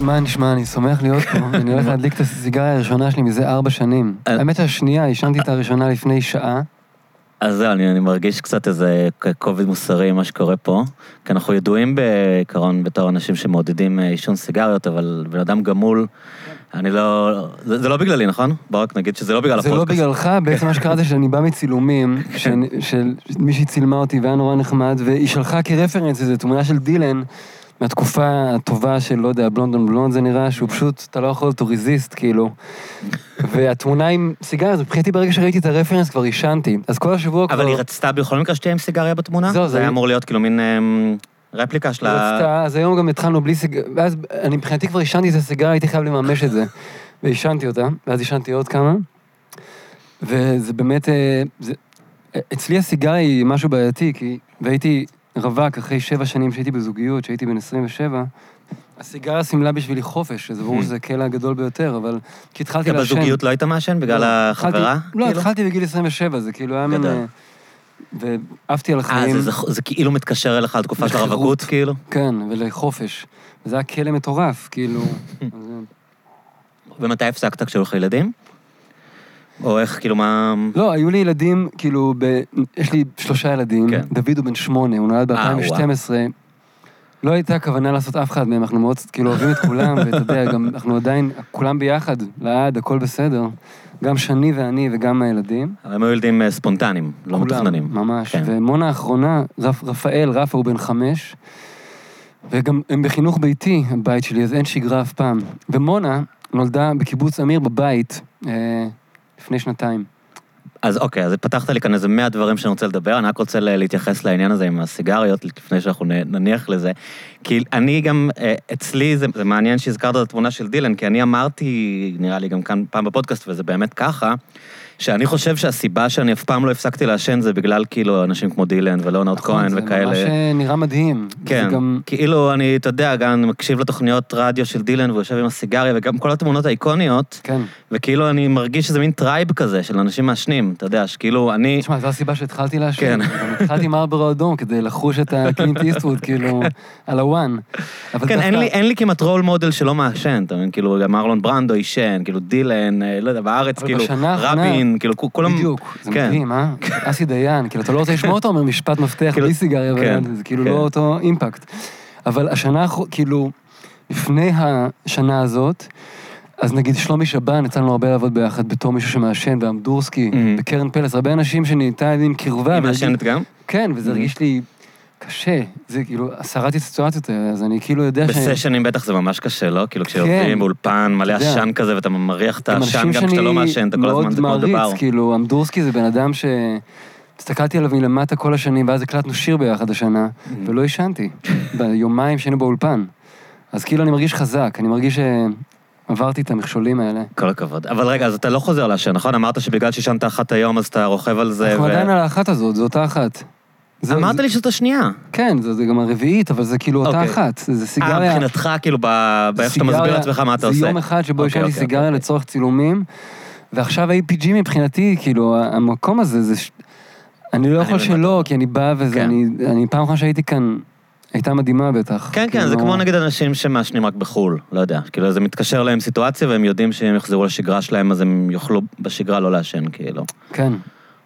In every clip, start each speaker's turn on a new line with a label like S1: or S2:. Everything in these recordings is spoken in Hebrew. S1: מה נשמע? אני שמח להיות פה, אני הולך להדליק את הסיגריה הראשונה שלי מזה ארבע שנים.
S2: אה.
S1: האמת שהשנייה, עישנתי את הראשונה לפני שעה.
S2: אז זהו, אני, אני מרגיש קצת איזה כובד מוסרי עם מה שקורה פה, כי אנחנו ידועים בעיקרון בתור אנשים שמעודדים אה, עישון סיגריות, אבל בן אדם גמול, אני לא... זה, זה לא בגללי, נכון? ברק, נגיד שזה לא בגלל
S1: זה לא
S2: הפודקאסט. כן.
S1: בגללך, בעצם מה שקרה זה שאני בא מצילומים, שאני- של מישהי צילמה אותי והיה נורא נחמד, והיא שלחה כרפרנס איזו תמונה של דילן. מהתקופה הטובה של, לא יודע, בלונד און בלונד זה נראה, שהוא פשוט, אתה לא יכול to resist, כאילו. והתמונה עם סיגריה, אז מבחינתי ברגע שראיתי את הרפרנס כבר עישנתי. אז כל השבוע לא, כבר...
S2: אבל היא רצתה בכל מקרה שתהיה עם סיגריה בתמונה?
S1: זהו, זה-
S2: זה היה אמור להיות כאילו מין אמ, רפליקה של
S1: היא
S2: ה...
S1: רצתה, אז היום גם התחלנו בלי סיגריה, ואז אני מבחינתי כבר עישנתי את הסיגריה, הייתי חייב לממש את זה. ועישנתי אותה, ואז עישנתי עוד כמה. וזה באמת, אה, זה, אצלי הסיגריה היא משהו בעייתי, כי, והייתי רווק אחרי שבע שנים שהייתי בזוגיות, שהייתי בן 27, הסיגריה סימלה בשבילי חופש, שזה ברור
S2: Hmm.
S1: שזה הקלע הגדול ביותר, אבל כשהתחלתי
S2: כי
S1: לעשן...
S2: בזוגיות לא היית מעשן בגלל
S1: לא,
S2: החברה?
S1: התחלתי, לא,
S2: כאילו?
S1: התחלתי בגיל 27, זה כאילו היה מין...
S2: גדל.
S1: אה, ועפתי על
S2: אה,
S1: החיים.
S2: זה, זה, זה כאילו מתקשר אליך לתקופה של
S1: לחירות.
S2: הרווקות, כאילו?
S1: כן, ולחופש. וזה היה כלא מטורף, כאילו... אז-
S2: ומתי הפסקת כשהיו לך ילדים? או איך, כאילו, מה...
S1: לא, היו לי ילדים, כאילו, ב... יש לי שלושה ילדים.
S2: כן.
S1: דוד הוא בן שמונה, הוא נולד
S2: אה,
S1: ב-2012. לא הייתה כוונה לעשות אף אחד מהם, אנחנו מאוד, כאילו, אוהבים את כולם, ואתה יודע, גם אנחנו עדיין, כולם ביחד, לעד, הכל בסדר. גם שני ואני וגם הילדים.
S2: הם היו ילדים אה, ספונטניים, לא
S1: כולם,
S2: מתוכננים.
S1: ממש.
S2: כן.
S1: ומונה האחרונה, רפ, רפאל, רפה הוא בן חמש, וגם הם בחינוך ביתי, הבית שלי, אז אין שגרה אף פעם. ומונה נולדה בקיבוץ אמיר בבית אה, לפני שנתיים.
S2: אז אוקיי, אז פתחת לי כאן איזה 100 דברים שאני רוצה לדבר, אני רק רוצה ל- להתייחס לעניין הזה עם הסיגריות, לפני שאנחנו נ- נניח לזה. כי אני גם, אה, אצלי זה, זה מעניין שהזכרת את התמונה של דילן, כי אני אמרתי, נראה לי גם כאן פעם בפודקאסט, וזה באמת ככה, שאני חושב שהסיבה שאני אף פעם לא הפסקתי לעשן זה בגלל כאילו אנשים כמו דילן ולאונרד
S1: נכון,
S2: כהן
S1: זה
S2: וכאלה.
S1: ממש אה, נראה מדהים.
S2: כן,
S1: זה גם...
S2: כאילו, אני, אתה יודע, גם אני מקשיב לתוכניות רדיו של דילן, והוא יושב עם הסיגריה, וגם כל התמונות האיקוניות,
S1: כן.
S2: וכאילו אני מרגיש שזה מין טרייב כזה של אנשים מעשנים, אתה יודע, שכאילו אני...
S1: תשמע, זו הסיבה שהתחלתי להשאיר.
S2: כן.
S1: גם התחלתי עם ארברו אדום כדי לחוש את הקלינט איסטווד, כאילו, על הוואן. אבל
S2: כן, אין
S1: דווקא-
S2: לי, אין לי כמעט רול מודל שלא מעשן, אתה מבין? כאילו, גם ארלון ברנדו עישן, כאילו דילן, אה, לא יודע, בארץ,
S1: אבל
S2: כאילו,
S1: בשנה האחרונה-
S2: רבין, כאילו, כו- כולם...
S1: בדיוק, זה
S2: כן.
S1: מדהים, אה? אסי דיין, כאילו, אתה לא רוצה לשמוע אותו אומר משפט מפתח
S2: כאילו-
S1: בלי סיגריה,
S2: כן,
S1: ביד, זה כאילו
S2: כן.
S1: לא אותו אימפקט. אבל השנה, האחר- כאילו, לפני השנה הזאת, אז נגיד שלומי שבן, יצא לנו הרבה לעבוד ביחד בתור מישהו שמעשן, ואמדורסקי,
S2: Mhm.
S1: וקרן פלס, הרבה אנשים שנהייתה עם קרבה.
S2: היא
S1: והרגיש-
S2: מעשנת גם?
S1: כן, וזה
S2: Mhm.
S1: הרגיש לי קשה. זה כאילו עשרת סיטואציות האלה, אז אני כאילו יודע ש...
S2: בסשנים בטח זה ממש קשה, לא? כאילו,
S1: כן.
S2: כשיושבים באולפן מלא
S1: אתה יודע.
S2: עשן כזה, ואתה מריח את
S1: הם
S2: העשן
S1: אנשים
S2: גם כשאתה לא מעשן, אתה
S1: שאני
S2: כל הזמן,
S1: מאוד
S2: זה כמו דבר.
S1: מעריץ, כאילו, אמדורסקי זה בן אדם ש... הסתכלתי עליו מלמטה כל השנים, ואז הקלטנו שיר ביחד השנה,
S2: Mm.
S1: ולא עישנתי, ביומיים שהיינו באולפן. אז כאילו אני מרגיש חזק, אני מרגיש שעברתי את המכשולים האלה.
S2: כל הכבוד. אבל רגע, אז אתה לא חוזר לעשן, נכון? אמרת שבגלל שעישנת אחת היום, אז אתה רוכב על זה,
S1: אנחנו עדיין על האחת הזאת, זו אותה אחת. זה-
S2: אמרת
S1: זה-
S2: לי שזאת השנייה.
S1: כן, זו- זה גם הרביעית, אבל זה כאילו אותה
S2: אוקיי.
S1: אחת. זה
S2: אה,
S1: סיגריה...
S2: מבחינתך, כאילו, ב- באיך שאתה
S1: סיגריה-
S2: מסביר לעצמך מה אתה עושה.
S1: זה יום אחד שבו
S2: אוקיי,
S1: ישבתי
S2: אוקיי,
S1: סיגריה
S2: אוקיי.
S1: לצורך צילומים, ועכשיו ה-APG מבחינתי, כאילו, ה- המקום הזה, זה... ש- אני לא
S2: אני
S1: יכול
S2: באמת
S1: שלא, כי אני בא וזה,
S2: כן.
S1: אני, אני פעם אחרונה שהייתי כאן, הייתה מדהימה בטח.
S2: כן, כן,
S1: כאילו-
S2: זה כמו נגיד אנשים שמעשנים רק בחו"ל, לא יודע. כאילו, זה מתקשר להם סיטואציה, והם יודעים שאם יחזרו לשגרה שלהם, אז הם יוכלו בשגרה לא לעשן, כאילו.
S1: כן,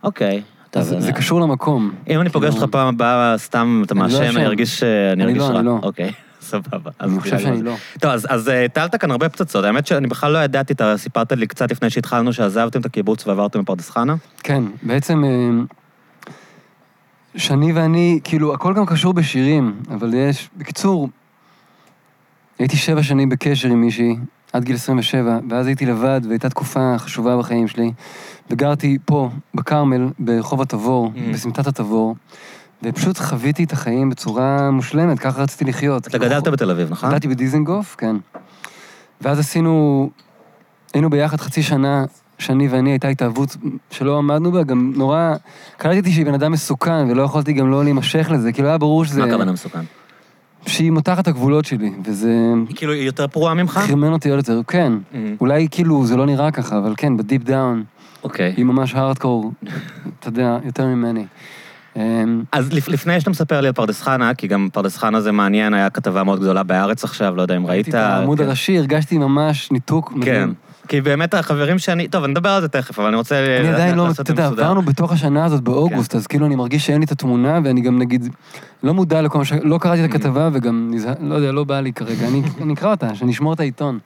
S2: אוקיי. טוב, אה,
S1: אז
S2: אני-
S1: זה קשור למקום.
S2: אם אני פוגש
S1: כאילו-
S2: אותך פעם הבאה, סתם אתה
S1: אני לא
S2: מעשן,
S1: אשם.
S2: אני ארגיש ש-
S1: אני
S2: אני ארגיש
S1: לא, אני
S2: רע.
S1: לא.
S2: אוקיי, סבבה. אז
S1: אני חושב
S2: כאילו-
S1: שאני לא.
S2: טוב, אז- אז אה, הטלת כאן הרבה פצצות. האמת שאני בכלל לא ידעתי, אתה סיפרת לי קצת לפני שהתחלנו, שעזבתם את הקיבוץ ועברתם לפרדס חנה.
S1: כן, בעצם אה, שני ואני, כאילו, הכל גם קשור בשירים, אבל יש, בקיצור, הייתי שבע שנים בקשר עם מישהי, עד גיל 27, ואז הייתי לבד, והייתה תקופה חשובה בחיים שלי, וגרתי פה, בכרמל, ברחוב התבור,
S2: Mm.
S1: בסמטת התבור, ופשוט חוויתי את החיים בצורה מושלמת, ככה רציתי לחיות.
S2: אתה גדלת בתל אביב, נכון?
S1: גדלתי בדיזנגוף, כן. ואז עשינו, היינו ביחד חצי שנה, שני ואני, הייתה התאהבות שלא עמדנו בה, גם נורא... קלטתי שהיא בן אדם מסוכן, ולא יכולתי גם לא להימשך לזה, כאילו היה ברור שזה...
S2: מה הכוונה מסוכן?
S1: שהיא מותחת את הגבולות שלי, וזה...
S2: כאילו, היא יותר פרועה ממך?
S1: חרמן אותי עוד יותר, כן.
S2: אמ,
S1: אולי כאילו זה לא נראה ככה, אבל כן, בדיפ דאון,
S2: אוקיי.
S1: היא ממש הארדקור, אתה יודע, יותר ממני. אמ,
S2: אז לפ, לפני שאתה מספר לי על פרדס חנה, כי גם פרדס חנה זה מעניין, היה כתבה מאוד גדולה בהארץ עכשיו, לא יודע אם ראית.
S1: ראיתי את העמוד
S2: כן.
S1: הראשי, הרגשתי ממש ניתוק.
S2: כן.
S1: מדהים.
S2: כי באמת החברים שאני... טוב, אני אדבר על זה תכף, אבל אני רוצה...
S1: אני עדיין לא,
S2: לעשות את
S1: אתה
S2: זה
S1: יודע,
S2: מסודר. כן.
S1: עברנו בתוך השנה הזאת באוגוסט, אז כאילו אני מרגיש שאין לי את התמונה, ואני גם נגיד, לא מודע לכל מה ש... לא קראתי
S2: Mm.
S1: את הכתבה וגם, נזהר- לא יודע, לא בא לי כרגע, אני- אני אקרא אותה, שנשמור את העיתון.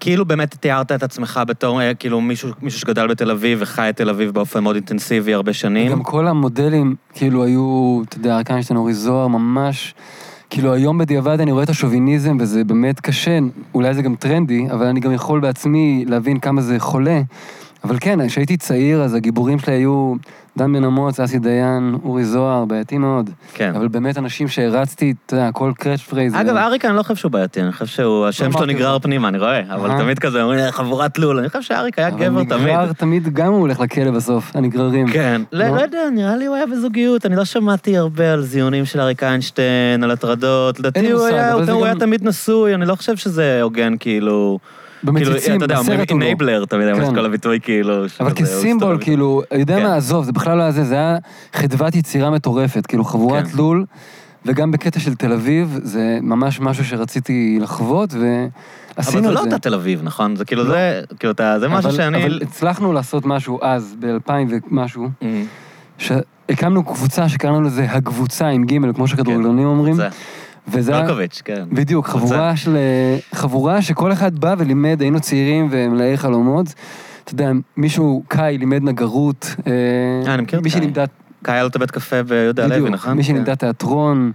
S2: כאילו באמת תיארת את עצמך בתור אה, כאילו מישהו, מישהו שגדל בתל אביב וחי את תל אביב באופן מאוד אינטנסיבי הרבה שנים.
S1: גם כל המודלים, כאילו, היו, אתה יודע, ארקנשטיין, אורי זוהר, ממש... כאילו, היום בדיעבד אני רואה את השוביניזם, וזה באמת קשה, אולי זה גם טרנדי, אבל אני גם יכול בעצמי להבין כמה זה חולה. אבל כן, כשהייתי צעיר, אז הגיבורים שלי היו דן בן אמוץ, אסי דיין, אורי זוהר, בעייתי מאוד.
S2: כן.
S1: אבל באמת אנשים שהרצתי, אתה יודע, כל קראץ' פרייז.
S2: אגב, אריק, אני לא חושב שהוא בעייתי, אני חושב שהוא, השם שלו
S1: לא אמרתי
S2: נגרר
S1: לך.
S2: פנימה, אני רואה, אבל
S1: אהה.
S2: תמיד כזה אומרים, "אה, חבורת לול, אני חושב שאריק היה גבר תמיד.
S1: נגרר תמיד, גם הוא הולך לכלא בסוף, הנגררים.
S2: כן. לא
S1: נו.
S2: לא יודע, נראה לי הוא היה בזוגיות, אני לא שמעתי הרבה על זיונים של אריק איינשטיין, על הטרדות,
S1: אין
S2: לדעתי
S1: לי
S2: הוא
S1: מושג,
S2: היה
S1: אבל זה
S2: הוא היה
S1: גם-
S2: תמיד נשוי, אני לא חושב שזה הוגן, כאילו... כאילו,
S1: במציצים,
S2: אתה יודע, אומרים
S1: בסרט הוא לא.
S2: אינבלר, תמיד יש
S1: כן.
S2: כל הביטוי, כאילו...
S1: אבל
S2: שזה- הוא
S1: כסימבול,
S2: סתם-
S1: כאילו, אני יודע
S2: כן.
S1: מה, עזוב, זה בכלל לא היה זה, זה היה חדוות יצירה מטורפת, כאילו חבורת
S2: כן.
S1: לול, וגם בקטע של תל אביב, זה ממש משהו שרציתי לחוות,
S2: אבל
S1: ועשינו
S2: זה
S1: את
S2: לא
S1: זה. לא.
S2: אותה תל אביב, נכון? זה כאילו זה, כאילו אתה, זה משהו
S1: אבל-
S2: שאני... Mm.
S1: אבל הצלחנו לעשות משהו אז, ב-2000 ומשהו,
S2: אמ,
S1: שהקמנו קבוצה שקראנו לזה הקבוצה עם ג',
S2: כן,
S1: כמו שכדורגלונים אומרים,
S2: זה,
S1: וזה היה...
S2: ברקוביץ', כן.
S1: בדיוק,
S2: קבוצה.
S1: חבורה של... חבורה שכל אחד בא ולימד, היינו צעירים ומלאי חלומות. אתה יודע, מישהו, קאי, לימד נגרות.
S2: אה, אני מכיר את
S1: מי
S2: קאי.
S1: שלימדה...
S2: קאי היה לו את הבית קפה ביהודה לוי, נכון?
S1: מי
S2: כן.
S1: שלימדה תיאטרון.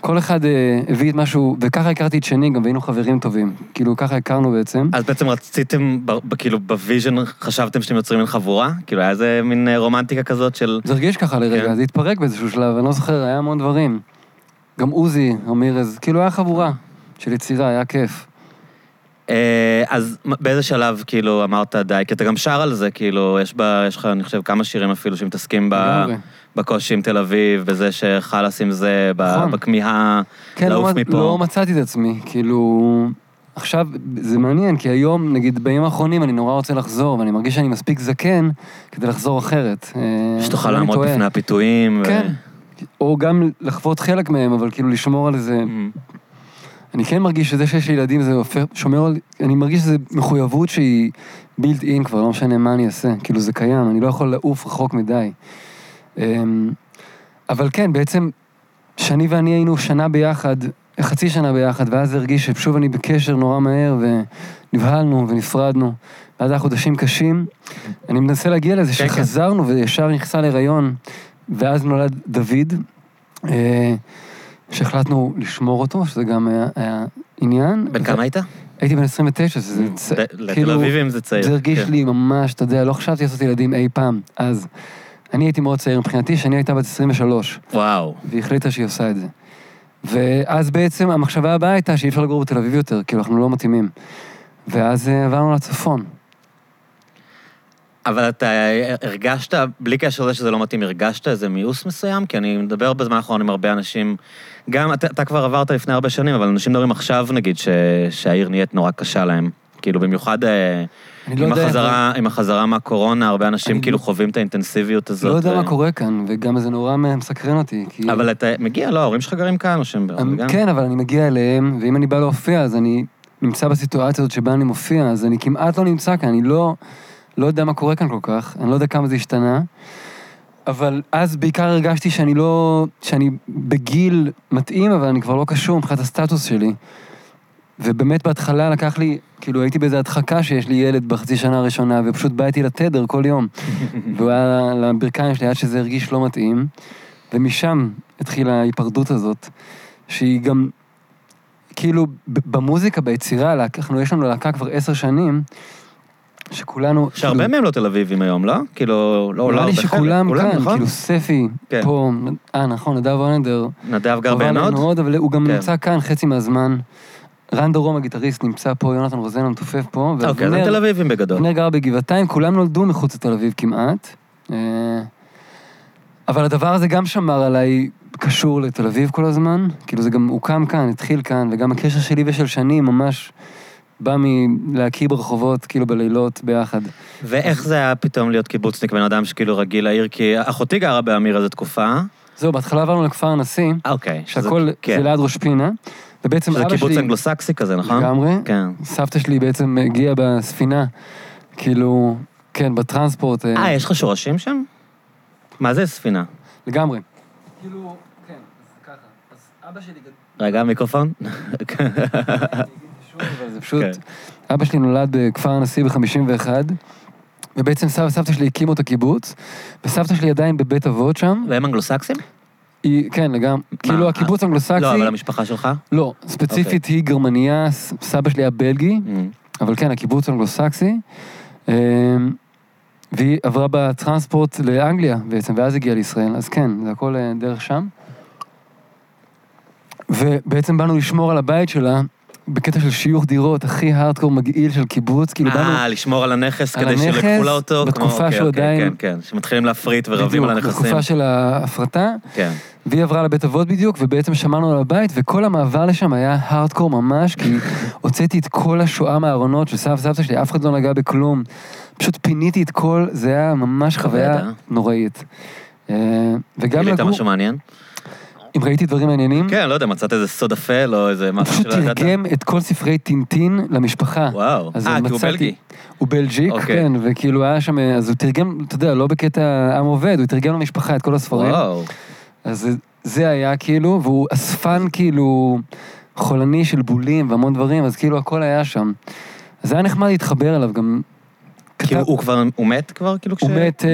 S1: כל אחד אה, הביא את משהו, וככה הכרתי את שני גם, והיינו חברים טובים. כאילו, ככה הכרנו בעצם.
S2: כן. אז בעצם רציתם, ב- ב- כאילו בוויז'ן חשבתם שאתם יוצרים מין חבורה? כאילו היה איזה מין אה, רומנטיקה כזאת של...
S1: זה הרגיש ככה
S2: כן.
S1: לרגע, זה התפרק באיזשהו שלב, אני לא זוכר, היה המון דברים. גם עוזי, אמירז, כאילו היה חבורה של יצירה, היה כיף.
S2: אה, אז מ- באיזה שלב כאילו אמרת די? כי אתה גם שר על זה, כאילו, יש בה- יש לך, אני חושב, כמה שירים אפילו שמתעסקים ב-
S1: לגמרי.
S2: בקושי עם תל אביב, בזה שחלאס עם זה, ב-
S1: נכון.
S2: בכמיהה.
S1: כן,
S2: לעוף
S1: לא,
S2: מפה.
S1: לא מצאתי את עצמי, כאילו... עכשיו, זה מעניין, כי היום, נגיד, בימים האחרונים אני נורא רוצה לחזור, ואני מרגיש שאני מספיק זקן כדי לחזור אחרת. אה,
S2: שתוכל
S1: אני
S2: לעמוד
S1: טועה.
S2: בפני הפיתויים. ו-
S1: כן. או גם לחוות חלק מהם, אבל כאילו לשמור על איזה...
S2: אמ,
S1: אני כן מרגיש שזה שיש לי ילדים זה הופך, שומר על... אני מרגיש שזו מחויבות שהיא בילד אין כבר, לא משנה מה אני אעשה. כאילו זה קיים, אני לא יכול לעוף רחוק מדי. אמ, אבל כן, בעצם, שני ואני היינו שנה ביחד, חצי שנה ביחד, ואז הרגיש ששוב אני בקשר נורא מהר, ונבהלנו ונפרדנו. ואז היה חודשים קשים. אני מנסה להגיע לזה
S2: כן, כן.
S1: שחזרנו וישר נכנסה להיריון, ואז נולד דוד. אה, שהחלטנו לשמור אותו, שזה גם היה, היה עניין.
S2: בן כמה היית?
S1: הייתי בן 29, שזה צ...
S2: ת- לתל אביבים זה צעיר.
S1: כאילו, זה הרגיש
S2: כן.
S1: לי ממש, אתה יודע, לא חשבתי לעשות ילדים אי פעם. אז אני הייתי מאוד צעיר מבחינתי, שאני הייתה בת 23,
S2: וואו.
S1: והיא החליטה שהיא עושה את זה. ואז בעצם המחשבה הבאה הייתה שאי אפשר לגור בתל אביב יותר, כאילו אנחנו לא מתאימים. ואז אה, עברנו לצפון.
S2: אבל אתה הרגשת, בלי קשר לזה שזה לא מתאים, הרגשת איזה מיאוס מסוים? כי אני מדבר בזמן האחרון עם הרבה אנשים, גם אתה, אתה כבר עברת לפני הרבה שנים, אבל אנשים מדברים עכשיו, נגיד, ש, שהעיר נהיית נורא קשה להם. כאילו, במיוחד אה,
S1: אני לא
S2: עם,
S1: יודע...
S2: החזרה, עם החזרה מהקורונה, הרבה אנשים
S1: אני
S2: כאילו
S1: לא-
S2: חווים את האינטנסיביות הזאת.
S1: לא יודע
S2: אה,
S1: מה קורה כאן, וגם זה נורא מסקרן אותי. כי...
S2: אבל אתה מגיע, לא, ההורים שלך גרים כאן או שהם
S1: אני-
S2: באורגן?
S1: כן, אבל אני מגיע אליהם, ואם אני בא להופיע, אז אני נמצא בסיטואציה הזאת שבה אני מופיע, אז אני כמעט לא נמצא כאן, אני לא, לא יודע מה קורה כאן כל כך, אני לא יודע כמה זה השתנה, אבל אז בעיקר הרגשתי שאני לא, שאני בגיל מתאים, אבל אני כבר לא קשור מבחינת הסטטוס שלי. ובאמת בהתחלה לקח לי, כאילו הייתי באיזו הדחקה שיש לי ילד בחצי שנה הראשונה, ופשוט בא איתי לתדר כל יום. והוא היה על הברכיים שלי עד שזה הרגיש לא מתאים. ומשם התחילה ההיפרדות הזאת, שהיא גם, כאילו, ב- במוזיקה, ביצירה, להק- אנחנו, יש לנו להקה כבר עשר שנים, שכולנו...
S2: שהרבה
S1: כאילו,
S2: מהם לא תל אביבים היום, לא? כאילו, לא, לא
S1: נראה לי
S2: הרבה חלק.
S1: שכולם
S2: כולם,
S1: כאן,
S2: נכון?
S1: כאילו ספי,
S2: כן.
S1: פה, אה נכון, נדב אוננדר,
S2: נדב גר
S1: חבל
S2: בעין
S1: עלינו
S2: הוד?
S1: מאוד, אבל הוא גם
S2: כן.
S1: נמצא כאן חצי מהזמן. רן דרום הגיטריסט נמצא פה, יונתן רוזן המתופף פה,
S2: אוקיי, אז הם תל אביבים בגדול.
S1: אבנר גר בגבעתיים, כולם נולדו מחוץ לתל אביב כמעט. אה, אבל הדבר הזה גם שמר עליי קשור לתל אביב כל הזמן. כאילו זה גם הוקם כאן, התחיל כאן, וגם הקשר שלי ושל שני ממש בא מלהקיא ברחובות, כאילו בלילות ביחד.
S2: ואיך זה היה פתאום להיות קיבוצניק, בן אדם שכאילו רגיל לעיר? כי אחותי גרה באמיר איזה תקופה.
S1: זהו, בהתחלה עברנו לכפר הנשיא,
S2: אה, אוקיי. שזה-
S1: שהכל
S2: כן.
S1: זה ליד ראש פינה, ובעצם
S2: שזה
S1: אבא
S2: קיבוץ
S1: שלי,
S2: אנגלוסקסי כזה, נכון?
S1: לגמרי,
S2: כן.
S1: סבתא שלי בעצם הגיעה בספינה, כאילו, כן, בטרנספורט, אה,
S2: אה, יש לך שורשים שם? מה זה ספינה?
S1: לגמרי. כאילו, כן, אז ככה, אז אבא שלי גדל...
S2: רגע, מיקרופון.
S1: אבל זה פשוט... כן. אבא שלי נולד בכפר הנשיא ב-51, ובעצם סבא סבתא שלי הקימו את הקיבוץ, וסבתא שלי עדיין בבית אבות שם.
S2: והם אנגלוסקסים?
S1: היא, כן, לגמרי. כאילו הקיבוץ האנגלוסקסי...
S2: לא, אבל אוקיי. המשפחה שלך?
S1: לא, ספציפית היא גרמניה, ס- סבא שלי היה בלגי,
S2: אמ,
S1: אבל כן, הקיבוץ האנגלוסקסי. אמ, והיא עברה בטרנספורט לאנגליה בעצם, ואז הגיעה לישראל, אז כן, זה הכל אה, דרך שם. ובעצם באנו לשמור על הבית שלה, בקטע של שיוך דירות הכי הארדקור מגעיל של קיבוץ, כאילו באנו...
S2: אה, לשמור על הנכס
S1: על
S2: כדי שלא
S1: הנכס,
S2: יקחו לה אותו? כמו-
S1: בתקופה
S2: אוקיי,
S1: שהוא
S2: אוקיי,
S1: עדיין-
S2: כן, כן, שמתחילים להפריט ורבים על
S1: בדיוק,
S2: הנכסים.
S1: בתקופה של ההפרטה,
S2: כן.
S1: והיא עברה לבית אבות בדיוק, ובעצם שמרנו על הבית, וכל המעבר לשם היה הארדקור ממש, כי הוצאתי את כל השואה מהארונות של סבא סבתא שלי, אף אחד לא נגע בכלום. פשוט פיניתי את כל, זה היה ממש
S2: כבד,
S1: חוויה
S2: אה?
S1: נוראית. אה, וגם
S2: גילית
S1: לגור, כן.
S2: משהו מעניין?
S1: אם ראיתי דברים מעניינים,
S2: כן, לא יודע, מצאת איזה סוד אפל או איזה
S1: הוא
S2: משהו
S1: פשוט
S2: שלא ידעת?
S1: תרגם את כל ספרי טינטין למשפחה.
S2: וואו.
S1: אז
S2: אה, כי הוא
S1: מצאתי-
S2: בלגי.
S1: הוא בלג'יק,
S2: אוקיי.
S1: כן, וכאילו היה שם, אז הוא תרגם, אתה יודע, לא בקטע עם עובד, הוא תרגם למשפחה את כל הספרים.
S2: וואו.
S1: אז זה- זה היה כאילו, והוא אספן כאילו חולני של בולים והמון דברים, אז כאילו הכל היה שם. אז זה היה נחמד להתחבר אליו גם.
S2: כי כאילו, הוא- הוא כבר, הוא מת כבר? כאילו
S1: הוא מת, אה,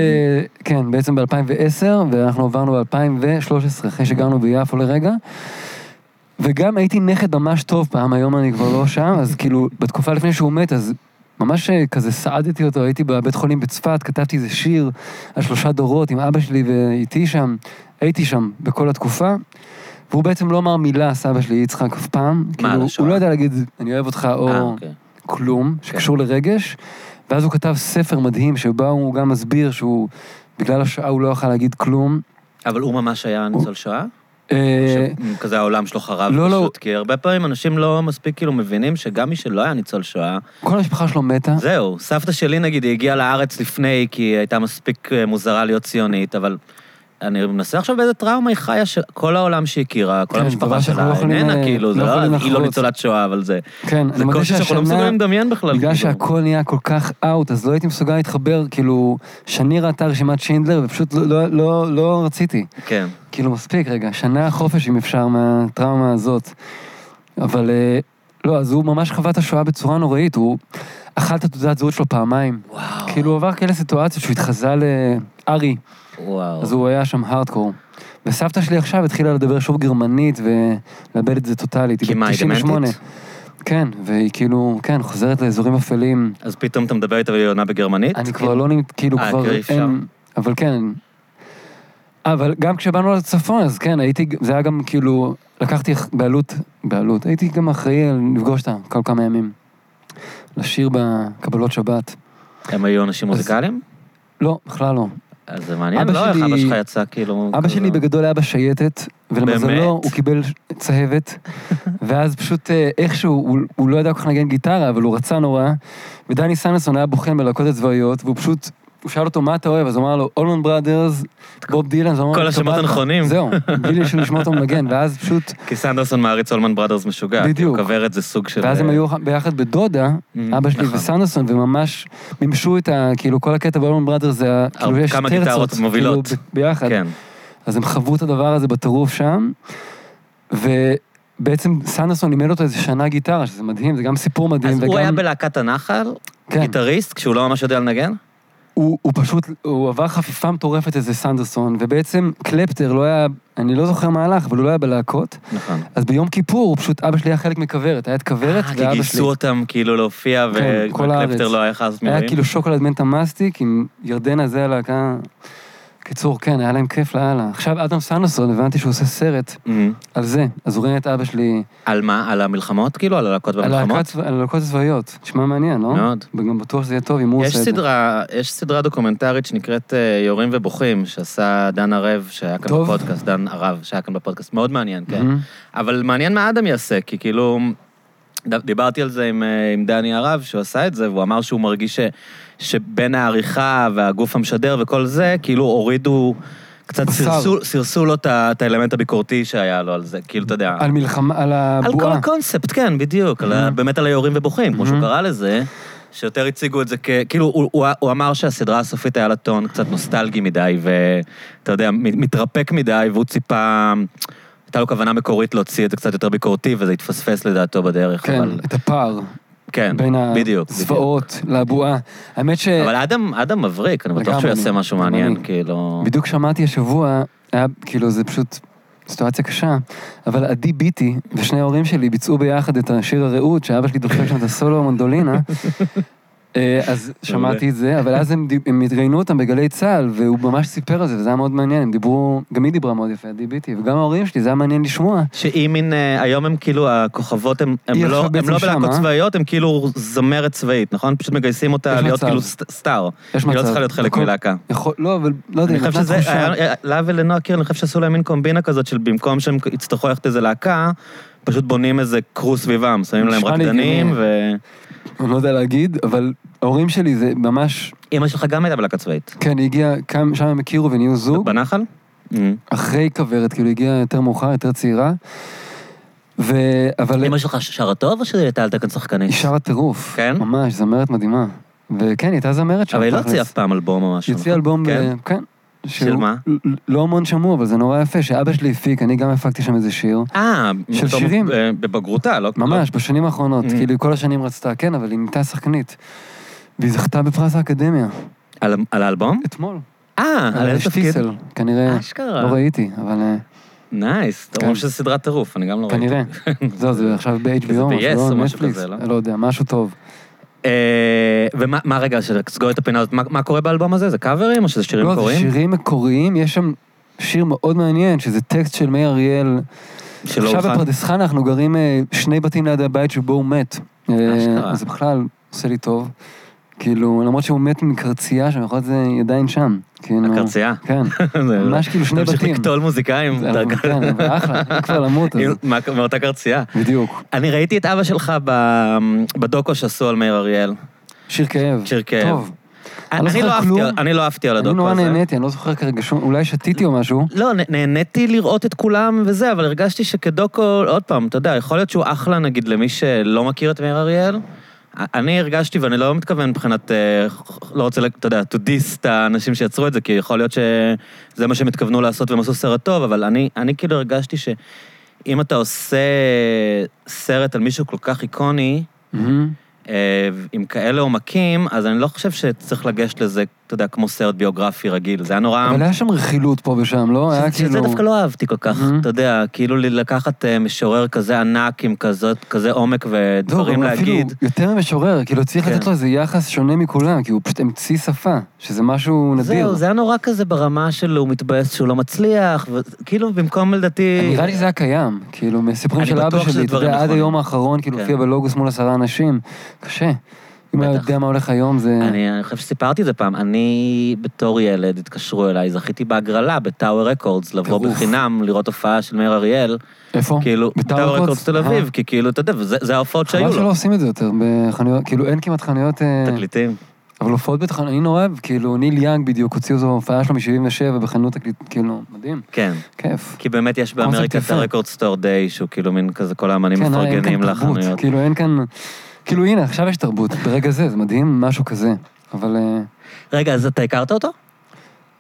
S1: כן, בעצם ב-2010, ואנחנו עברנו ב-2013, אחרי שגרנו ביפו לרגע. וגם הייתי נכד ממש טוב פעם, היום אני כבר לא שם, אז כאילו, בתקופה לפני שהוא מת, אז ממש אה, כזה סעדתי אותו, הייתי בבית חולים בצפת, כתבתי איזה שיר על שלושה דורות עם אבא שלי ואיתי שם, הייתי שם בכל התקופה. והוא בעצם לא אמר מילה, סבא שלי יצחק, אף פעם.
S2: מה, על
S1: כאילו,
S2: השואה?
S1: הוא לא ידע להגיד, אני אוהב אותך, או...
S2: אה, אוקיי.
S1: כלום
S2: כן.
S1: שקשור לרגש, ואז הוא כתב ספר מדהים שבו הוא גם מסביר שהוא, בגלל השעה הוא לא יכל להגיד כלום.
S2: אבל הוא ממש היה ניצול שואה?
S1: אה,
S2: שכזה העולם שלו חרב
S1: לא, לא.
S2: פשוט, כי הרבה פעמים אנשים לא מספיק כאילו מבינים שגם מי שלא היה ניצול שואה,
S1: כל המשפחה שלו מתה,
S2: זהו, סבתא שלי נגיד, היא הגיעה לארץ לפני כי היא הייתה מספיק אה, מוזרה להיות ציונית, אבל אני מנסה עכשיו באיזה טראומה היא חיה, שכל העולם שהיא הכירה, כל
S1: כן,
S2: המשפחה
S1: דבר שאנחנו
S2: שלה
S1: לא יכולים,
S2: איננה
S1: אה,
S2: כאילו, זה
S1: לא
S2: לא,
S1: יכולים
S2: היא לא
S1: לחוות.
S2: ניצולת שואה, אבל זה,
S1: כן,
S2: זה
S1: אני מודה
S2: קושי שאנחנו
S1: שהשנה,
S2: לא מסוגלים לדמיין בכלל.
S1: בגלל
S2: כאילו.
S1: שהכל נהיה כל כך אאוט, אז לא הייתי מסוגל להתחבר, כאילו, שני ראתה רשימת שינדלר ופשוט לא- לא- לא לא רציתי.
S2: כן.
S1: כאילו, מספיק רגע, שנה חופש אם אפשר מהטראומה הזאת. אבל אה, לא, אז הוא ממש חווה את השואה בצורה נוראית, הוא אכל את התעודת זהות שלו פעמיים.
S2: וואו.
S1: כאילו הוא עבר כאלה סיטואציות שהוא התחזה לארי,
S2: וואו.
S1: אז הוא היה שם הארדקור. וסבתא שלי עכשיו התחילה לדבר שוב גרמנית ולאבד את זה טוטאלית.
S2: כי
S1: בת
S2: מה, היא
S1: 98.
S2: דמנטית?
S1: כן, והיא כאילו, כן, חוזרת לאזורים אפלים.
S2: אז פתאום אתה מדבר איתה והיא עונה בגרמנית?
S1: אני כבר לא נמת... כאילו
S2: אה,
S1: כבר
S2: כבר אי אפשר.
S1: אין... אבל כן. אבל גם כשבאנו לצפון, אז כן, הייתי, זה היה גם כאילו, לקחתי אח- בעלות, בעלות, הייתי גם אחראי על לפגוש אותה כל כמה ימים. לשיר בקבלות שבת.
S2: הם היו אנשים
S1: אז-
S2: מוזיקליים?
S1: לא, בכלל לא.
S2: אז זה מעניין,
S1: אבא
S2: לא איך
S1: שלי-
S2: אבא שלך יצא כאילו...
S1: אבא
S2: כזה-
S1: שלי בגדול היה בשייטת,
S2: באמת?
S1: ולמזלו הוא קיבל צהבת, ואז פשוט אה, איכשהו, הוא, הוא לא ידע כל כך לנגן גיטרה, אבל הוא רצה נורא, ודני סנדסון היה בוחן בלהקות הצבאיות, והוא פשוט, הוא שאל אותו מה אתה אוהב, אז הוא אמר לו, אולמן בראדרס, בוב דילן, אז הוא אמר לו,
S2: כל השמות
S1: "סבבה."
S2: הנכונים.
S1: זהו, בלי שהוא ישמע אותו מנגן, ואז פשוט,
S2: כי סנדרסון מעריץ אולמן בראדרס משוגע. בדיוק.
S1: בדיוק.
S2: כוורת זה סוג של... אה,
S1: ואז הם היו ביחד בדודה,
S2: Mm,
S1: אבא שלי
S2: נכון.
S1: וסנדסון, וממש מימשו את ה... כאילו, כל הקטע באולמן בראדרס זה ה- כאילו, יש
S2: אה, כמה גיטרות
S1: טרצות, כאילו,
S2: מובילות.
S1: ב- ביחד.
S2: כן.
S1: אז הם חוו את הדבר הזה בטירוף שם, ובעצם סנדרסון לימד אותו איזה שנה גיטרה, שזה מדהים, זה גם סיפור מדהים.
S2: אז
S1: וגם,
S2: הוא היה בלהקת הנחל,
S1: כן,
S2: גיטריסט, כשהוא לא ממש יודע לנגן?
S1: הוא, הוא פשוט, הוא עבר חפיפה מטורפת איזה סנדרסון, ובעצם קלפטר לא היה, אני לא זוכר מה הלך, אבל הוא לא היה בלהקות.
S2: נכון.
S1: אז ביום כיפור, הוא פשוט, אבא שלי היה חלק מכוורת, היה את כוורת
S2: אה, כי
S1: ואבא שלי.
S2: גייסו אותם כאילו להופיע,
S1: כן, כל
S2: וקלפטר
S1: הארץ.
S2: לא היה יכול לעשות
S1: היה
S2: מילואים?
S1: כאילו שוקולד מנטה מסטיק עם ירדנה, זה הלהקה. קיצור, כן, היה להם כיף לאללה. עכשיו אדם סנדרסון, הבנתי שהוא עושה סרט
S2: אמ,
S1: על זה, אז הוא ראיין את אבא שלי
S2: על מה? על המלחמות? כאילו? על הלהקות
S1: על
S2: במלחמות?
S1: הלהקות- על הלהקות הצבאיות, נשמע מעניין, לא?
S2: מאוד.
S1: וגם בטוח שזה יהיה טוב אם הוא
S2: יש
S1: עושה את זה.
S2: סדרה, יש סדרה דוקומנטרית שנקראת אה, יורים ובוכים, שעשה דן ערב, שהיה כאן
S1: דוב?
S2: בפודקאסט, דן ערב, שהיה כאן בפודקאסט, מאוד מעניין, כן.
S1: מהמם.
S2: אבל מעניין מה אדם יעשה, כי כאילו, ד- דיברתי על זה עם, אה, עם דני הרב, שהוא עשה את זה, והוא אמר שהוא מרגיש ש, שבין העריכה והגוף המשדר וכל זה, כאילו הורידו, קצת
S1: בשר.
S2: סרסו, סרסו לו את ה- את האלמנט הביקורתי שהיה לו על זה, כאילו, אתה יודע.
S1: על מלחמה, על
S2: על כל
S1: הבועה. Mm-hmm.
S2: הקונספט, כן, בדיוק. על ה- באמת על היורים ובוכים, כמו שהוא קרא לזה, שיותר הציגו את זה כ... כאילו, הוא- הוא- הוא אמר שהסדרה הסופית היה לה טון קצת נוסטלגי מדי, ואתה יודע, מ- מתרפק מדי, והוא ציפה... הייתה לו כוונה מקורית להוציא את זה קצת יותר ביקורתי, וזה התפספס לדעתו בדרך,
S1: כן,
S2: אבל...
S1: את הפער
S2: כן,
S1: בין
S2: בדיוק. בדיוק.
S1: הזוועות לבועה. האמת ש...
S2: אבל אדם, אדם מבריק, אני בטוח
S1: לגמרי,
S2: שהוא יעשה משהו
S1: גם
S2: מעניין,
S1: אני.
S2: כאילו...
S1: בדיוק שמעתי השבוע, היה, כאילו, זה פשוט סיטואציה קשה, אבל עדי ביטי ושני ההורים שלי ביצעו ביחד את השיר הרעות, שאבא שלי דופק שם את הסולו המנדולינה. אה, אז שמעתי את זה, אבל אז הם, די- הם התראיינו אותם בגלי צה"ל, והוא ממש סיפר על זה, וזה היה מאוד מעניין, הם דיברו, גם היא דיברה מאוד יפה, עדי ביטי, וגם ההורים שלי, זה היה מעניין לשמוע.
S2: שהיא מין, אה, היום הם כאילו, הכוכבות הם, הם
S1: היא
S2: לא,
S1: עכשיו
S2: הם
S1: בעצם
S2: לא
S1: שם,
S2: בלהקות
S1: אה?
S2: צבאיות, הם כאילו זמרת צבאית, נכון? פשוט מגייסים אותה
S1: יש
S2: להיות
S1: מצב.
S2: כאילו סט- סטאר.
S1: יש
S2: היא
S1: מצב.
S2: לא צריכה להיות חלק
S1: בכל-
S2: מלהקה.
S1: יכול, לא, אבל לא יודע,
S2: אני
S1: היא
S2: חושב
S1: נתנה
S2: שזה, אה,
S1: תחושה.
S2: היה- לה ולנועה קירל, אני חושב שעשו להם מין קומבינה כזאת של במקום שהם יצטרכו ללכת איזה להקה, פשוט בונים איזה קרו סביבם, שמים להם
S1: נשמע לי
S2: רקדנים, ו...
S1: אני לא יודע להגיד, אבל ההורים שלי זה ממש,
S2: אימא שלך גם הייתה בלהקה צבאית.
S1: כן, היא הגיעה, כאן- שם הם הכירו ונהיו זוג.
S2: בנחל?
S1: אחרי כוורת, כאילו הגיעה יותר מאוחר, יותר צעירה. ו... אבל
S2: אימא שלך שרה טוב או שהיא הייתה על תקן שחקנית?
S1: היא שרה טירוף.
S2: כן?
S1: ממש, זמרת מדהימה. וכן, היא הייתה זמרת שם.
S2: אבל היא לא
S1: תכלס.
S2: הוציאה אף פעם אלבום או משהו.
S1: היא הוציאה
S2: נכון?
S1: אלבום, ב-
S2: כן?
S1: כן.
S2: של
S1: שהוא-
S2: מה?
S1: ל- לא המון שמעו, אבל זה נורא יפה, שאבא שלי הפיק, אני גם הפקתי שם איזה שיר.
S2: אה,
S1: של
S2: בתום-
S1: שירים.
S2: אה, בבגרותה, לא?
S1: ממש, בשנים האחרונות,
S2: Mm.
S1: כאילו כל השנים רצתה, כן, אבל היא נהייתה שחקנית. והיא זכתה בפרס האקדמיה,
S2: לא- על על האלבום?
S1: אתמול.
S2: אה, על איזה תפקיד?
S1: שטיסל, כנראה,
S2: אשכרה.
S1: לא ראיתי, אבל אה,
S2: נייס, אתה אומר
S1: כן.
S2: שזה סדרת טירוף, אני גם לא ראיתי.
S1: כנראה. זהו, זה עכשיו ב-HBO,
S2: זה ב-yes או משהו
S1: נטפליקס,
S2: כזה, לא?
S1: לא יודע, משהו טוב.
S2: אה, ומה מה רגע, שתסגור את הפינה הזאת, מה- מה קורה באלבום הזה? זה קאברים או שזה שירים
S1: לא, זה
S2: קוראים?
S1: שירים מקוריים, יש שם שיר מאוד מעניין, שזה טקסט של מאיר אריאל.
S2: שלא
S1: עכשיו
S2: הולחן?
S1: בפרדס חנה אנחנו גרים אה, שני בתים ליד הבית שבו הוא מת. אה,
S2: אשכרה.
S1: אז זה בכלל עושה לי טוב. כאילו, למרות שהוא מת מקרצייה שם, יכול להיות זה עדיין שם. כאילו,
S2: הקרצייה.
S1: כן,
S2: זה- לא-
S1: ממש כאילו שני
S2: תמשיך
S1: בתים.
S2: לקטול מוזיקאים.
S1: זה-
S2: דרכה.
S1: כן, אבל אחלה, אם כבר למות, אז
S2: עם- מה- מאותה קרצייה.
S1: בדיוק.
S2: אני ראיתי את אבא שלך ב- בדוקו שעשו על מאיר אריאל.
S1: שיר כאב.
S2: שיר כאב.
S1: טוב. אני לא
S2: אני
S1: זוכר
S2: לא אהבתי-
S1: כלום.
S2: אני לא אהבתי על
S1: אני
S2: הדוקו
S1: נורא
S2: הזה.
S1: נהניתי, אני לא זוכר כרגע שום, אולי שתיתי או משהו.
S2: לא, נ- נהניתי לראות את כולם וזה, אבל הרגשתי שכדוקו, עוד פעם, אתה יודע, יכול להיות שהוא אחלה, נגיד, למי שלא מכיר את מאיר אריאל. א- אני הרגשתי, ואני לא מתכוון מבחינת, אה, לא רוצה, ל- אתה יודע, to diss את האנשים שיצרו את זה, כי יכול להיות שזה מה שהם התכוונו לעשות והם עשו סרט טוב, אבל אני, אני כאילו הרגשתי שאם אתה עושה סרט על מישהו כל כך איקוני,
S1: מהמם.
S2: אה, עם כאלה עומקים, אז אני לא חושב שצריך לגשת לזה, אתה יודע, כמו סרט ביוגרפי רגיל. זה היה נורא...
S1: אבל היה שם רכילות פה ושם, לא? היה
S2: שזה
S1: כאילו...
S2: דווקא לא אהבתי כל כך,
S1: Mhm.
S2: אתה יודע, כאילו ל- לקחת אה, משורר כזה ענק עם כזאת- כזה עומק ודברים
S1: אבל
S2: להגיד.
S1: לא, אפילו יותר ממשורר, כאילו צריך
S2: כן.
S1: לתת לו איזה יחס שונה מכולם, כי הוא פשוט המציא שפה, שזה משהו נדיר.
S2: זהו, זה היה נורא כזה ברמה של הוא מתבאס שהוא לא מצליח, וכאילו במקום לדעתי...
S1: נראה לי שזה היה קיים, כאילו, מהסיפורים
S2: אני
S1: של אבא
S2: בטוח שזה
S1: שלי, אתה
S2: דברים
S1: יודע, עד
S2: נכונים.
S1: היום האחרון, כאילו,
S2: כן.
S1: הופיע בלוגוס מול עשרה אנשים, קשה. אם היה
S2: בטח.
S1: יודע מה הולך היום, זה...
S2: אני אני חושב שסיפרתי את זה פעם, אני בתור ילד התקשרו אליי, זכיתי בהגרלה בטאוור רקורדס, לבוא
S1: טירוף.
S2: בחינם לראות הופעה של מאיר אריאל,
S1: איפה?
S2: כאילו,
S1: אה, בטאוור
S2: בטאוור
S1: רקורדס? אה.
S2: רקורדס תל אביב, כי כאילו, אתה יודע, וזה- זה ההופעות
S1: חבל
S2: שהיו
S1: שלא
S2: לו,
S1: עושים את זה יותר בחנויות, כאילו אין כמעט חנויות, אה,
S2: תקליטים.
S1: אבל הופעות בתחנות, אני נורא אוהב, כאילו ניל יאנג בדיוק הוציאו זו הופעה שלו מ-77 בחנות תקליט, כאילו, מדהים,
S2: כן.
S1: כיף.
S2: כי באמת יש
S1: קונספט
S2: באמריקה את
S1: יפה.
S2: הרקורד סטור דיי, שהוא כאילו מין כזה, כל האמנים
S1: כן, אין
S2: מפרגנים
S1: כאן תרבות,
S2: לחנויות.
S1: כאילו אין כאן, כאילו הנה, עכשיו יש תרבות, ברגע זה, זה מדהים, משהו כזה. אבל אה,
S2: רגע, אז אתה הכרת אותו?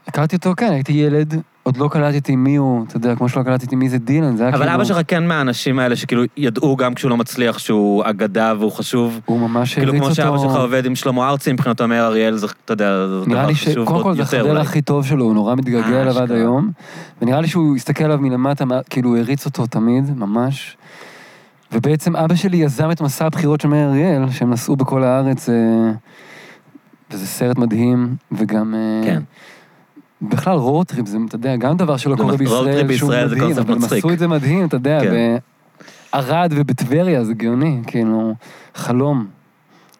S1: הכרתי אותו, כן, הייתי ילד, עוד לא קלטתי מי הוא, אתה יודע, כמו שלא קלטתי מי זה דילן, זה היה
S2: אבל
S1: כאילו...
S2: אבא שלך כן מהאנשים האלה שכאילו ידעו גם כשהוא לא מצליח שהוא אגדה והוא חשוב.
S1: הוא ממש
S2: כאילו
S1: הריץ
S2: כמו
S1: אותו...
S2: שאבא שלך עובד עם שלמה ארצי, מבחינתו מאיר אריאל, זה, אתה יודע, זה
S1: נראה
S2: דבר
S1: לי ש...
S2: חשוב
S1: קודם כל
S2: עוד
S1: זה
S2: יותר
S1: החבר
S2: אולי.
S1: הכי טוב שלו, הוא נורא מתגעגע
S2: אה,
S1: אליו עד
S2: אשכרה.
S1: היום. ונראה לי שהוא הסתכל עליו מלמטה, מה- כאילו הוא הריץ אותו תמיד, ממש. ובעצם אבא שלי יזם את מסע הבחירות של מאיר אריאל, שהם נסעו בכל הארץ, אה, וזה סרט מדהים, וגם... אה,
S2: כן.
S1: בכלל רודטריפ זה, אתה יודע, גם דבר שלא
S2: זה
S1: קורה
S2: מס- road
S1: בישראל,
S2: trip
S1: שהוא
S2: בישראל זה
S1: מדהים,
S2: קונספט
S1: אבל הם
S2: מצחיק.
S1: עשו את זה מדהים, אתה יודע,
S2: כן.
S1: בערד ובטבריה זה גאוני, כאילו, חלום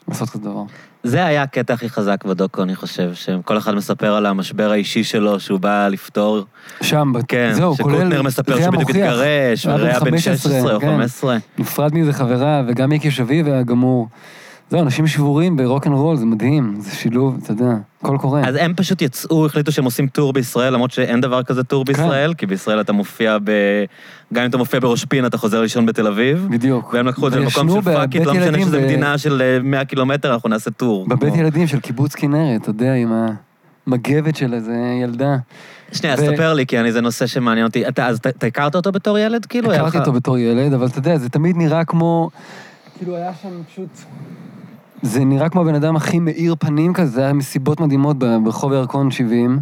S1: לעשות כזה דבר.
S2: זה היה הקטע הכי חזק בדוקו, אני חושב, שכל אחד מספר על המשבר האישי שלו, שהוא בא לפתור.
S1: שם, בת-
S2: כן,
S1: זהו, כולל...
S2: שקוטנר מספר
S1: זה
S2: שהוא בדיוק
S1: המוכיח.
S2: התגרש,
S1: היה בן
S2: והיה בן
S1: 15,
S2: 16 או
S1: כן.
S2: 15.
S1: נפרד מזה חברה, וגם מיקי שביב היה גמור. זהו, אנשים שבורים ברוקנרול, זה מדהים, זה שילוב, אתה יודע, הכל קורה.
S2: אז הם פשוט יצאו, החליטו שהם עושים טור בישראל, למרות שאין דבר כזה טור
S1: כן.
S2: בישראל, כי בישראל אתה מופיע ב... גם אם אתה מופיע בראש פינה, אתה חוזר לישון בתל אביב.
S1: בדיוק.
S2: והם לקחו את זה
S1: וישנו
S2: למקום של
S1: בבית
S2: פאק איט, לא משנה
S1: ילדים
S2: שזה
S1: ב-
S2: מדינה של אה, 100 קילומטר, אנחנו נעשה טור.
S1: בבית
S2: כמו-
S1: ילדים של קיבוץ כנרת, אתה יודע, עם המגבת של איזה ילדה.
S2: שנייה, אז
S1: ו-
S2: ספר לי, כי אני- זה נושא שמעניין אותי. אתה- אז אתה- אתה הכרת אותו בתור ילד, כאילו? היה
S1: הכרתי
S2: לך-
S1: אותו בתור ילד, אבל אתה יודע, זה תמיד נראה כמו... כאילו היה שם פשוט... זה נראה כמו הבן אדם הכי מאיר פנים כזה, זה היה מסיבות מדהימות ב- ברחוב ירקון 70,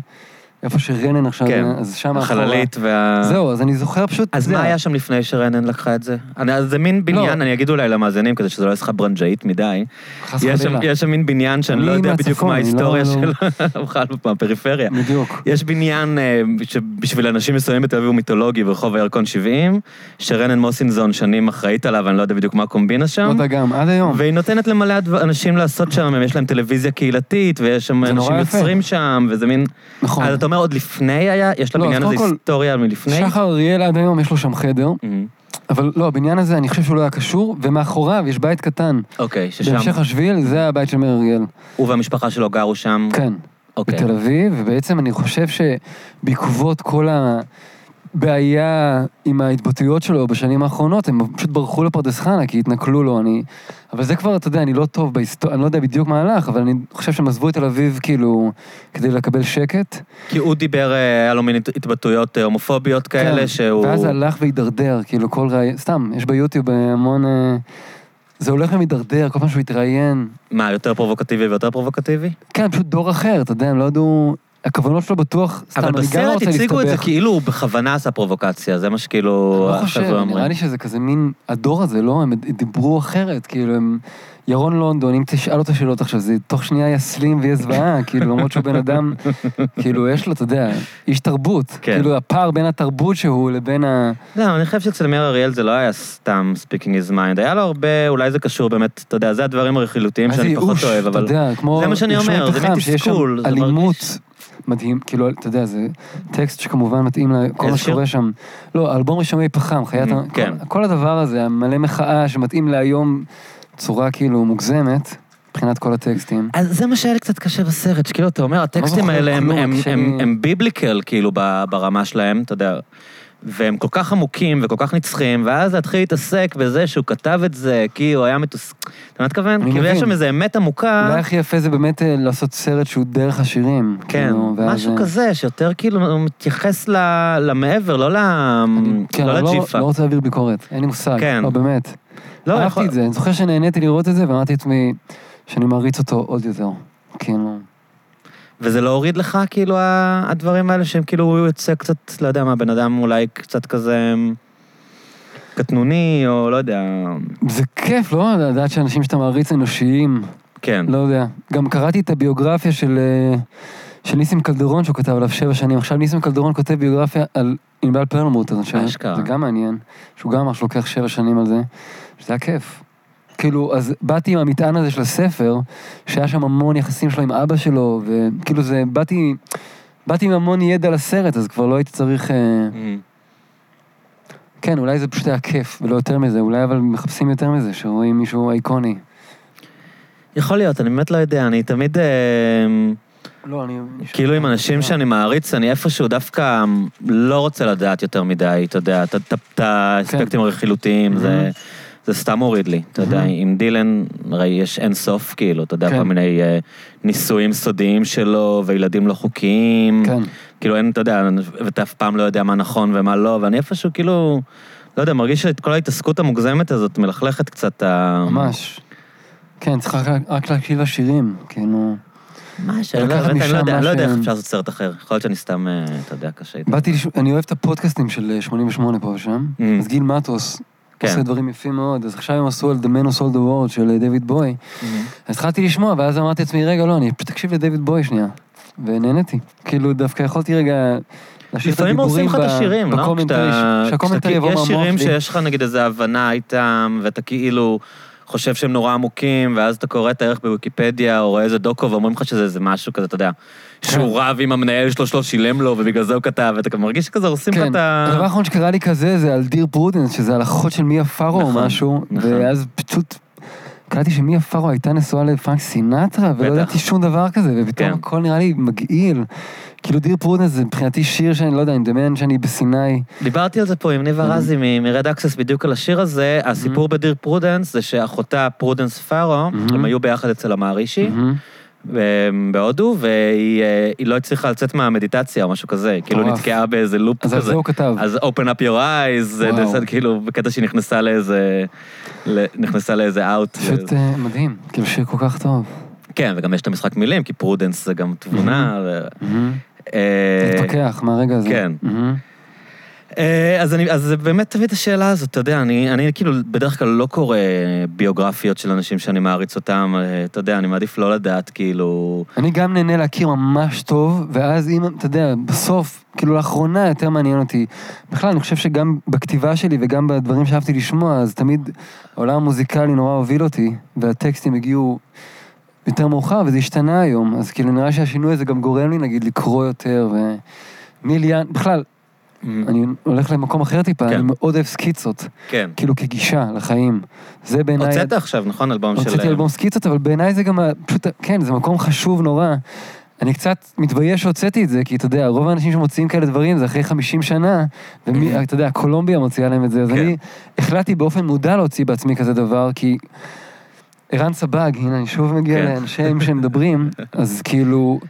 S1: איפה שרנן עכשיו,
S2: כן,
S1: אז שם מאחורה.
S2: החללית וה...
S1: זהו, אז אני זוכר פשוט...
S2: אז
S1: אתה
S2: מה
S1: יודע,
S2: היה שם לפני שרנן לקחה את זה? אני- אז זה
S1: לא.
S2: מין בניין, אני אגיד אולי למאזינים, כדי שזה לא יהיה לך ברנג'אית מדי.
S1: חס
S2: יש שם-
S1: וחלילה.
S2: יש שם מין בניין שאני
S1: אני
S2: לא יודע בדיוק
S1: מהצפון,
S2: מה
S1: אני
S2: ההיסטוריה
S1: לא-
S2: שלו, בכלל בפריפריה.
S1: בדיוק.
S2: יש בניין אה, שבשביל אנשים מסוימים בתל אביב הוא מיתולוגי ברחוב הירקון 70, שרנן מוסינזון שנים אחראית עליו, אני לא יודע בדיוק מה הקומבינה
S1: לא
S2: שם.
S1: יודע גם, עד היום.
S2: והיא נותנת למלא הדבר- אנשים לעשות שם, יש להם טלוויזיה קהילתית, ויש שם
S1: זה
S2: אנשים
S1: נורא יפה.
S2: יוצרים שם, וזה מין...
S1: נכון.
S2: אז אתה אומר, עוד לפני היה? יש
S1: לא, אז
S2: לבניין הזה
S1: קודם כל,
S2: היסטוריה מלפני? Mm-hmm.
S1: שחר אריאל עד היום יש לו שם חדר,
S2: מהמם.
S1: אבל לא, הבניין הזה, אני חושב שהוא לא היה קשור, ומאחוריו יש בית קטן.
S2: אוקיי, ששם...
S1: בהמשך השביל, זה הבית של מאיר אריאל.
S2: הוא והמשפחה שלו גרו שם.
S1: כן.
S2: אוקיי.
S1: בתל אביב, ובעצם אני חושב שבעקבות כל הבעיה עם ההתבטאויות שלו בשנים האחרונות, הם פשוט ברחו לפרדס חנה כי התנכלו לו, אני... אבל זה כבר, אתה יודע, אני לא טוב בהיסטוריה, אני לא יודע בדיוק מה הלך, אבל אני חושב שהם עזבו את תל אביב כאילו כדי לקבל שקט.
S2: כי הוא דיבר, אה, היה לו מין הת- התבטאויות אה, הומופוביות כאלה,
S1: כן,
S2: שהוא...
S1: ואז הלך והידרדר, כאילו כל ראי... סתם, יש ביוטיוב המון... אה, זה הולך ומידרדר, כל פעם שהוא התראיין.
S2: מה, יותר פרובוקטיבי ויותר פרובוקטיבי?
S1: כן, פשוט דור אחר, אתה יודע, הם לא ידעו... הכוונות שלו בטוח, סתם,
S2: אבל
S1: אני גם לא
S2: בסרט
S1: רוצה
S2: הציגו את זה
S1: להסתבך.
S2: כאילו הוא בכוונה עשה פרובוקציה, זה מה שכאילו...
S1: לא חושב,
S2: החבר'ה
S1: נראה
S2: אומרים.
S1: לי שזה כזה מין, הדור הזה, לא? הם דיברו אחרת, כאילו הם... ירון לונדון, אם תשאל אותו שאלות עכשיו, זה תוך שנייה יסלים ויהיה זוועה, כאילו, למרות שהוא בן אדם, כאילו, יש לו, אתה יודע, איש תרבות.
S2: כן.
S1: כאילו, הפער בין התרבות שהוא לבין ה...
S2: לא, אני חושב שאצל מאיר אריאל זה לא היה סתם speaking his mind, היה לו הרבה, אולי זה קשר באמת, אתה יודע, זה הדברים הרכילותיים
S1: אז זה
S2: שאני פחות
S1: ייאוש,
S2: אוהב,
S1: אתה
S2: אבל...
S1: יודע, כמו...
S2: זה מה שאני
S1: לרשום
S2: אומר, זה
S1: פחם,
S2: מין
S1: שיש שם
S2: תסכול, זה
S1: אלימות
S2: מרגיש.
S1: מדהים, כאילו, אתה יודע, זה טקסט שכמובן מתאים לכל
S2: איזה
S1: מה
S2: שיר?
S1: שקורה שם. לא, אלבום רשמי פחם, חיית...
S2: Mm,
S1: ה-
S2: כן.
S1: כל- כל הדבר הזה, המלא מחאה שמתאים להיום צורה כאילו מוגזמת, מבחינת כל הטקסטים.
S2: אז זה מה שהיה לי קצת קשה בסרט, שכאילו, אתה אומר, הטקסטים
S1: לא זוכר
S2: האלה הם-
S1: כלום,
S2: הם-
S1: כשאני-
S2: הם- הם ביבליקל, כאילו, ב- ברמה שלהם, אתה יודע. והם כל כך עמוקים וכל כך נצחיים, ואז להתחיל להתעסק בזה שהוא כתב את זה, כי הוא היה מתוסכל. אתה מבין מה
S1: אני
S2: אתכוון? כאילו, יש
S1: מבין.
S2: שם איזו אמת
S1: אולי
S2: עמוקה,
S1: הכי יפה זה באמת אה, לעשות סרט שהוא דרך השירים.
S2: כן,
S1: כאילו, ואז,
S2: משהו
S1: אה,
S2: כזה, שיותר כאילו הוא מתייחס ל- למעבר, לא ל-
S1: אני- כן,
S2: לא
S1: אני לא
S2: לג'יפה.
S1: לא רוצה להעביר ביקורת, אין לי מושג.
S2: כן.
S1: לא, באמת.
S2: לא, יכול-
S1: אהבתי את זה, אני זוכר שנהניתי לראות את זה, ואמרתי לעצמי שאני מעריץ אותו עוד יותר. כאילו...
S2: וזה לא הוריד לך, כאילו, ה- הדברים האלה שהם כאילו, הוא יוצא קצת, לא יודע מה, בן אדם אולי קצת כזה קטנוני, או לא יודע,
S1: זה כיף, לא? לדעת שאנשים שאתה מעריץ אנושיים,
S2: כן.
S1: לא יודע. גם קראתי את הביוגרפיה של, אה, של ניסים קלדרון, שהוא כתב עליו שבע שנים. עכשיו ניסים קלדרון כותב ביוגרפיה על ענבל פרלמוטר. ש-
S2: אשכרה.
S1: זה גם מעניין, שהוא גם ממש לוקח שבע שנים על זה, שזה היה כיף. כאילו, אז באתי עם המטען הזה של הספר, שהיה שם המון יחסים שלו עם אבא שלו, וכאילו זה, באתי, באתי עם המון ידע לסרט, אז כבר לא הייתי צריך... אה,
S2: Mm.
S1: כן, אולי זה פשוט היה כיף, ולא יותר מזה, אולי אבל מחפשים יותר מזה, שרואים מישהו איקוני.
S2: יכול להיות, אני באמת לא יודע, אני תמיד, אה,
S1: לא, אני...
S2: כאילו עם אנשים שאני מעריץ, אני איפשהו דווקא לא רוצה לדעת יותר מדי, אתה יודע, את- את- את
S1: כן.
S2: האספקטים הרכילותיים, זה... זה סתם הוריד לי, אתה יודע,
S1: Mhm.
S2: עם דילן, הרי יש אין סוף, כאילו, אתה יודע,
S1: כן.
S2: כל מיני אה, ניסויים סודיים שלו, וילדים לא חוקיים,
S1: כן.
S2: כאילו אין, אתה יודע, ואתה אף פעם לא יודע מה נכון ומה לא, ואני איפשהו כאילו, לא יודע, מרגיש שאת כל ההתעסקות המוגזמת הזאת מלכלכת קצת אה, ה...
S1: ממש. כן, צריך רק, רק להקשיב לשירים, כאילו...
S2: מה ש... אני לא
S1: לקחת
S2: באמת, אני לא
S1: משם
S2: יודע,
S1: מה
S2: אני לא יודע איך
S1: שהם-
S2: אפשר לעשות סרט אחר. יכול להיות שאני סתם, אה, אתה יודע, קשה איתי.
S1: באתי לשמוע, אני אוהב את הפודקאסטים של אה, 88 פה ושם,
S2: Mm.
S1: אז גיל מטוס
S2: כן.
S1: עושה דברים יפים מאוד, אז עכשיו הם עשו על The Man Who Sold the World של אה, דיוויד בוי,
S2: Mm-hmm.
S1: אז התחלתי לשמוע, ואז אמרתי לעצמי, רגע, לא, אני פשוט אקשיב לדיוויד בוי שנייה, ונהניתי. כאילו, דווקא יכולתי רגע... להשאיר את
S2: לפעמים הורסים
S1: הדיבורים
S2: לך את
S1: ב-
S2: השירים, לא?
S1: בקומנטרי, ש-
S2: כשאתה...
S1: שהקומנטרי
S2: כשאתה-
S1: יבוא
S2: יש
S1: מהמוח
S2: שירים
S1: שלי.
S2: שיש לך נגיד איזו הבנה איתם, ואתה כאילו חושב שהם נורא עמוקים, ואז אתה קורא את הערך בוויקיפדיה, או רואה איזה דוקו, ואומרים לך שזה איזה משהו כזה, אתה יודע, שהוא רב עם המנהל שלו, שלא שילם לו, ובגלל זה הוא כתב, ואתה מרגיש שכזה הורסים לך
S1: כן,
S2: את
S1: הדבר
S2: ה...
S1: האחרון שקרה לי כזה זה על דיר פרודנס, שזה על אחות של מיה פארו או
S2: נכון,
S1: משהו,
S2: נכון.
S1: ואז פשוט קלטתי שמיה פארו הייתה נשואה לפרנק סינטרה, ולא
S2: בטח.
S1: ידעתי שום דבר כזה, ופתאום
S2: כן.
S1: הכל נראה לי מגעיל. כאילו דיר פרודנס זה מבחינתי שיר שאני לא יודע, אני מדמיין שאני בסיני.
S2: דיברתי על זה פה עם ניב ארזי מ- מרד אקסס בדיוק על השיר הזה. הסיפור בדיר פרודנס זה שאחותה פרודנס פארו,
S1: Mhm.
S2: הם היו ביחד אצל המערישי
S1: מהמם.
S2: אה, בהודו, והיא אה, היא לא הצליחה לצאת מהמדיטציה או משהו כזה, כאילו
S1: מטורף.
S2: נתקעה באיזה לופ
S1: אז
S2: כזה.
S1: על זה הוא כתב.
S2: אז open up your eyes, זה
S1: וואו.
S2: נעשה כאילו בקטע שהיא נכנסה לאיזה, ל- נכנסה לאיזה אאוט.
S1: פשוט אה, מדהים, כאילו שיר כל כך טוב.
S2: כן, וגם יש את המשחק מילים, כי פרודנס זה גם תבונה. ו-
S1: מהמם.
S2: אה,
S1: להתפכח מהרגע הזה. Mm-hmm.
S2: כן.
S1: מהמם.
S2: אה, אז אני, אז באמת תביא את השאלה הזאת, אתה יודע, אני, אני כאילו בדרך כלל לא קורא ביוגרפיות של אנשים שאני מעריץ אותם, אה, אתה יודע, אני מעדיף לא לדעת, כאילו...
S1: אני גם נהנה להכיר ממש טוב, ואז אם, אתה יודע, בסוף, כאילו לאחרונה יותר מעניין אותי. בכלל, אני חושב שגם בכתיבה שלי וגם בדברים שאהבתי לשמוע, אז תמיד העולם המוזיקלי נורא הוביל אותי, והטקסטים הגיעו יותר מאוחר, וזה השתנה היום. אז כאילו, נראה שהשינוי הזה גם גורם לי, נגיד, לקרוא יותר, ו... מיליאן, בכלל, אני הולך למקום אחר טיפה,
S2: כן.
S1: אני מאוד אוהב סקיצות,
S2: כן.
S1: כאילו כגישה לחיים. זה בעיניי...
S2: הוצאת עכשיו, נכון? אלבום של...
S1: כן, הוצאתי אלבום סקיצות, אבל בעיניי זה גם ה- פשוט, כן, זה מקום חשוב נורא. אני קצת מתבייש שהוצאתי את זה, כי אתה יודע, רוב האנשים שמוציאים כאלה דברים זה אחרי 50 שנה, ומי, אתה יודע, קולומביה מוציאה להם את זה, אז
S2: כן.
S1: אני החלטתי באופן מודע להוציא בעצמי כזה דבר, כי ערן סבג, הנה, אני שוב מגיע
S2: כן.
S1: לאנשים שמדברים, אז כאילו...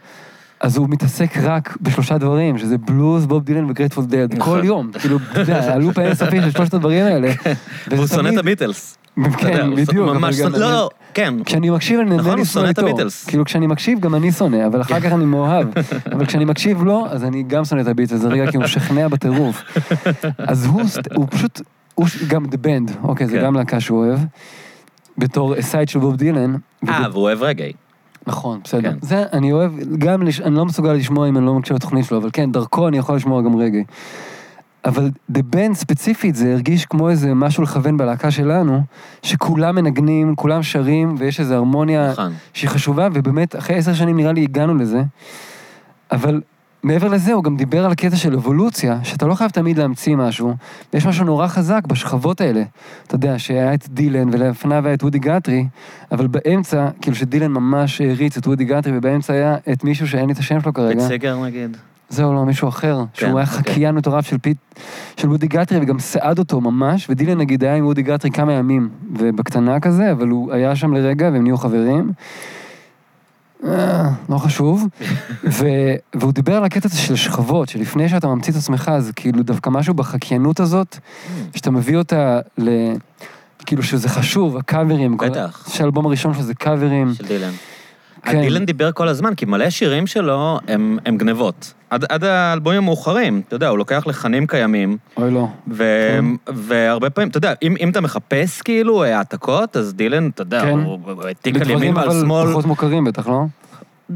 S1: אז הוא מתעסק רק בשלושה דברים, שזה בלוז, בוב דילן וגרייטפול דד, כל
S2: נכון.
S1: יום, כאילו, אתה יודע, הלופ האינסופי של שלושת הדברים האלה. וזה
S2: והוא שונא
S1: תמיד-
S2: את הביטלס. אתה יודע,
S1: כן,
S2: הוא
S1: בדיוק. אבל
S2: ממש
S1: גם
S2: שונא... לא,
S1: אני-
S2: לא, כן.
S1: כשאני מקשיב אני
S2: נכון,
S1: נהנה
S2: הוא
S1: לשנוא
S2: שונא את
S1: איתו.
S2: הביטלס. כן.
S1: כאילו כשאני מקשיב גם אני שונא, אבל אחר כך אני מאוהב. אבל כשאני מקשיב לו, אז אני גם שונא את הביטלס, זה רגע כי הוא משכנע בטירוף. אז הוא, סט- הוא פשוט, הוא ש- גם The Band, אוקיי, זה
S2: כן.
S1: גם להקה שהוא אוהב. בתור סייד של בוב דילן.
S2: אה,
S1: וב-
S2: והוא אוהב רגעי.
S1: נכון, בסדר.
S2: כן.
S1: זה אני אוהב, גם, לש- אני לא מסוגל לשמוע אם אני לא מקשיב לתוכנית שלו, אבל כן, דרכו אני יכול לשמוע גם רגע. אבל The Band ספציפית, זה הרגיש כמו איזה משהו לכוון בלהקה שלנו, שכולם מנגנים, כולם שרים, ויש איזו הרמוניה
S2: נכון.
S1: שהיא חשובה, ובאמת, אחרי עשר שנים נראה לי הגענו לזה. אבל מעבר לזה, הוא גם דיבר על הקטע של אבולוציה, שאתה לא חייב תמיד להמציא משהו, ויש משהו נורא חזק בשכבות האלה. אתה יודע, שהיה את דילן, ולפניו היה את וודי גטרי, אבל באמצע, כאילו שדילן ממש העריץ את וודי גטרי, ובאמצע היה את מישהו שאין לי את השם שלו
S2: פיט
S1: כרגע.
S2: סיגר נגיד.
S1: זהו, לא, מישהו אחר, שהוא היה
S2: אוקיי.
S1: חקיין מטורף של פיט, של וודי גטרי, וגם סעד אותו ממש, ודילן נגיד היה עם וודי גטרי כמה ימים, ובקטנה כזה, אבל הוא היה שם לרגע, והם נהיו חברים. אה, לא חשוב. ו, והוא דיבר על הקטע הזה של שכבות, שלפני שאתה ממציא את עצמך, אז כאילו דווקא משהו בחקיינות הזאת,
S2: Hmm.
S1: שאתה מביא אותה ל... כאילו שזה חשוב, הקאברים. כל-
S2: בטח.
S1: שהאלבום הראשון שלו זה קאברים.
S2: של דילן.
S1: כן.
S2: כן. דילן דיבר כל הזמן, כי מלא שירים שלו הם, הם גנבות. עד, עד האלבומים המאוחרים, אתה יודע, הוא לוקח לחנים קיימים,
S1: אוי לא.
S2: ו,
S1: כן.
S2: והרבה פעמים, אתה יודע, אם, אם אתה מחפש כאילו אה, העתקות, אז דילן, אתה יודע,
S1: כן.
S2: הוא הוא העתיק על
S1: לדברים
S2: ימין ועל
S1: אבל
S2: שמאל.
S1: פחות מוכרים בטח, לא?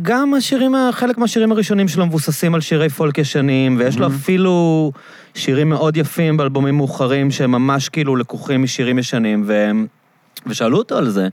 S2: גם השירים, ה- חלק מהשירים הראשונים שלו מבוססים על שירי פולק ישנים, ויש
S1: Mm-hmm.
S2: לו אפילו שירים מאוד יפים באלבומים מאוחרים, שהם ממש כאילו לקוחים משירים ישנים, והם... ושאלו אותו על זה,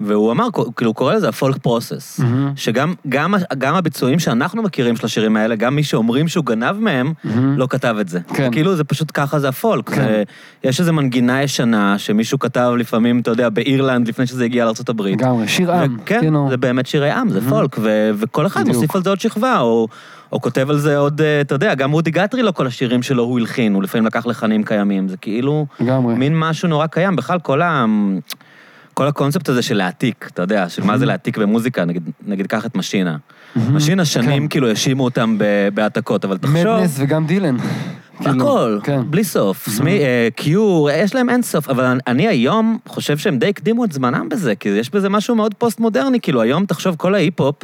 S2: והוא אמר, כאילו, הוא קורא לזה הפולק פרוסס.
S1: מהמם.
S2: שגם גם, ה- גם הביצועים שאנחנו מכירים של השירים האלה, גם מי שאומרים שהוא גנב מהם,
S1: מהמם.
S2: לא כתב את זה.
S1: Mm-hmm. כן.
S2: כאילו, זה פשוט ככה זה הפולק.
S1: כן.
S2: זה, יש איזו מנגינה ישנה שמישהו כתב לפעמים, אתה יודע, באירלנד, לפני שזה הגיע לארה"ב.
S1: לגמרי, שיר עם.
S2: כן,
S1: כאילו.
S2: זה באמת שירי עם, זה פולק, ו- וכל אחד
S1: בדיוק.
S2: מוסיף על זה עוד שכבה, או, או כותב על זה עוד, אה, אתה יודע, גם רודי גטרי לא כל השירים שלו הוא הלחין, הוא לפעמים לקח לחנים קיימים, זה כאילו
S1: לגמרי.
S2: מין משהו נורא קיים, בכלל כל ה... כל הקונספט הזה של להעתיק, אתה יודע, של
S1: Mhm.
S2: מה זה להעתיק במוזיקה, נגיד, נגיד קח את משינה. משינה שנים
S1: כן.
S2: כאילו האשימו אותם ב- בהעתקות, אבל תחשוב,
S1: מדנס וגם דילן. כאילו,
S2: הכל,
S1: כן.
S2: בלי סוף. סמי- אה, קיור, יש להם אין סוף, אבל אני- אני היום חושב שהם די הקדימו את זמנם בזה, כי יש בזה משהו מאוד פוסט-מודרני, כאילו היום תחשוב כל ההיפ-הופ,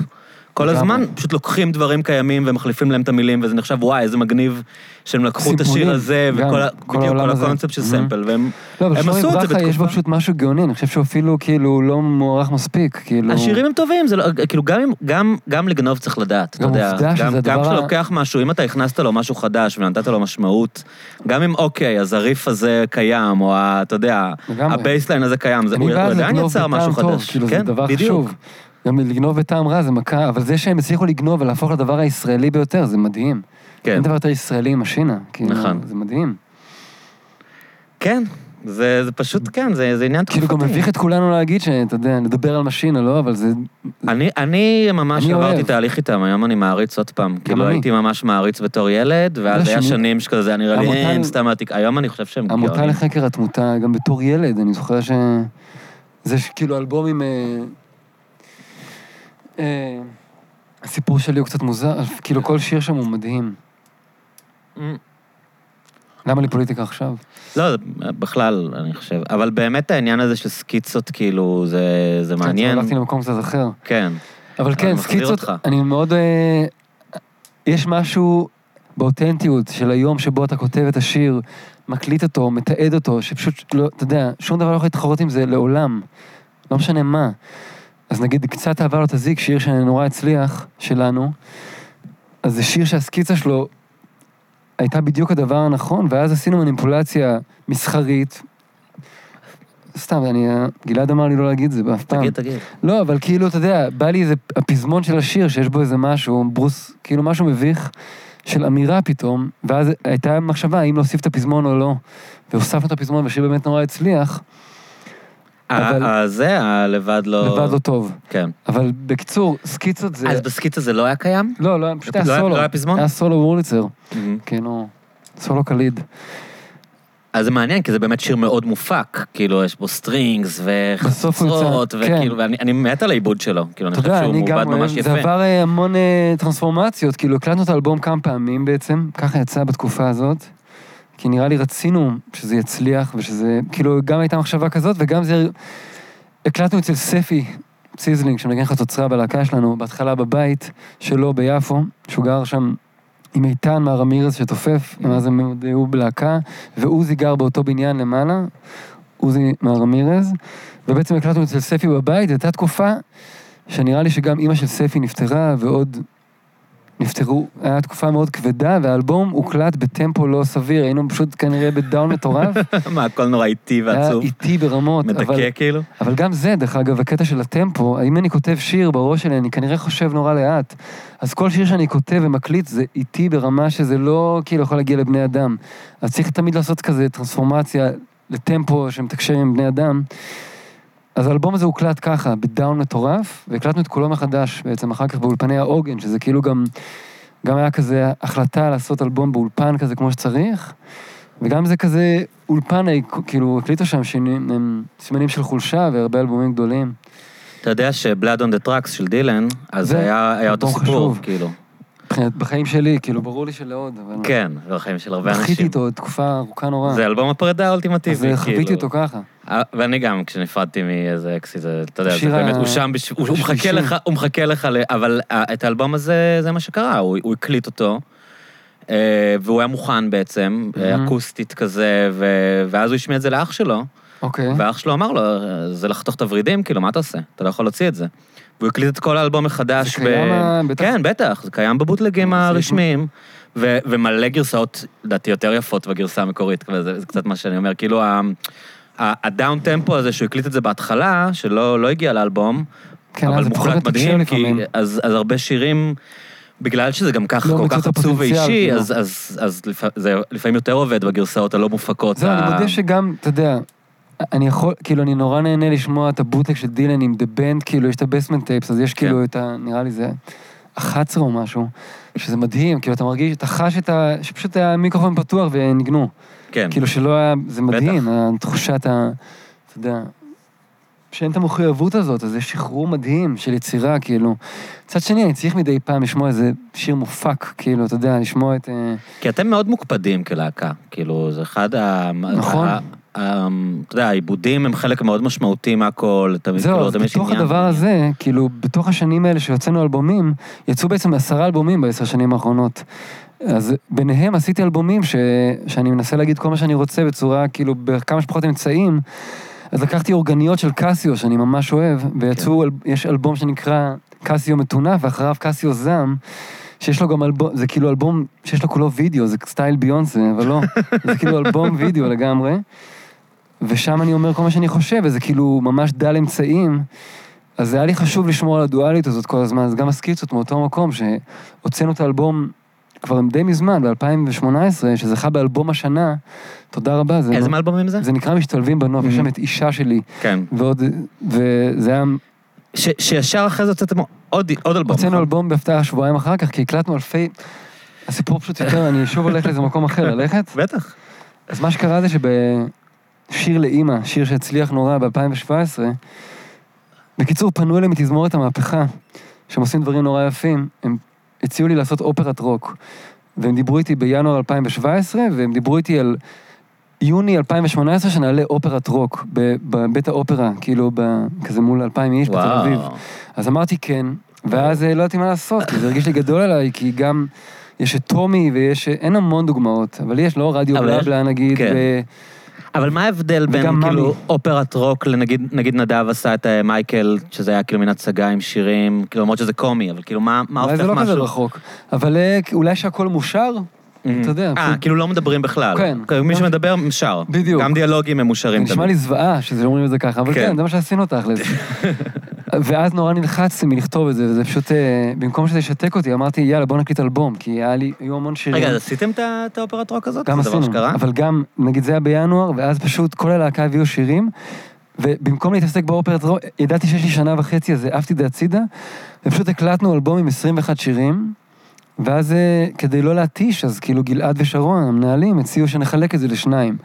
S2: כל
S1: לגמרי.
S2: הזמן פשוט לוקחים דברים קיימים ומחליפים להם את המילים, וזה נחשב, וואי, איזה מגניב שהם לקחו את השיר
S1: סימפולים,
S2: הזה,
S1: גם,
S2: וכל ה-
S1: כל
S2: בדיוק,
S1: העולם
S2: כל
S1: הזה.
S2: הקונספט של
S1: Mhm.
S2: סמפל, והם...
S1: לא, אבל
S2: הם
S1: שומרי
S2: עשו את זה
S1: ברכה יש בו
S2: בתקופה.
S1: פשוט משהו גאוני, אני חושב שהוא אפילו כאילו לא מוערך מספיק, כאילו...
S2: השירים הם טובים, זה לא, כאילו גם, אם- גם, גם לגנוב צריך לדעת, אתה
S1: גם
S2: יודע.
S1: עובדה שזה
S2: גם,
S1: הדבר
S2: גם
S1: ה-
S2: כשלוקח משהו, אם אתה הכנסת לו משהו חדש ונתת לו משמעות, גם אם אוקיי, אז הריף הזה קיים, או ה- אתה יודע,
S1: לגמרי.
S2: הבייסליין הזה קיים, זה,
S1: אני
S2: הוא הוא
S1: בעד
S2: עדיין
S1: לגנוב
S2: יצר משהו
S1: בטעם טוב,
S2: חדש. כן,
S1: כאילו זה דבר
S2: בדיוק.
S1: חשוב. גם לגנוב בטעם רע זה מכה, אבל זה שהם הצליחו לגנוב ולהפוך לדבר הישראלי ביותר, זה מדהים.
S2: כן,
S1: אין דבר יותר ישראלי עם השינה, כאילו,
S2: נכון.
S1: זה מדהים.
S2: כן, זה, זה פשוט, כן, זה, זה עניין
S1: כאילו גם
S2: תקופתי.
S1: מביך את כולנו להגיד שאתה יודע, נדבר על משינה, לא, אבל זה...
S2: אני, אני ממש
S1: אני
S2: עברתי
S1: אוהב.
S2: תהליך איתם, היום אני מעריץ עוד פעם. כאילו
S1: אני.
S2: הייתי ממש מעריץ בתור ילד, ואז
S1: יודע
S2: היה
S1: שאני-
S2: שנים שכזה, היה נראה לי,
S1: המותן-
S2: אין, סתם מעתיק. היום אני חושב שהם
S1: עמותה
S2: גאונים.
S1: לחקר התמותה, גם בתור ילד, אני זוכר ש... זה ש- כאילו אלבום עם... אה, אה, הסיפור שלי הוא קצת מוזר, אבל כאילו כל שיר שם הוא מדהים.
S2: Mm.
S1: למה לי פוליטיקה עכשיו?
S2: לא, זה- בכלל, אני חושב. אבל באמת העניין הזה של סקיצות, כאילו, זה, זה מעניין.
S1: הלכתי למקום קצת אחר.
S2: כן,
S1: אבל כן,
S2: מחזיר
S1: סקיצות,
S2: אותך.
S1: אני מאוד... אה, יש משהו באותנטיות של היום שבו אתה כותב את השיר, מקליט אותו, מתעד אותו, שפשוט, לא, אתה יודע, שום דבר לא יכול להתחרות עם זה לעולם. לא משנה מה. אז נגיד, קצת אהבה לא תזיק, שיר שנורא הצליח, שלנו, אז זה שיר שהסקיצה שלו הייתה בדיוק הדבר הנכון, ואז עשינו מניפולציה מסחרית. סתם, אני... גלעד אמר לי לא להגיד את זה אף פעם.
S2: תגיד, תגיד.
S1: לא, אבל כאילו, אתה יודע, בא לי איזה הפזמון של השיר, שיש בו איזה משהו, ברוס, כאילו משהו מביך, של אמירה פתאום, ואז הייתה מחשבה האם להוסיף את הפזמון או לא. והוספנו את הפזמון, והשיר באמת נורא הצליח, אבל-
S2: ה- ה- זה, הלבד לא...
S1: לבד לא טוב.
S2: כן.
S1: אבל בקיצור, סקיצות זה...
S2: אז בסקיצה זה לא היה קיים?
S1: לא, לא, פשוט היה
S2: לא היה-
S1: סולו.
S2: לא היה פזמון?
S1: היה סולו וורליצר, כאילו, סולו קליד.
S2: אז זה מעניין, כי זה באמת שיר מאוד מופק. כאילו, יש בו סטרינגס
S1: בסוף הוא יצא,
S2: וחצרות,
S1: כן.
S2: וכאילו, ואני אני מת על העיבוד שלו. כאילו, אני
S1: אתה
S2: חושב
S1: יודע,
S2: שהוא
S1: אני
S2: מעובד
S1: גם אוהב,
S2: ממש יפה.
S1: זה עבר אה, המון אה, טרנספורמציות, כאילו הקלטנו את האלבום כמה פעמים בעצם, ככה יצא בתקופה הזאת, כי נראה לי רצינו שזה יצליח ושזה, כאילו גם הייתה מחשבה כזאת וגם זה, הקלטנו אצל ספי ציזלינג, שמנגן חצוצרה בלהקה שלנו, בהתחלה בבית שלו ביפו, שהוא גר שם עם איתן מהרמירס שתופף, ואז הם עוד היו בלהקה, ועוזי גר באותו בניין למעלה, עוזי מהרמירז, ובעצם הקלטנו אצל ספי בבית, זו הייתה תקופה שנראה לי שגם אימא של ספי נפטרה, ועוד נפטרו, הייתה תקופה מאוד כבדה, והאלבום הוקלט בטמפו לא סביר, היינו פשוט כנראה בדאון מטורף,
S2: מה, הכל נורא איטי
S1: היה
S2: ועצוב.
S1: איטי ברמות, אבל,
S2: מדכא, כאילו?
S1: אבל גם זה, דרך אגב, הקטע של הטמפו, אם אני כותב שיר בראש שלי, אני כנראה חושב נורא לאט, אז כל שיר שאני כותב ומקליט זה איטי ברמה שזה לא כאילו יכול להגיע לבני אדם. אז צריך תמיד לעשות כזה טרנספורמציה לטמפו שמתקשר עם בני אדם. אז האלבום הזה הוקלט ככה, בדאון מטורף, והקלטנו את כולו מחדש, בעצם אחר כך באולפני העוגן, שזה כאילו גם, גם היה כזה החלטה לעשות אלבום באולפן כזה כמו שצריך, וגם זה כזה אולפן, כאילו הקליטו שם שינים, הם סימנים של חולשה והרבה אלבומים גדולים.
S2: אתה יודע שבלאד און דה טראקס של דילן, אז
S1: זה
S2: היה היה אותו
S1: אלבום
S2: סיפור,
S1: חשוב.
S2: כאילו.
S1: מבחינת- בחיים שלי, כאילו, ברור לי שלעוד, אבל...
S2: כן, בחיים של הרבה
S1: דחיתי
S2: אנשים.
S1: אותו תקופה ארוכה נורא.
S2: זה אלבום הפרידה האולטימטיבי,
S1: אה. אז
S2: כאילו.
S1: חוויתי אותו ככה.
S2: אה, ואני גם, כשנפרדתי מאיזה אקסי, זה, אתה יודע, זה
S1: השיר
S2: באמת,
S1: ה-
S2: הוא שם, בש- הוא הוא מחכה
S1: השלישי.
S2: לך, הוא מחכה לך, ל- אבל אה, את האלבום הזה, זה מה שקרה, הוא הוא הקליט אותו, אה, והוא היה מוכן בעצם, אה,
S1: Mhm.
S2: אקוסטית כזה, ו- ואז הוא השמיע את זה לאח שלו,
S1: אוקיי.
S2: והאח שלו אמר לו, "אה, זה לחתוך את הוורידים, כאילו, מה אתה עושה? אתה לא יכול להוציא את זה. והוא הקליט את כל האלבום מחדש.
S1: זה קיים, אה, בטח.
S2: כן, בטח, זה קיים בבוטלגים
S1: זה-
S2: הרשמיים, ו- ומלא גרסאות, לדעתי, יותר יפות בגרסה המקורית, וזה זה קצת מה שאני אומר, כאילו, ה- ה- הדאון טמפו הזה, שהוא הקליט את זה בהתחלה, שלא לא הגיע לאלבום,
S1: כן,
S2: אבל
S1: אז זה פחות
S2: מוחלט
S1: מתקשר
S2: מדהים, כי
S1: לפעמים.
S2: אז אז הרבה שירים... בגלל שזה גם ככה
S1: לא
S2: כל
S1: מיצו
S2: כך
S1: את
S2: עצוב
S1: הפוטנציאל,
S2: ואישי,
S1: כאילו.
S2: אז- אז אז לפע- זה לפעמים יותר עובד בגרסאות הלא מופקות.
S1: זהו, אני
S2: ה-
S1: מודה שגם, אתה יודע, אני יכול, כאילו, אני נורא נהנה לשמוע את הבוטלג של דילן עם דה בנד, כאילו, יש את הבסמנט טייפס, אז
S2: כן.
S1: יש כאילו את ה... נראה לי זה 11 או משהו, שזה מדהים, כאילו, אתה מרגיש, אתה חש את ה... שפשוט היה מיקרופון פתוח וניגנו.
S2: כן.
S1: כאילו, שלא היה... זה
S2: בטח.
S1: מדהים, התחושת ה... אתה יודע... שאין את המחויבות הזאת, אז זה שחרור מדהים של יצירה, כאילו. מצד שני, אני צריך מדי פעם לשמוע איזה שיר מופק, כאילו, אתה יודע, לשמוע את... אה,
S2: כי אתם מאוד מוקפדים כלהקה, כאילו, זה אחד ה...
S1: נכון.
S2: ה- ה- אמ, אתה יודע, העיבודים הם חלק מאוד משמעותי מהכל, תמיד,
S1: זהו,
S2: כאילו,
S1: אז
S2: תמיד יש
S1: בתוך
S2: עניין.
S1: הדבר הזה, כאילו, בתוך השנים האלה שהוצאנו אלבומים, יצאו בעצם עשרה אלבומים בעשר שנים האחרונות. אז ביניהם עשיתי אלבומים ש... שאני מנסה להגיד כל מה שאני רוצה בצורה, כאילו, בכמה שפחות אמצעים. אז לקחתי אורגניות של קסיו, שאני ממש אוהב, ויצאו,
S2: כן.
S1: אל... יש אלבום שנקרא קסיו מטונף, ואחריו קסיו זעם, שיש לו גם אלבום, זה כאילו אלבום שיש לו כולו וידאו, זה סטייל ביונסה, אבל לא, זה כאילו אלבום וידאו לגמרי. ושם אני אומר כל מה שאני חושב, וזה כאילו ממש דל אמצעים. אז היה לי חשוב לשמור על הדואליות הזאת כל הזמן, אז גם הסקיצות מאותו מקום, שהוצאנו את האלבום כבר די מזמן, ב-2018, שזכה באלבום השנה, תודה רבה. זה
S2: איזה
S1: לא-
S2: מאלבומים זה? Mm.
S1: זה נקרא משתלבים בנוף, יש שם את אישה שלי,
S2: כן.
S1: ועוד, וזה היה,
S2: ש- שישר אחרי זה הוצאתם עוד עוד אלבום.
S1: הוצאנו
S2: נכון?
S1: אלבום בהפתעה שבועיים אחר כך, כי הקלטנו אלפי... הסיפור פשוט יותר, אני שוב הולך לאיזה מקום אחר, ללכת?
S2: בטח.
S1: אז מה שקרה זה שבשיר לאימא, שיר שהצליח נורא ב-2017, בקיצור, פנו אליי מתזמורת המהפכה, שהם עושים דברים נורא יפים, הם הציעו לי לעשות אופרת רוק. והם דיברו איתי בינואר 2017, והם דיברו איתי על יוני 2018, שנעלה אופרת רוק ב- בבית האופרה, כאילו, ב- כזה מול 2,000 איש בתל אביב.
S2: וואו.
S1: אז אמרתי כן, ואז אה, לא ידעתי מה לעשות, כי זה הרגיש לי גדול עליי, כי גם יש את טומי ויש... אה, אין המון דוגמאות, אבל יש, לא רדיו
S2: אבל
S1: בלה
S2: יש-
S1: בלה נגיד,
S2: כן.
S1: ו-
S2: אבל מה ההבדל בין
S1: וגם
S2: כאילו
S1: מאמי.
S2: אופרת רוק לנגיד נגיד נדב עשה את אה, מייקל, שזה היה כאילו מין הצגה עם שירים, כאילו למרות שזה קומי, אבל כאילו מה מה
S1: אולי
S2: הופך
S1: זה לא כזה
S2: משהו?
S1: רחוק. אבל אה, אולי שהכל מושר? אתה יודע,
S2: אה,
S1: פשוט-
S2: כאילו לא מדברים בכלל.
S1: כן.
S2: כאילו, מי שמדבר, שר.
S1: בדיוק.
S2: גם דיאלוגים הם
S1: זה
S2: מושרים
S1: נשמע לי זוועה שזה אומרים את זה ככה, אבל
S2: כן.
S1: כן, זה מה שעשינו תכלס. ואז נורא נלחצתי מלכתוב את זה, וזה פשוט, אה, במקום שזה ישתק אותי, אמרתי, יאללה, בוא נקליט אלבום, כי היה לי, היו המון שירים.
S2: רגע, אז עשיתם את ה- את האופרת רוק הזאת?
S1: גם
S2: זה דבר
S1: עשינו,
S2: שקרה?
S1: אבל גם, נגיד זה היה בינואר, ואז פשוט כל הלהקה הביאו שירים, ובמקום להתעסק באופרת רוק, ידעתי שיש לי שנה וחצי, אז העפתי את זה הצידה, ופשוט הקלטנו אלבום עם 21 שירים, ואז אה, כדי לא להתיש, אז כאילו גלעד ושרון, המנהלים, הציעו שנחלק את זה לשניים,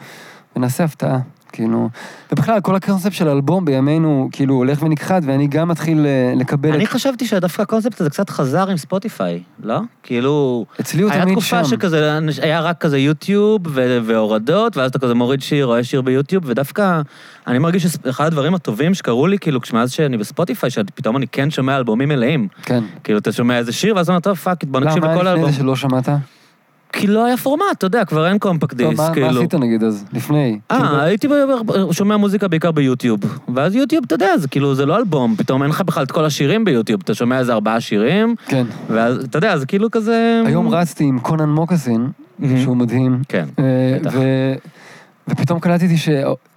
S1: ונעשה הפתעה, כאילו. ובכלל, כל הקונספט של האלבום בימינו, כאילו, הולך ונכחד, ואני גם מתחיל אה, לקבל...
S2: אני
S1: את-
S2: חשבתי שדווקא הקונספט הזה קצת חזר עם ספוטיפיי, לא? כאילו...
S1: אצלי הוא
S2: היה
S1: תמיד שם.
S2: תקופה שכזה, היה רק כזה יוטיוב ו- והורדות, ואז אתה כזה מוריד שיר, רואה שיר ביוטיוב, ודווקא אני מרגיש שאחד הדברים הטובים שקרו לי, כאילו, מאז שאני בספוטיפיי, שפתאום אני כן שומע אלבומים מלאים.
S1: כן.
S2: כאילו, אתה שומע איזה שיר, ואז אתה אומר, טוב, פאק, בוא נקשיב
S1: למה היה
S2: לכל
S1: לפני
S2: האלבום.
S1: זה שלא שמעת?
S2: כי לא היה פורמט, אתה יודע, כבר אין קומפקט
S1: לא,
S2: דיסק,
S1: מה- מה
S2: כאילו.
S1: עשית נגיד אז? לפני. כאילו,
S2: אה, הייתי ב- ב- שומע מוזיקה בעיקר ביוטיוב, ואז יוטיוב, אתה יודע, זה כאילו, זה לא אלבום, פתאום אין לך בכלל את כל השירים ביוטיוב, אתה שומע איזה ארבעה שירים,
S1: כן.
S2: ואז, אתה יודע, זה כאילו כזה...
S1: היום רצתי עם קונן מוקסין,
S2: מהמם.
S1: שהוא מדהים.
S2: כן,
S1: אה,
S2: בטח.
S1: ו- ופתאום קלטתי ש...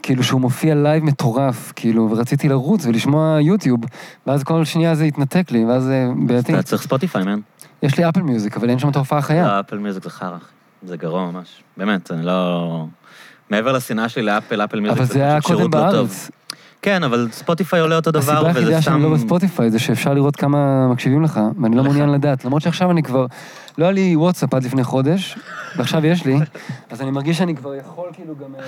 S1: כאילו שהוא מופיע לייב מטורף, כאילו, ורציתי לרוץ ולשמוע יוטיוב, ואז כל שנייה זה התנתק לי, ואז זה בעייתי.
S2: אתה צריך ספוטיפיי, מן.
S1: יש לי אפל מיוזיק, אבל אין שם את ההופעה החיה.
S2: לא, אפל מיוזיק זה חרא, אחי. זה גרוע ממש. באמת, אני לא... מעבר לשנאה שלי לאפל, אפל מיוזיק
S1: אבל זה היה
S2: זה פשוט
S1: קודם
S2: שירות לא טוב.
S1: בארץ.
S2: כן, אבל ספוטיפיי עולה אותו דבר,
S1: הסיבה היחידה
S2: וזה
S1: שאני
S2: סתם...
S1: לא בספוטיפיי זה שאפשר לראות כמה מקשיבים לך, ואני לא
S2: לך.
S1: מעוניין לדעת. למרות שעכשיו אני כבר... לא היה לי וואטסאפ עד לפני חודש, ועכשיו יש לי, אז אני מרגיש שאני כבר יכול כאילו גם אה,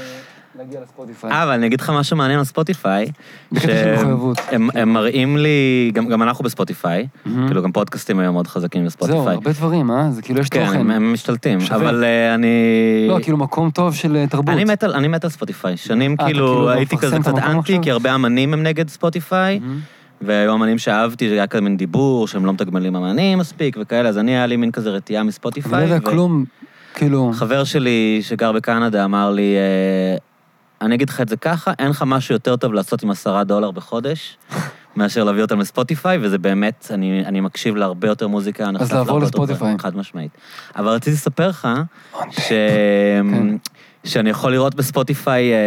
S1: להגיע לספוטיפיי.
S2: אה, אבל אני אגיד לך משהו מעניין על ספוטיפיי.
S1: בקטע של
S2: שהם-
S1: מחויבות.
S2: הם הם מראים לי, גם גם אנחנו בספוטיפיי,
S1: מהמם.
S2: כאילו גם פודקאסטים היום מאוד חזקים
S1: זהו,
S2: בספוטיפיי.
S1: הרבה דברים, אה? זה כאילו יש
S2: כן,
S1: תוכן.
S2: הם- הם משתלטים,
S1: שווה.
S2: אבל אה, אני...
S1: לא, כאילו מקום טוב של אה, תרבות.
S2: אני מת על- אני מת על ספוטיפיי. שנים
S1: אתה כאילו
S2: כאילו
S1: לא
S2: הייתי
S1: מפרסם
S2: כזה
S1: את
S2: קצת
S1: המקום
S2: אנטי,
S1: עכשיו?
S2: כי הרבה אמנים הם נגד ספוטיפיי.
S1: מהמם.
S2: והיו אמנים שאהבתי, שהיה כזה מין דיבור, שהם לא מתגמלים אמנים מספיק וכאלה, אז אני היה לי מין כזה רתיעה
S1: אני לא
S2: מספוטיפיי.
S1: יודע
S2: ו-
S1: כלום, כאילו...
S2: חבר שלי שגר בקנדה אמר לי, אה, אני אגיד לך את זה ככה, אין לך משהו יותר טוב לעשות עם עשרה דולר בחודש, מאשר להביא אותם לספוטיפיי, וזה באמת, אני, אני מקשיב להרבה יותר מוזיקה. אני
S1: אז
S2: חושב
S1: לעבור
S2: להרבה יותר
S1: לספוטיפיי.
S2: דברים, חד משמעית. אבל רציתי לספר לך, ש...
S1: כן.
S2: שאני יכול לראות בספוטיפיי אה,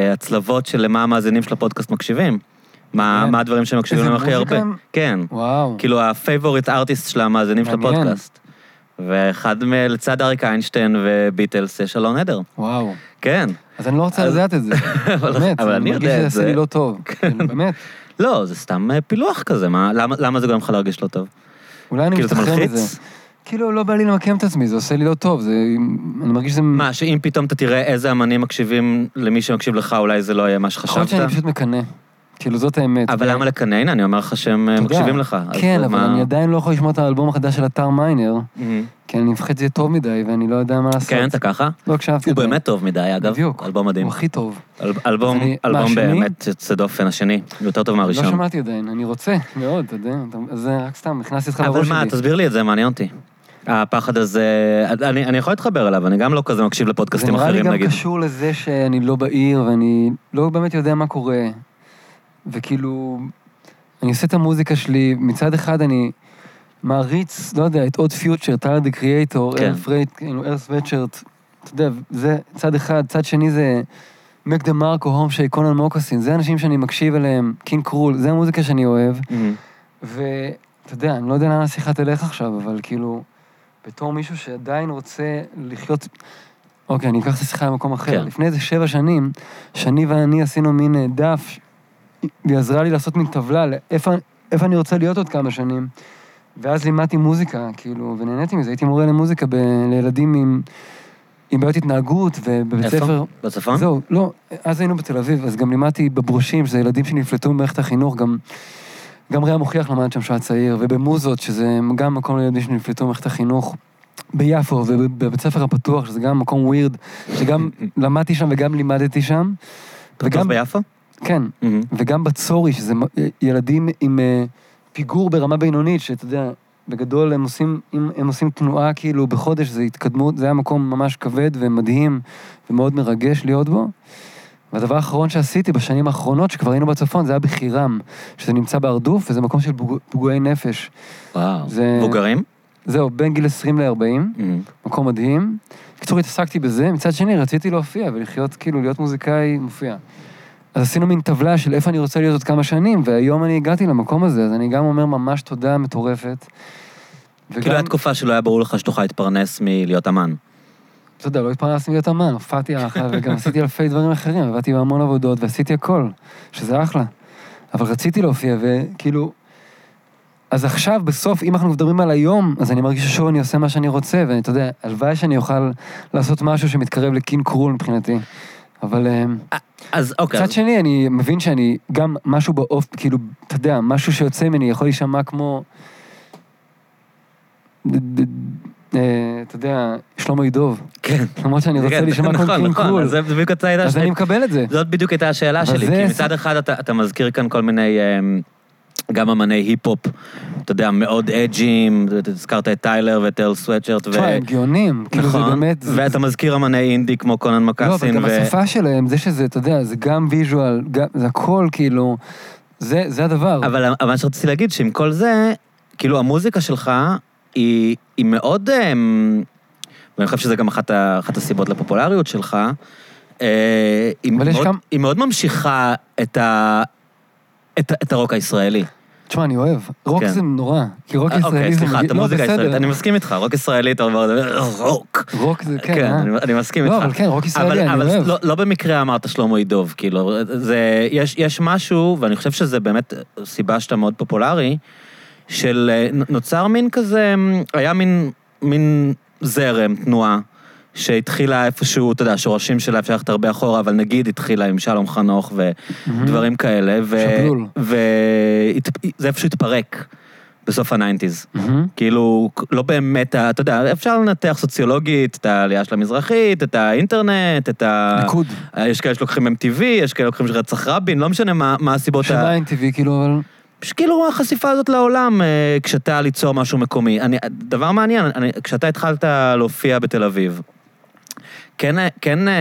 S2: אה, הצלבות של למה המאזינים של הפודקאסט מקשיבים. מה,
S1: מעניין.
S2: מה הדברים שהם מקשיבים
S1: כן. איזה
S2: להם הכי
S1: מוזיקה
S2: הרבה.
S1: הם?
S2: כן.
S1: וואו.
S2: כאילו הפייבוריט ארטיסט של המאזינים של
S1: מעניין.
S2: הפודקאסט. ואחד מ- לצד אריק איינשטיין וביטלס יש אלון עדר.
S1: וואו.
S2: כן.
S1: אז אני לא רוצה
S2: אז-
S1: לדעת את זה.
S2: אבל-
S1: באמת,
S2: אבל
S1: אני
S2: אני
S1: מרגיש
S2: יודע
S1: שזה
S2: את
S1: עושה
S2: זה.
S1: לי לא טוב. כאילו, באמת.
S2: לא, זה סתם אה, פילוח כזה, מה, למה, למה זה גורם לך להרגיש לא טוב?
S1: אולי אני
S2: כאילו, זה
S1: מסתחרר מזה.
S2: מלחיץ?
S1: כאילו, לא בא לי למקם את עצמי, זה עושה לי לא טוב. זה... אני מרגיש שזה...
S2: מה, שאם פתאום אתה תראה איזה אמנים מקשיבים למי שמקשיב לך, אולי זה לא יהיה מה
S1: יכול להיות שאני
S2: שחשבת?
S1: פשוט מקנא. כאילו, זאת האמת.
S2: אבל
S1: ו-
S2: למה לקנאינה? אני אומר לך שהם אה,
S1: אתה יודע.
S2: מקשיבים לך. אז
S1: כן, אבל
S2: מה-
S1: אני עדיין לא יכול לשמוע את האלבום החדש של אתר מיינר,
S2: אה,
S1: כי אני מפחד שזה טוב מדי, ואני לא יודע מה לעשות.
S2: כן, אתה ככה?
S1: לא הקשבתי.
S2: הוא
S1: עדיין.
S2: באמת טוב מדי, אגב.
S1: בדיוק.
S2: אלבום מדהים.
S1: הוא הכי טוב.
S2: אל- אלבום,
S1: אז אני- מה,
S2: אלבום
S1: השני?
S2: באמת יוצא דופן, השני, יותר טוב
S1: לא
S2: מהראשון.
S1: שמעתי עדיין, אני רוצה, מאוד, אתה יודע, אתה- זה רק סתם, הכנסתי אותך
S2: אבל
S1: לראש
S2: מה,
S1: שלי.
S2: תסביר לי את זה, מעניין אותי. הפחד הזה, אני, אני יכול להתחבר אליו, אני גם לא כזה מקשיב לפודקאסטים
S1: זה
S2: אחרים,
S1: נראה לי גם
S2: נגיד.
S1: קשור לזה שאני לא בעיר, ואני לא באמת יודע מה קורה. וכאילו, אני עושה את המוזיקה שלי, מצד אחד אני מעריץ, לא יודע, את עוד פיוטשר, טלר דה קריאייטור,
S2: כן.
S1: אל פרייט, כאילו, ארס וצ'רט, אתה יודע, זה צד אחד, צד שני זה מק דה מרקו, הום שי, קונן מוקוסין, זה אנשים שאני מקשיב אליהם, קינג קרול, זה המוזיקה שאני אוהב.
S2: אה,
S1: ואתה יודע, אני לא יודע לאן השיחה תלך עכשיו, אבל כאילו, בתור מישהו שעדיין רוצה לחיות... אוקיי, אני אקח את השיחה למקום אחר.
S2: כן.
S1: כן. לפני איזה שבע שנים, שני ואני עשינו מין אה, דף, והיא עזרה לי לעשות מין טבלה לאיפה איפה אני רוצה להיות עוד כמה שנים. ואז לימדתי מוזיקה, כאילו, ונהניתי מזה. הייתי מורה למוזיקה ב... לילדים עם... עם בעיות התנהגות, ובבית
S2: איפה?
S1: ספר...
S2: בצפון?
S1: זהו, לא, אז היינו בתל אביב, אז גם לימדתי בברושים, שזה ילדים שנפלטו ממערכת החינוך, גם, גם ראם מוכיח למד שם שעה צעיר, ובמוזות, שזה גם מקום לילדים שנפלטו ממערכת החינוך. ביפו, ובבית ספר הפתוח, שזה גם מקום ווירד, שגם למדתי שם וגם לימדתי שם.
S2: וגם
S1: וגם,
S2: ביפו?
S1: כן,
S2: אה,
S1: וגם בצורי, שזה מ- ילדים עם אה, פיגור ברמה בינונית, שאתה יודע, בגדול הם עושים, אם הם עושים תנועה כאילו בחודש, זה התקדמות, זה היה מקום ממש כבד ומדהים ומאוד מרגש להיות בו. והדבר האחרון שעשיתי בשנים האחרונות, שכבר היינו בצפון, זה היה בחירם, שזה נמצא בהרדוף, וזה מקום של פגוע- פגועי נפש.
S2: וואו.
S1: זה-
S2: מבוגרים?
S1: זהו, בין גיל 20 ל-40,
S2: אה,
S1: מקום מדהים. בקיצור, התעסקתי בזה, מצד שני, רציתי להופיע ולחיות, כאילו, להיות מוזיקאי מופיע. אז עשינו מין טבלה של איפה אני רוצה להיות עוד כמה שנים, והיום אני הגעתי למקום הזה, אז אני גם אומר ממש תודה מטורפת.
S2: כאילו
S1: וגם,
S2: הייתה תקופה שלא היה ברור לך שתוכל להתפרנס מלהיות אמן.
S1: אתה יודע, לא התפרנסתי להיות אמן, הופעתי אחלה, וגם עשיתי אלפי דברים אחרים, עבדתי בהמון עבודות ועשיתי הכל, שזה אחלה. אבל רציתי להופיע, וכאילו... אז עכשיו, בסוף, אם אנחנו מדברים על היום, אז אני מרגיש ששוב אני עושה מה שאני רוצה, ואני, אתה יודע, הלוואי שאני אוכל לעשות משהו שמתקרב לקין קרול מבחינתי. אבל אמ,
S2: אז אוקיי,
S1: מצד
S2: אז-
S1: שני, אני מבין שאני גם משהו באופ... כאילו, אתה יודע, משהו שיוצא ממני יכול להישמע כמו... ד- ד- אה, אתה יודע, שלמה ידוב.
S2: כן.
S1: למרות שאני רוצה
S2: כן,
S1: להישמע כמו
S2: נכון,
S1: קינג
S2: נכון,
S1: קרול.
S2: אז זה בדיוק הצעה הייתה
S1: אז
S2: שלי.
S1: אני מקבל את זה.
S2: זאת בדיוק הייתה השאלה
S1: אבל
S2: שלי,
S1: זה-
S2: כי מצד אחד אתה, אתה מזכיר כאן כל מיני, אמ, גם אמני היפ-הופ, אתה יודע, מאוד אג'ים, אתה- הזכרת את טיילר ואת אל סוואצ'רט, ו... נכון.
S1: תשמע, הם גאונים. כאילו, זה באמת... זה-
S2: ואתה מזכיר אמני אינדי כמו קונן
S1: לא, אבל
S2: מקסין,
S1: גם השפה שלהם, זה שזה, אתה יודע, זה גם ויז'ואל, גם- זה הכל כאילו... זה זה הדבר.
S2: אבל אבל מה שרציתי להגיד, שעם כל זה, כאילו המוזיקה שלך היא, היא מאוד, אמ, ואני חושב שזה גם אחת, ה- אחת הסיבות לפופולריות שלך, אה, היא,
S1: אבל יש
S2: מאוד,
S1: גם-
S2: היא מאוד ממשיכה את, ה, את, ה- את הרוק הישראלי.
S1: תשמע, אני אוהב. רוק
S2: כן.
S1: זה נורא. כי רוק
S2: אה,
S1: ישראלי
S2: אוקיי,
S1: זה...
S2: סליחה,
S1: מגעיל-
S2: את
S1: לא,
S2: המוזיקה
S1: בסדר.
S2: הישראלית, אני מסכים איתך, רוק ישראלי, אתה אומר, רוק.
S1: רוק זה, כן,
S2: כן,
S1: אה?
S2: אני- אני מסכים איתך.
S1: לא, אבל כן, רוק
S2: אבל-
S1: ישראלי, אני
S2: אבל
S1: אוהב.
S2: לא- לא במקרה אמרת שלמה ידוב, כאילו, זה, יש, יש משהו, ואני חושב שזה באמת סיבה שאתה מאוד פופולרי, של אה, נ- נוצר מין כזה, מ, היה מין, מין זרם, תנועה, שהתחילה איפשהו, אתה יודע, השורשים שלה אפשר ללכת הרבה אחורה, אבל נגיד התחילה עם שלום חנוך ודברים כאלה, ו...
S1: שבלול.
S2: וזה איפשהו התפרק בסוף הניינטיז.
S1: מהמם.
S2: כאילו, לא באמת, ה- אתה יודע, אפשר לנתח סוציולוגית את העלייה של המזרחית, את האינטרנט, את ה...
S1: ליכוד.
S2: יש כאלה שלוקחים MTV, יש כאלה שלוקחים רצח רבין, לא משנה מה, מה הסיבות ה...
S1: שמה NTV, כאילו, אבל...
S2: שכאילו החשיפה הזאת לעולם, אה, כשאתה ליצור משהו מקומי. אני, דבר מעניין, אני, כשאתה התחלת להופיע בתל אביב, כן, אה, כן אה,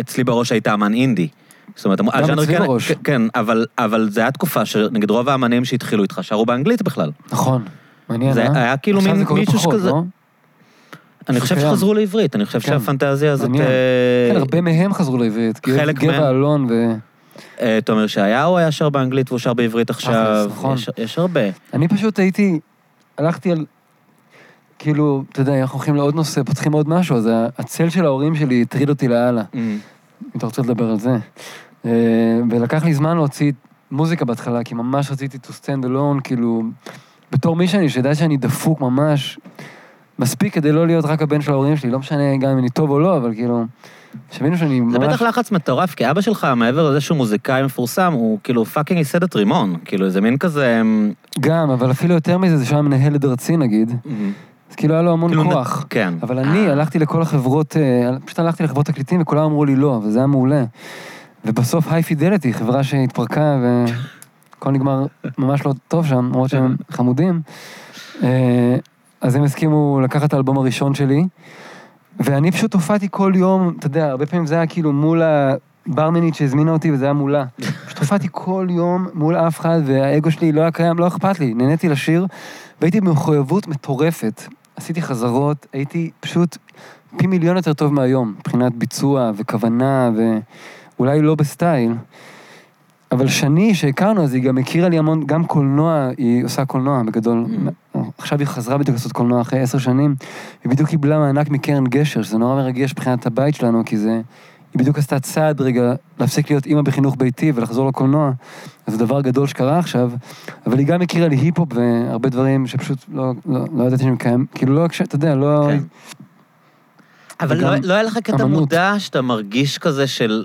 S2: אצלי בראש היית אמן אינדי. זאת אומרת, הז'אנר
S1: אצלי
S2: כן,
S1: בראש.
S2: כן, כן, אבל, אבל זו הייתה תקופה שנגיד רוב האמנים שהתחילו איתך שרו באנגלית בכלל.
S1: נכון. מעניין,
S2: זה
S1: אה?
S2: היה כאילו
S1: עכשיו
S2: מין
S1: זה קורה
S2: מישהו
S1: פחות,
S2: שכזה-
S1: לא?
S2: אני חושב
S1: שקיים.
S2: שחזרו לעברית, אני חושב
S1: כן.
S2: שהפנטזיה הזאת...
S1: מעניין.
S2: אה,
S1: כן, הרבה מהם חזרו לעברית. כי
S2: חלק מהם.
S1: גבע אלון ו...
S2: אה, תומר ישעיהו היה שר באנגלית והוא שר בעברית עכשיו.
S1: נכון.
S2: יש- יש הרבה.
S1: אני פשוט הייתי, הלכתי על, כאילו, אתה יודע, אנחנו הולכים לעוד נושא, פותחים עוד משהו, אז הצל של ההורים שלי הטריד אותי לאללה, אם אתה רוצה לדבר על זה. אה, ולקח לי זמן להוציא מוזיקה בהתחלה, כי ממש רציתי to stand alone, כאילו, בתור מי שאני, שיודע שאני דפוק ממש, מספיק כדי לא להיות רק הבן של ההורים שלי, לא משנה גם אם אני טוב או לא, אבל כאילו, שמינו שאני ממש...
S2: זה בטח לא- לחץ מטורף, כי אבא שלך, מעבר לזה שהוא מוזיקאי מפורסם, הוא כאילו פאקינג ייסד את רימון. כאילו, זה מין כזה... אמ,
S1: גם, אבל אפילו יותר מזה, זה שהיה מנהל את ארצי נגיד, אז כאילו היה לו המון
S2: כאילו,
S1: כוח.
S2: כן.
S1: אבל אני הלכתי לכל החברות, אה, פשוט הלכתי לחברות תקליטים וכולם אמרו לי לא, וזה היה מעולה. ובסוף היי פידליטי, חברה שהתפרקה והכל נגמר ממש לא טוב שם, למרות שהם חמודים. אה, אז הם הסכימו לקחת את האלבום הראשון שלי, ואני פשוט הופעתי כל יום, אתה יודע, הרבה פעמים זה היה כאילו מול הברמנית שהזמינה אותי וזה היה מולה. פשוט הופעתי כל יום מול אף אחד, והאגו שלי לא היה קיים, לא אכפת לי, נהניתי לשיר, והייתי במחויבות מטורפת. עשיתי חזרות, הייתי פשוט פי מיליון יותר טוב מהיום, מבחינת ביצוע וכוונה, ואולי לא בסטייל. אבל שני, שהכרנו, אז היא גם הכירה לי המון, גם קולנוע, היא עושה קולנוע בגדול. עכשיו היא חזרה בדיוק לעשות קולנוע אחרי עשר שנים, היא בדיוק קיבלה מענק מקרן גשר, שזה נורא מרגש מבחינת הבית שלנו, כי זה... היא בדיוק עשתה צעד רגע להפסיק להיות אימא בחינוך ביתי ולחזור לקולנוע, אז זה דבר גדול שקרה עכשיו, אבל היא גם הכירה לי היפ-הופ והרבה דברים שפשוט לא, לא, לא ידעתי שהם קיימים, כאילו לא, הקש- אתה יודע, לא...
S2: כן. אבל לא,
S1: וגם
S2: לא היה לך קטע
S1: אמנות.
S2: מודע שאתה מרגיש כזה של...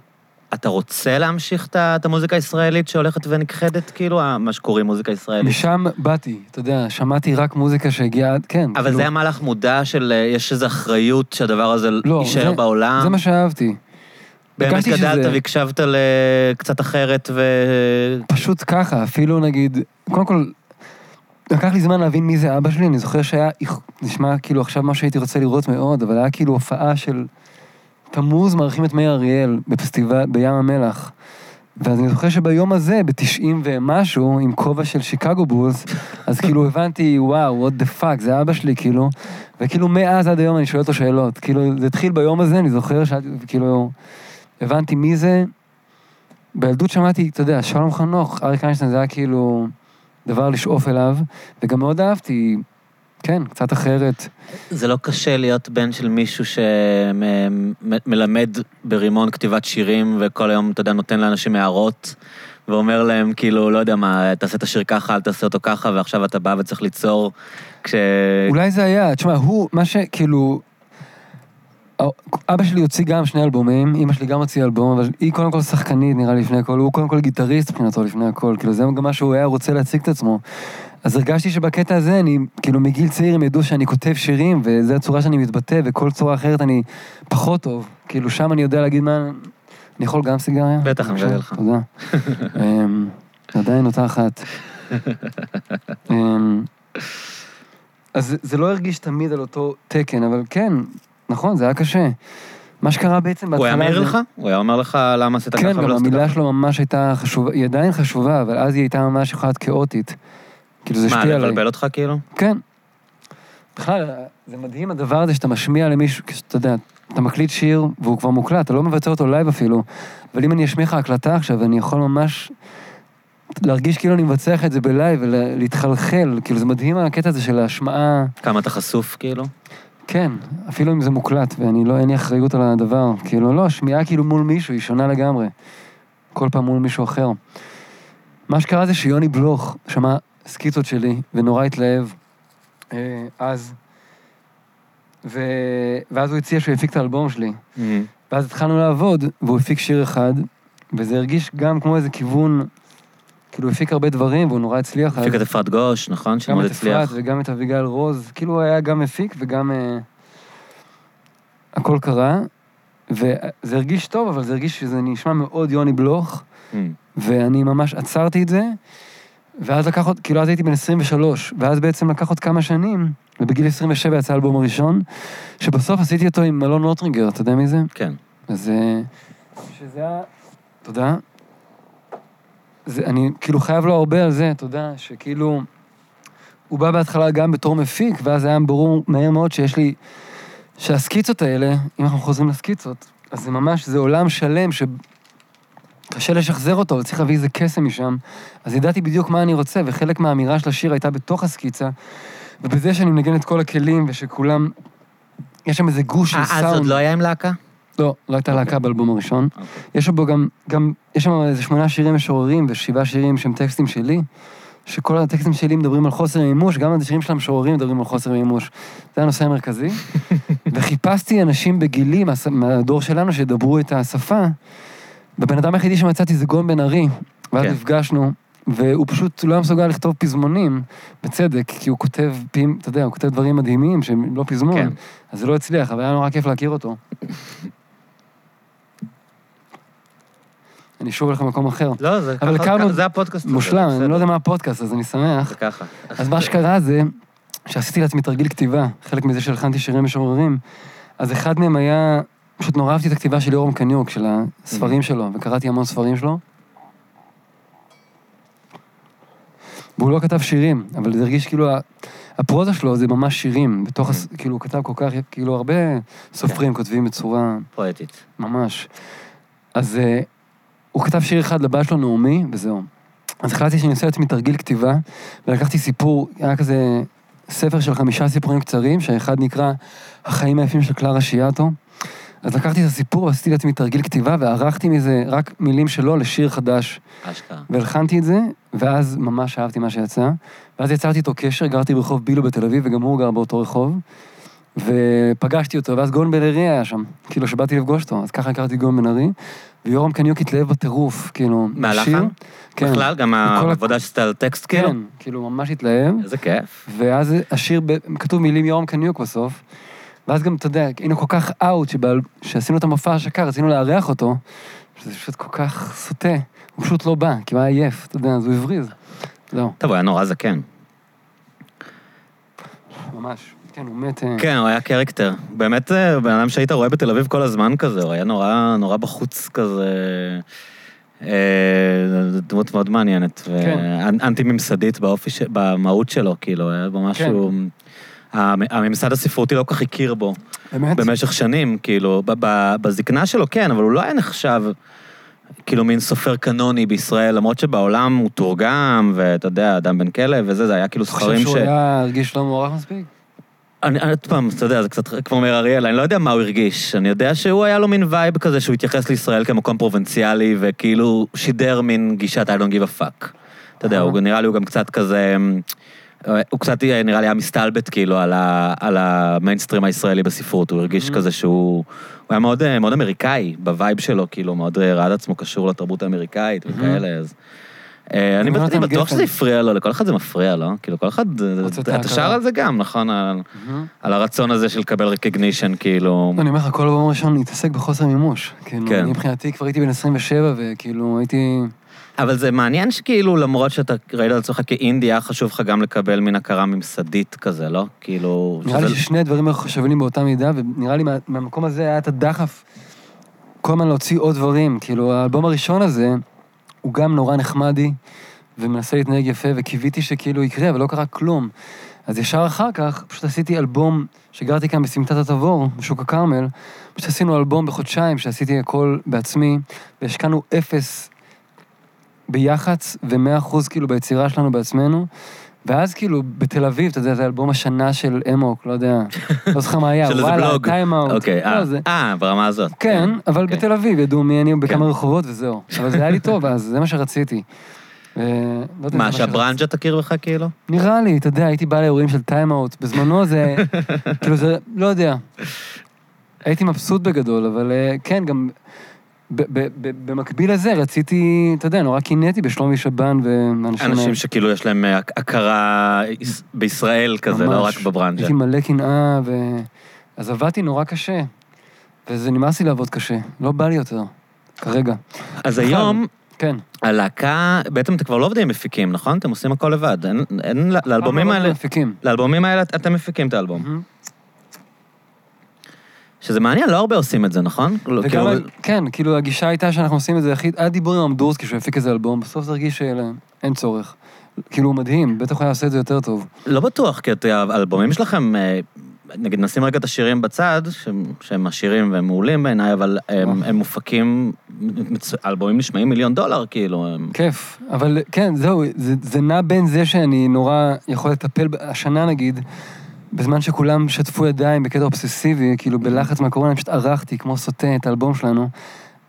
S2: אתה רוצה להמשיך את ה- את המוזיקה הישראלית שהולכת ונכחדת, כאילו, ה- מה שקוראים מוזיקה ישראלית?
S1: משם באתי, אתה יודע, שמעתי רק מוזיקה שהגיעה עד, כן.
S2: אבל
S1: כאילו,
S2: זה היה מהלך מודע של אה, יש איזו אחריות שהדבר הזה
S1: לא,
S2: יישאר
S1: זה-
S2: בעולם.
S1: זה מה שאהבתי.
S2: באמת
S1: הרגשתי
S2: גדלת
S1: שזה-
S2: והקשבת לקצת אחרת ו...
S1: פשוט ככה, אפילו נגיד, קודם כל, לקח לי זמן להבין מי זה אבא שלי, אני זוכר שהיה, איך- נשמע כאילו עכשיו מה שהייתי רוצה לראות מאוד, אבל היה כאילו הופעה של תמוז מארחים את מאיר אריאל בפסטיבל, בים המלח. ואז אני זוכר שביום הזה, ב-90 ומשהו, עם כובע של שיקגו בולס, אז כאילו הבנתי, וואו, what the fuck, זה אבא שלי, כאילו. וכאילו מאז עד היום אני שואל אותו שאלות. כאילו, זה התחיל ביום הזה, אני זוכר, שאלתי, כאילו, הבנתי מי זה. בילדות שמעתי, אתה יודע, שלום חנוך, אריק איינשטיין, זה היה כאילו דבר לשאוף אליו, וגם מאוד אהבתי, כן, קצת אחרת.
S2: זה לא קשה להיות בן של מישהו שמלמד ברימון כתיבת שירים, וכל היום, אתה יודע, נותן לאנשים הערות, ואומר להם, כאילו, לא יודע מה, תעשה את השיר ככה, אל תעשה אותו ככה, ועכשיו אתה בא וצריך ליצור, כש...
S1: אולי זה היה, תשמע, הוא, מה שכאילו... אבא שלי הוציא גם שני אלבומים, אימא שלי גם הוציאה אלבום, אבל היא קודם כל שחקנית נראה לי לפני הכל, הוא קודם כל גיטריסט מבחינתו לפני הכל, כאילו זה גם מה שהוא היה רוצה להציג את עצמו. אז הרגשתי שבקטע הזה אני, כאילו מגיל צעיר הם ידעו שאני כותב שירים, וזו הצורה שאני מתבטא, וכל צורה אחרת אני פחות טוב. כאילו שם אני יודע להגיד מה... אני יכול גם סיגריה?
S2: בטח, אני מגלה לך.
S1: תודה. אמ, עדיין אותה אחת. אמ, אז זה לא הרגיש תמיד על אותו תקן, אבל כן, נכון, זה היה קשה. מה שקרה בעצם בהתחלה...
S2: הוא היה מעיר
S1: זה-
S2: לך? הוא היה אומר לך למה עשית ככה
S1: כן, גם
S2: ולא עשית
S1: המילה
S2: ככה?
S1: שלו ממש הייתה חשובה, היא עדיין חשובה, אבל אז היא הייתה ממש יכולה להיות כאוטית. כאילו, זה
S2: מה,
S1: השפיע עליי.
S2: לבלבל אותך כאילו?
S1: כן. בכלל, זה מדהים הדבר הזה שאתה משמיע למישהו, כשאתה יודע, אתה מקליט שיר והוא כבר מוקלט, אתה לא מבצע אותו לייב אפילו, אבל אם אני אשמיע לך הקלטה עכשיו, אני יכול ממש להרגיש כאילו אני מבצע לך את זה בלייב ולהתחלחל, כאילו זה מדהים הקטע הזה של ההשמעה,
S2: כמה אתה חשוף, כאילו?
S1: כן, אפילו אם זה מוקלט ואני לא, אין לי אחריות על הדבר, כאילו לא, השמיעה כאילו מול מישהו היא שונה לגמרי, כל פעם מול מישהו אחר. מה שקרה זה שיוני בלוך שמע סקיצות שלי ונורא התלהב אה, אז, ו... ואז הוא הציע שהוא יפיק את האלבום שלי. ואז התחלנו לעבוד, והוא הפיק שיר אחד, וזה הרגיש גם כמו איזה כיוון, כאילו הוא הפיק הרבה דברים והוא נורא הצליח.
S2: הפיק
S1: אז-
S2: את אפרת גוש, נכון?
S1: גם
S2: שמאוד
S1: את אפרת
S2: הצליח.
S1: וגם את אביגל רוז, כאילו הוא היה גם מפיק וגם... אה, הכל קרה, וזה הרגיש טוב, אבל זה הרגיש שזה נשמע מאוד יוני בלוך,
S2: אמ.
S1: ואני ממש עצרתי את זה, ואז לקח עוד, כאילו אז הייתי בן 23, ואז בעצם לקח עוד כמה שנים, ובגיל 27 יצא האלבום הראשון, שבסוף עשיתי אותו עם אלון נוטרינגר, אתה יודע מי זה?
S2: כן.
S1: אז... אה, שזה היה... תודה. זה, אני כאילו חייב לו הרבה על זה, תודה, שכאילו... הוא בא בהתחלה גם בתור מפיק, ואז היה ברור מהר מאוד שיש לי... שהסקיצות האלה, אם אנחנו חוזרים לסקיצות, אז זה ממש, זה עולם שלם ש... קשה לשחזר אותו, אבל צריך להביא איזה קסם משם. אז ידעתי בדיוק מה אני רוצה, וחלק מהאמירה של השיר הייתה בתוך הסקיצה, ובזה שאני מנגן את כל הכלים, ושכולם... יש שם איזה גוש של
S2: אה,
S1: סאונד.
S2: אז עוד לא היה עם להקה?
S1: לא, לא הייתה להקה באלבום הראשון.
S2: אוקיי.
S1: יש שם בו גם, גם, יש שם איזה שמונה שירים משוררים ושבעה שירים שהם טקסטים שלי, שכל הטקסטים שלי מדברים על חוסר מימוש, גם השירים של המשוררים מדברים על חוסר מימוש. זה הנושא המרכזי. וחיפשתי אנשים בגילי, מהס- מהדור שלנו, שידברו את השפה. והבן אדם היחידי שמצאתי זה גון בן ארי, ואז
S2: כן.
S1: נפגשנו, והוא פשוט לא היה מסוגל לכתוב פזמונים, בצדק, כי הוא כותב, פים- אתה יודע, הוא כותב דברים מדהימים שהם לא פזמון.
S2: כן.
S1: אז זה לא הצליח, אבל היה נורא כיף להכיר אותו. אני שוב הולך למקום אחר.
S2: לא, זה
S1: אבל
S2: ככה,
S1: הכרנו-
S2: כ- זה הפודקאסט הזה.
S1: מושלם, אני
S2: בסדר,
S1: לא יודע מה הפודקאסט, אז אני שמח.
S2: זה ככה.
S1: אז מה שקרה זה שעשיתי לעצמי תרגיל כתיבה, חלק מזה שהלחנתי שירי משוררים. אז אחד מהם היה, פשוט נורא אהבתי את הכתיבה של יורם קניוק, של הספרים שלו, וקראתי המון ספרים שלו. והוא לא כתב שירים, אבל זה הרגיש כאילו, ה- הפרוזה שלו זה ממש שירים, בתוך, הס- כאילו, הוא כתב כל כך, כאילו, הרבה סופרים כותבים בצורה
S2: פואטית.
S1: ממש. אז uh, הוא כתב שיר אחד לבת שלו, נעמי, וזהו. אז החלטתי שאני עושה לעצמי תרגיל כתיבה, ולקחתי סיפור, היה כזה ספר של חמישה סיפורים קצרים, שהאחד נקרא החיים היפים של קלרה שיאטו. אז לקחתי את הסיפור ועשיתי לעצמי תרגיל כתיבה, וערכתי מזה רק מילים שלו לשיר חדש.
S2: אשכרה.
S1: והלחנתי את זה, ואז ממש אהבתי מה שיצא. ואז יצרתי איתו קשר, גרתי ברחוב בילו בתל אביב, וגם הוא גר באותו רחוב. ופגשתי אותו, ואז גאון בן ארי היה שם. כאילו, שבאתי לפגוש אותו, אז ככה הכרתי את גאון בן ארי. ויורם קניוק התלהב בטירוף, כאילו,
S2: מהלחן?
S1: כן.
S2: בכלל, גם
S1: מכל
S2: העבודה שעשית על טקסט, כאילו?
S1: כן, כאילו, ממש התלהב.
S2: איזה כיף.
S1: ואז השיר, ב... כתוב מילים יורם קניוק בסוף. ואז גם, אתה יודע, היינו כל כך אאוט, שעשינו את המופע השקר, רצינו לארח אותו, שזה פשוט כל כך סוטה. הוא פשוט לא בא, כי הוא היה עייף, אתה יודע, אז הוא הבריז. לא, זהו,
S2: טוב, הוא היה נורא זקן.
S1: כן. ממש. כן, הוא מת... אה,
S2: כן, הוא היה קרקטר. באמת, אה, בן אדם שהיית רואה בתל אביב כל הזמן כזה, הוא היה נורא, נורא בחוץ כזה. אה, זו דמות מאוד מעניינת.
S1: כן.
S2: כן. אנטי-ממסדית באופי, ש- במהות שלו, כאילו, היה
S1: כן.
S2: בו משהו... המ- הממסד הספרותי לא כל כך הכיר בו
S1: באמת?
S2: במשך שנים, כאילו, ב- ב- בזקנה שלו כן, אבל הוא לא היה נחשב כאילו מין סופר קנוני בישראל, למרות שבעולם הוא תורגם, ואתה יודע, אדם בן כלב וזה, זה היה כאילו
S1: אתה חושב
S2: ספרים ש...
S1: שהוא היה הרגיש לא מוערך מספיק?
S2: אני, אני עוד פעם, אתה יודע, זה קצת כמו מאיר אריאל, אני לא יודע מה הוא הרגיש. אני יודע שהוא היה לו מין וייב כזה שהוא התייחס לישראל כמקום פרובינציאלי, וכאילו שידר מין גישת I don't give a fuck. אתה יודע, הוא נראה לי הוא גם קצת כזה... אה, הוא קצת אה, נראה לי היה מסתלבט כאילו על, ה, על המיינסטרים הישראלי בספרות, הוא הרגיש כזה שהוא... הוא היה מאוד, אה, מאוד אמריקאי בווייב שלו, כאילו, מאוד ראה את עצמו קשור לתרבות האמריקאית וכאלה, אז... אה, אני
S1: יונתן
S2: אני בטוח
S1: גפן.
S2: שזה הפריע לו, לכל אחד זה מפריע לו, כאילו, כל אחד... אה,
S1: רוצה את
S2: אתה שר
S1: ההכרה.
S2: על זה גם, נכון? על- על הרצון הזה של לקבל recognition, כאילו...
S1: לא, אני אומר לך, כל יום ראשון להתעסק בחוסר מימוש. כאילו,
S2: כן.
S1: אני מבחינתי כבר הייתי בן 27, וכאילו הייתי...
S2: אבל זה מעניין שכאילו, למרות שאתה ראית על עצמך כאינדי, היה חשוב לך גם לקבל מין הכרה ממסדית כזה, לא? כאילו...
S1: נראה
S2: שזה-
S1: לי ששני הדברים האלה חשובים לי באותה מידה, ונראה לי מה- מהמקום הזה היה את הדחף כל הזמן להוציא עוד דברים. כאילו, האלבום הראשון הזה, הוא גם נורא נחמדי, ומנסה להתנהג יפה, וקיוויתי שכאילו יקרה, אבל לא קרה כלום. אז ישר אחר כך, פשוט עשיתי אלבום שגרתי כאן בסמטת התבור, בשוק הכרמל, פשוט עשינו אלבום בחודשיים שעשיתי הכל בעצמי, והשקענו אפס ביח"צ ומאה אחוז כאילו ביצירה שלנו בעצמנו. ואז כאילו, בתל אביב, אתה יודע, זה אלבום השנה של אמוק, לא יודע, לא זוכר מה היה,
S2: של איזה
S1: וואלה,
S2: בלוג.
S1: טיים אאוט.
S2: אוקיי,
S1: לא,
S2: אה,
S1: זה-
S2: אה, ברמה הזאת.
S1: כן, אבל
S2: כן.
S1: בתל אביב ידעו מי אני
S2: כן.
S1: בכמה רחובות וזהו. אבל זה היה לי טוב אז, זה מה שרציתי. אה, לא יודע,
S2: מה,
S1: זה שרציתי.
S2: שהברנז'ה תכיר בך, כאילו?
S1: נראה לי, אתה יודע, הייתי בא לאירועים של טיים-אאוט, בזמנו זה, כאילו זה, לא יודע. הייתי מבסוט בגדול, אבל אה, כן, גם ב- ב- ב- במקביל לזה רציתי, אתה יודע, נורא קינאתי בשלומי שבן ואנשים... האלה.
S2: אנשים שכאילו יש להם אה, הכרה יש- בישראל כזה, לא רק
S1: ממש.
S2: בברנז'ה.
S1: הייתי מלא קנאה, ו... אז עבדתי נורא קשה, וזה נמאס לי לעבוד קשה, לא בא לי יותר, כרגע.
S2: אז היום,
S1: כן.
S2: הלהקה, בעצם אתם כבר לא עובדים עם מפיקים, נכון? אתם עושים הכל לבד. אין- אין, לאלבומים
S1: פעם
S2: האלה,
S1: מפיקים.
S2: לאלבומים האלה את- אתם מפיקים את האלבום.
S1: לא- מהמם.
S2: שזה מעניין, לא הרבה עושים את זה, נכון? לא,
S1: וגם,
S2: כאילו,
S1: ה- כן, כאילו הגישה הייתה שאנחנו עושים את זה הכי... היה דיבור עם אמדורסקי שהוא הפיק איזה אלבום, בסוף זה הרגיש שאין צורך. כאילו, הוא מדהים, בטח הוא היה עושה את זה יותר טוב.
S2: לא בטוח, כי את האלבומים שלכם, אה, נגיד נשים רגע את השירים בצד, שהם- שהם עשירים והם מעולים בעיניי, אבל הם,
S1: אה.
S2: הם מופקים, מצו- האלבומים נשמעים מיליון דולר, כאילו, הם...
S1: כיף. אבל כן, זהו, זה, זה נע בין זה שאני נורא יכול לטפל, ב- השנה נגיד, בזמן שכולם
S2: Mm-hmm.
S1: שטפו ידיים בקטע אובססיבי, כאילו בלחץ מהקורונה, פשוט ערכתי כמו סוטה את האלבום שלנו.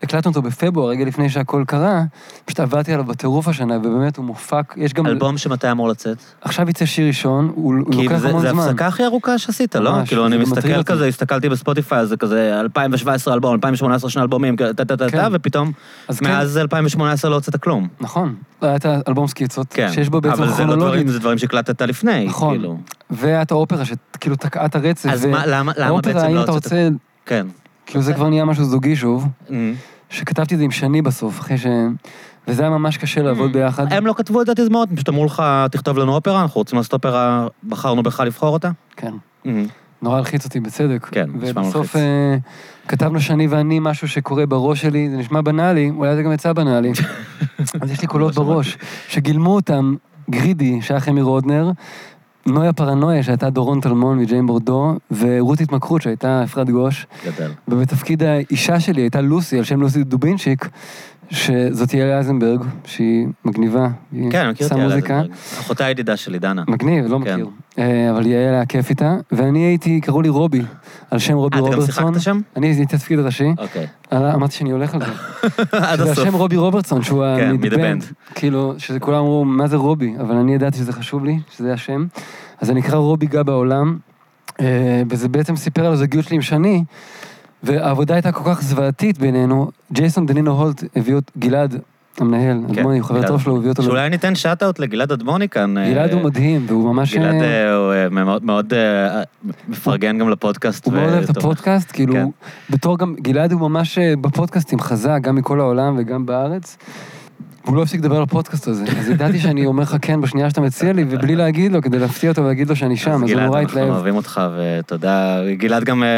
S1: הקלטנו אותו בפברואר, רגע לפני שהכל קרה, פשוט עבדתי עליו בטירוף השנה, ובאמת הוא מופק, יש גם...
S2: אלבום שמתי אמור לצאת?
S1: עכשיו יצא שיר ראשון, הוא הוא
S2: כי
S1: לוקח
S2: זה
S1: המון
S2: זה
S1: זמן.
S2: ההפסקה הכי ארוכה שעשית, לא?
S1: ממש,
S2: כאילו, אני
S1: זה גם מטריד
S2: מסתכל
S1: אותי.
S2: כזה, הסתכלתי בספוטיפיי, זה כזה 2017 אלבום, 2018 שני אלבומים, כאילו, טה טה טה טה,
S1: כן.
S2: ופתאום,
S1: אז כן,
S2: מאז 2018 לא הוצאת כלום.
S1: נכון, היה את האלבום סקיצות,
S2: כן.
S1: שיש בו בעצם
S2: אבל זה לא
S1: כרונולוגית,
S2: דברים, זה דברים שהקלטת לפני,
S1: נכון.
S2: כאילו.
S1: והיה את האופרה שכאילו תקעה את הרצף.
S2: אז מה- למה למה
S1: האופרה,
S2: בעצם
S1: אם
S2: לא
S1: אתה
S2: הוצאת?
S1: רוצה, Mm-hmm.
S2: כן.
S1: כאילו זה כבר נהיה משהו זוגי שוב,
S2: אמ.
S1: שכתבתי את זה עם שני בסוף, אחרי ש... וזה היה ממש קשה לעבוד ביחד.
S2: הם לא כתבו את זה תזמורת, הם פשוט אמרו לך, תכתוב לנו אופרה, אנחנו רוצים לעשות אופרה, בחרנו בך לבחור אותה.
S1: כן.
S2: אמ.
S1: נורא הלחיץ אותי, בצדק.
S2: כן, נשמע מלחיץ.
S1: ובסוף אה, כתבנו שאני ואני משהו שקורה בראש שלי, זה נשמע בנאלי, אולי זה גם יצא בנאלי. אז יש לי קולות
S2: לא
S1: בראש, שגילמו אותם גרידי, שהיה חמי רודנר, נויה פרנויה, שהייתה דורון טלמון מג'יין בורדו, ורות התמכרות, שהייתה אפרת גוש,
S2: גדל.
S1: ובתפקיד האישה שלי הייתה לוסי, על שם לוסי דובינצ'יק, שזאת יעל אייזנברג, שהיא מגניבה. היא
S2: כן, אני מכיר את
S1: עושה
S2: יעל
S1: מוזיקה.
S2: אייזנברג. אחותה הידידה שלי, דנה.
S1: מגניב, לא
S2: כן.
S1: מכיר. אה, אבל יעל היה כיף איתה, ואני הייתי, קראו לי רובי, על שם רובי
S2: אה, אתה גם
S1: רוברטסון.
S2: שיחקת שם?
S1: אני הייתי תפקיד ראשי,
S2: אוקיי.
S1: אה, אמרתי שאני הולך על זה.
S2: עד
S1: שזה על שם
S2: הסוף.
S1: רובי רוברטסון, שהוא
S2: כן, מ-The
S1: המדבנד.
S2: Band.
S1: כאילו, שזה כולם אמרו, מה זה רובי? אבל אני ידעתי שזה חשוב לי, שזה השם. אז אני אקרא רובי גה בעולם, אה, וזה בעצם סיפר על הזוגיות שלי עם שני, והעבודה הייתה כל כך זוועתית בינינו, ג'ייסון דנינו הולט הביא אותו, גלעד, המנהל,
S2: כן,
S1: אדמוני, חבר
S2: גלעד.
S1: טוב שלו, הביא אותו. לא-
S2: שאולי ניתן שאט-אאוט לגלעד אדמוני כאן. אה,
S1: גלעד הוא מדהים, והוא ממש...
S2: גלעד
S1: אה,
S2: אה, הוא אה, מאוד- מאוד אה, מפרגן גם לפודקאסט.
S1: הוא מאוד אוהב את
S2: ותומך.
S1: הפודקאסט, כאילו,
S2: כן.
S1: בתור גם, גלעד הוא ממש אה, בפודקאסטים חזק, גם מכל העולם וגם בארץ. הוא לא הפסיק לדבר על הפודקאסט הזה, אז ידעתי שאני אומר לך כן בשנייה שאתה מציע לי, ובלי להגיד לו, כדי להפתיע אותו ולהגיד לו שאני שם, אז הוא לא
S2: גלעד,
S1: נורא
S2: אנחנו
S1: התלהב.
S2: אוהבים אותך, ותודה. גלעד גם אה,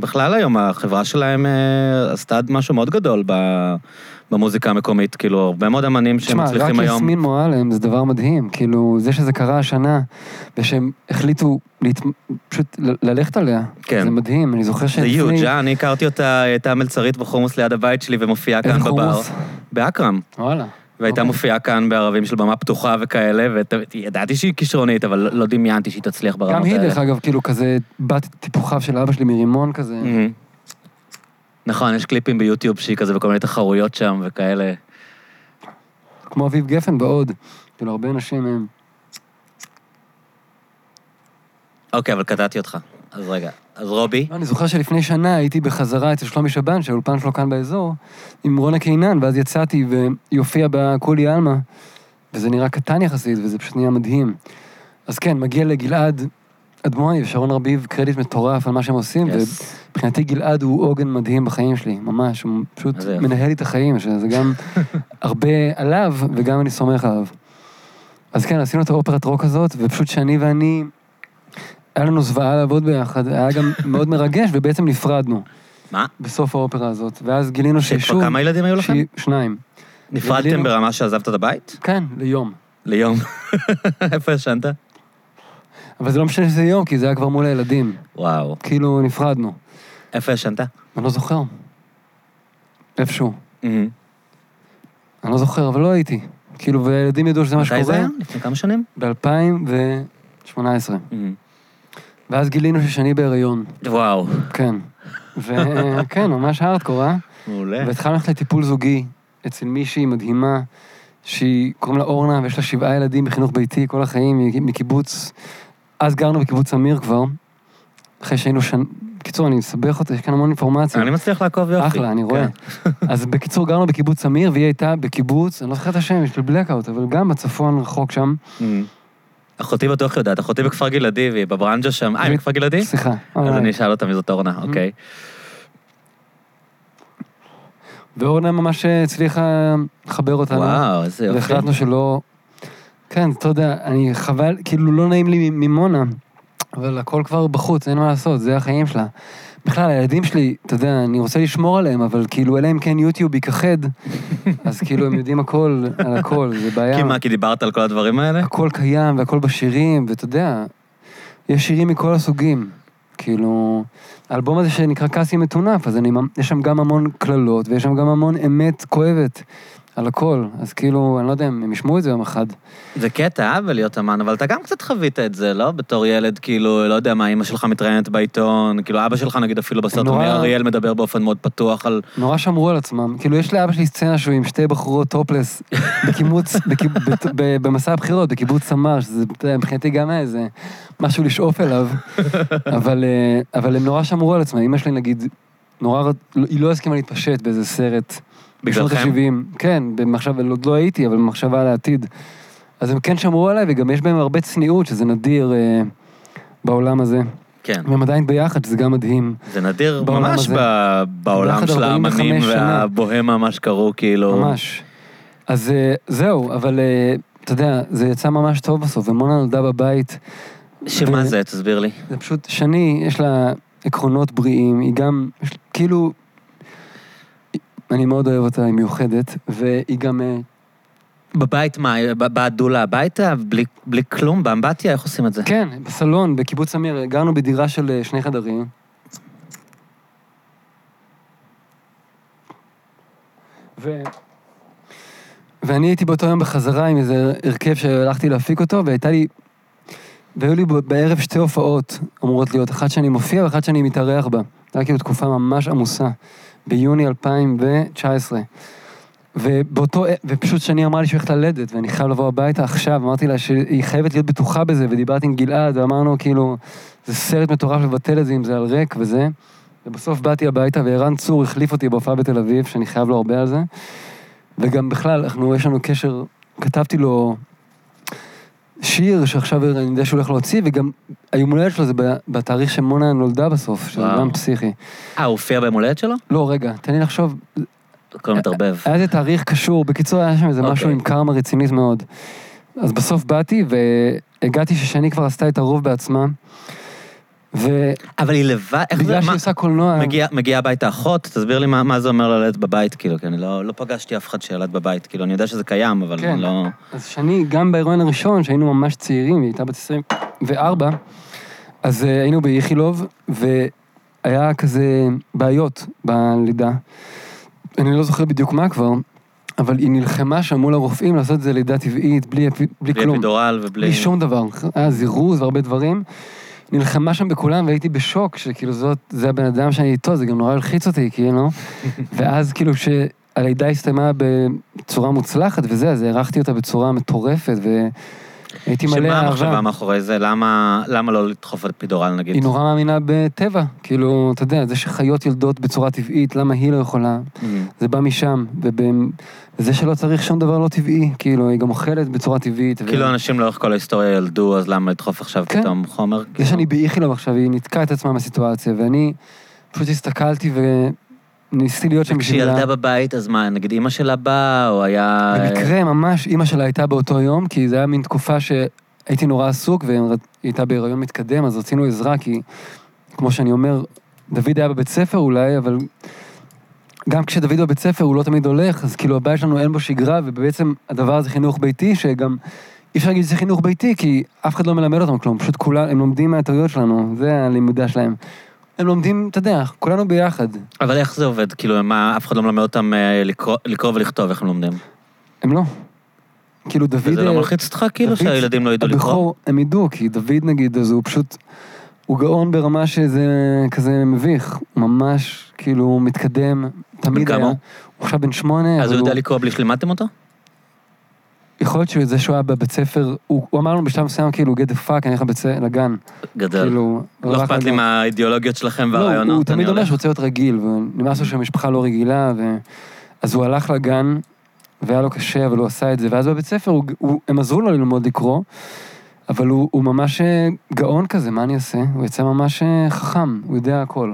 S2: בכלל היום, החברה שלהם אה, עשתה משהו מאוד גדול ב- במוזיקה המקומית, כאילו, הרבה מאוד אמנים
S1: תשמע, רק
S2: שמצליחים היום.
S1: יסמין מועלם זה דבר מדהים, כאילו, זה שזה קרה השנה, ושהם החליטו להת... פשוט ל- ללכת עליה,
S2: כן.
S1: זה מדהים, אני זוכר
S2: זה
S1: שלפני...
S2: יוג', אה? אני הכרתי אותה, היא הייתה מלצרית בחומוס ליד הבית שלי ומופיעה
S1: איזה
S2: אה? כאן בבר.
S1: חומוס?
S2: באקרם.
S1: וואלה.
S2: והייתה
S1: אוקיי.
S2: מופיעה כאן בערבים של במה פתוחה וכאלה, וידעתי שהיא כישרונית, אבל לא דמיינתי שהיא תצליח ברמות
S1: גם
S2: האלה.
S1: היא, דרך אגב, כאילו כזה בת טיפוחיו של אבא שלי מרימון כזה.
S2: מהמם. נכון, יש קליפים ביוטיוב שהיא כזה בכל מיני תחרויות שם וכאלה.
S1: כמו אביב גפן בהוד. כאילו, הרבה אנשים הם...
S2: אוקיי, אבל קטעתי אותך. אז רגע, אז רובי,
S1: לא, אני זוכר שלפני שנה הייתי בחזרה אצל שלומי שבן, שהאולפן שלו כאן באזור, עם רונה קינן, ואז יצאתי והיא הופיעה בקולי עלמה, וזה נראה קטן יחסית, וזה פשוט נהיה מדהים. אז כן, מגיע לגלעד אדמוני ושרון רביב קרדיט מטורף על מה שהם עושים, yes.
S2: יס.
S1: ומבחינתי גלעד הוא עוגן מדהים בחיים שלי, ממש, הוא פשוט
S2: אז יופי.
S1: מנהל לי את החיים, שזה גם הרבה עליו, וגם אני סומך עליו. אז כן, עשינו את האופרת רוק הזאת, ופשוט שאני ואני, היה לנו זוועה לעבוד ביחד, היה גם מאוד מרגש, ובעצם נפרדנו
S2: מה?
S1: בסוף האופרה הזאת. ואז גילינו
S2: כבר
S1: ששוב...
S2: כמה ילדים היו לכם?
S1: שהיא- שניים.
S2: נפרדתם
S1: גילינו-
S2: ברמה שעזבת את הבית?
S1: כן, ליום.
S2: ליום. איפה ישנת?
S1: אבל זה לא משנה שזה יום, כי זה היה כבר מול הילדים.
S2: וואו.
S1: כאילו, נפרדנו.
S2: איפה ישנת?
S1: אני לא זוכר. איפשהו.
S2: מהמם.
S1: אני לא זוכר, אבל לא הייתי. כאילו, והילדים ידעו שזה מה שקורה.
S2: מתי זה היה? לפני כמה שנים?
S1: ב-2018.
S2: מהמם.
S1: ואז גילינו ששני בהיריון.
S2: וואו.
S1: כן. וכן, ממש הארדקור, אה?
S2: מעולה.
S1: והתחלנו ללכת לטיפול זוגי אצל מישהי מדהימה, שהיא, קוראים לה אורנה, ויש לה שבעה ילדים בחינוך ביתי כל החיים, היא מקיבוץ, אז גרנו בקיבוץ אמיר כבר, אחרי שהיינו שנה, בקיצור, אני מסבך אותה, יש כאן המון אינפורמציה.
S2: אני מצליח לעקוב יופי.
S1: אחלה, אני רואה.
S2: כן.
S1: אז בקיצור, גרנו בקיבוץ אמיר, והיא הייתה בקיבוץ, אני לא זוכר את השם, יש לי בלקאוט, אבל גם בצפון רחוק שם.
S2: מהמם. Mm. אחותי בטוח יודעת, אחותי בכפר גלעדי, והיא בברנג'ה שם. אה, היא בכפר גלעדי?
S1: סליחה.
S2: אז
S1: אולי.
S2: אני אשאל אותה מי זאת אורנה,
S1: Mm.
S2: אוקיי.
S1: ואורנה ממש אה, הצליחה לחבר אותנו.
S2: וואו, איזה יופי.
S1: והחלטנו שלא... כן, אתה יודע, אני חבל, כאילו לא נעים לי ממונה, אבל הכל כבר בחוץ, אין מה לעשות, זה החיים שלה. בכלל, הילדים שלי, אתה יודע, אני רוצה לשמור עליהם, אבל כאילו, אלא אם כן יוטיוב ייכחד, אז כאילו הם יודעים הכל, על הכל, זה בעיה.
S2: כי מה, כי דיברת על כל הדברים האלה?
S1: הכל קיים והכל בשירים, ואתה יודע, יש שירים מכל הסוגים. כאילו, האלבום הזה שנקרא קאסי מטונף, אז אני, ממ- יש שם גם המון קללות, ויש שם גם המון אמת כואבת. על הכל. אז כאילו, אני לא יודע אם הם ישמעו את זה יום אחד.
S2: זה קטע, אבל להיות אמן, אבל אתה גם קצת חווית את זה, לא? בתור ילד, כאילו, לא יודע מה, אמא שלך מתראיינת בעיתון, כאילו, אבא שלך, נגיד, אפילו בסרט
S1: נורא-
S2: אומר, אריאל מדבר באופן מאוד פתוח על...
S1: נורא שמרו על עצמם. כאילו, יש לאבא שלי סצנה שהוא עם שתי בחורות טופלס בקימוץ, בקיב- בת- ב- במסע הבחירות, בקיבוץ סמר, שזה אתה יודע, מבחינתי גם היה איזה משהו לשאוף אליו. אבל, אה, אבל הם נורא שמרו על עצמם. אמא שלי, נגיד, נורא, רת- לא- היא לא הסכימה להתפשט באיזה סרט. בשנות
S2: בגללכם?
S1: ה-70. כן, במחשבה, עוד לא הייתי, אבל במחשבה על העתיד. אז הם כן שמרו עליי, וגם יש בהם הרבה צניעות, שזה נדיר אה, בעולם הזה.
S2: כן.
S1: והם עדיין ביחד, שזה גם מדהים.
S2: זה נדיר
S1: בעולם
S2: ממש
S1: הזה.
S2: ב- בעולם
S1: ביחד
S2: של
S1: 45
S2: האמנים
S1: שנה.
S2: והבוהמה, מה שקראו, כאילו...
S1: ממש. אז אה, זהו, אבל אה, אתה יודע, זה יצא ממש טוב בסוף, ומונה נולדה בבית.
S2: שמה
S1: ו-
S2: זה? תסביר לי.
S1: זה פשוט, שני, יש לה עקרונות בריאים, היא גם, יש- כאילו, אני מאוד אוהב אותה, היא מיוחדת, והיא גם, אה,
S2: בבית מה? ב- באה דולה הביתה? בלי- בלי כלום? באמבטיה? איך עושים את זה?
S1: כן, בסלון, בקיבוץ אמיר, גרנו בדירה של אה, שני חדרים. ו... ואני הייתי באותו יום בחזרה עם איזה הרכב שהלכתי להפיק אותו, והייתה לי... והיו לי ב- בערב שתי הופעות אמורות להיות, אחת שאני מופיע ואחת שאני מתארח בה. זה היה כאילו תקופה ממש עמוסה, ביוני 2019. ובאותו, ופשוט שני אמרה לי שהיא הולכת ללדת, ואני חייב לבוא הביתה עכשיו, אמרתי לה שהיא חייבת להיות בטוחה בזה, ודיברתי עם גלעד, ואמרנו כאילו, זה סרט מטורף לבטל את זה אם זה על ריק וזה. ובסוף באתי הביתה, וערן צור החליף אותי בהופעה בתל אביב, שאני חייב לו הרבה על זה. וגם בכלל, אנחנו, יש לנו קשר, כתבתי לו שיר שעכשיו אני יודע שהוא הולך להוציא, וגם היום הולדת שלו זה ב- בתאריך שמונה נולדה בסוף, שזה
S2: וואו.
S1: גם פסיכי.
S2: אה, הוא הופיע ביום הולדת שלו?
S1: לא, רגע, תן לי לחשוב,
S2: הכל מתערבב.
S1: היה איזה תאריך קשור, בקיצור היה שם איזה
S2: אוקיי.
S1: משהו עם קרמה רצינית מאוד. אז בסוף באתי והגעתי ששני כבר עשתה את הרוב בעצמה, ובגלל
S2: אבל היא לבד, איך זה,
S1: אה, שהיא
S2: מה,
S1: עושה קולנוע,
S2: מגיע- מגיעה הביתה אחות, תסביר לי מה מה זה אומר ללדת בבית, כאילו, כי אני לא לא פגשתי אף אחד שילד בבית, כאילו, אני יודע שזה קיים, אבל
S1: כן.
S2: אני לא...
S1: אז שני, גם בהיריון הראשון, שהיינו ממש צעירים, היא הייתה בת 24, אז אה, היינו באיכילוב, והיה כזה בעיות בלידה. אני לא זוכר בדיוק מה כבר, אבל היא נלחמה שם מול הרופאים לעשות את זה לידה טבעית, בלי, אפי- בלי
S2: בלי
S1: כלום.
S2: אפידורל ובלי...
S1: בלי שום דבר. היה זירוז והרבה דברים. נלחמה שם בכולם והייתי בשוק, שכאילו זאת, זה הבן אדם שאני איתו, זה גם נורא הלחיץ אותי, כאילו. ואז כאילו כשהלידה הסתיימה בצורה מוצלחת וזה, אז הערכתי אותה בצורה מטורפת, והייתי מלא
S2: שמה
S1: אהבה.
S2: המחשבה מאחורי זה? למה למה לא לדחוף אפידורל, נגיד?
S1: היא נורא מאמינה בטבע, כאילו, אתה יודע, זה שחיות יולדות בצורה טבעית, למה היא לא יכולה?
S2: אמ,
S1: זה בא משם, וזה שלא צריך שום דבר לא טבעי, כאילו, היא גם אוכלת בצורה טבעית. ו-
S2: כאילו אנשים לאורך כל ההיסטוריה ילדו, אז למה לדחוף עכשיו
S1: כן.
S2: פתאום חומר?
S1: זה
S2: כאילו?
S1: שאני באיכילוב עכשיו, היא ניתקה את עצמה מהסיטואציה, ואני פשוט הסתכלתי וניסיתי להיות שם
S2: כשהיא
S1: בשבילה.
S2: ילדה בבית, אז מה, נגיד אימא שלה באה, או היה...
S1: במקרה, ממש, אימא שלה הייתה באותו יום, כי זה היה מין תקופה שהייתי נורא עסוק, והיא הייתה בהיריון מתקדם, אז רצינו עזרה, כי כמו שאני אומר, דוד היה בבית ספר אולי, אבל גם כשדוד בבית ספר הוא לא תמיד הולך, אז כאילו הבית שלנו אין בו שגרה, ובעצם הדבר הזה חינוך ביתי, שגם אי אפשר להגיד שזה חינוך ביתי, כי אף אחד לא מלמד אותם כלום, פשוט כולם, הם לומדים מהטעויות שלנו, זה הלימודה שלהם. הם לומדים, אתה יודע, כולנו ביחד.
S2: אבל איך זה עובד? כאילו, מה, אף אחד לא מלמד אותם אה, לקרוא- לקרוא ולכתוב, איך הם לומדים?
S1: הם לא. כאילו דוד...
S2: וזה
S1: אה,
S2: לא מלחיץ אותך, כאילו,
S1: דוד,
S2: שהילדים לא ידעו לקרוא?
S1: הבכור, הם ידעו, כי דוד נגיד, אז הוא פשוט, הוא גאון ברמה שזה כזה מביך. הוא ממש, כאילו, הוא מתקדם, תמיד
S2: כמה
S1: היה.
S2: הוא?
S1: הוא עכשיו בן שמונה,
S2: אז
S1: אבל
S2: הוא
S1: הוא...
S2: יודע לקרוא בלי שלימדתם אותו?
S1: יכול להיות שזה שהוא היה בבית ספר, הוא הוא אמר לנו בשלב מסוים, כאילו, get the fuck, אני הולך לבית ספר- לגן.
S2: גדל.
S1: כאילו,
S2: לא
S1: רק
S2: אכפת לי
S1: לגן.
S2: מהאידיאולוגיות שלכם
S1: לא, הוא- הוא
S2: והרעיונות, אני
S1: תמיד אומר
S2: הולך. Mm.
S1: שהוא רוצה להיות רגיל, ונמאס לו שהמשפחה לא רגילה, ו... אז הוא הלך לגן, והיה לו קשה, אבל הוא עשה את זה, ואז בבית ספר, הוא, הוא, הם עזרו לו ללמוד לקרוא, אבל הוא, הוא ממש אה, גאון כזה, מה אני אעשה? הוא יצא ממש אה, חכם, הוא יודע הכל.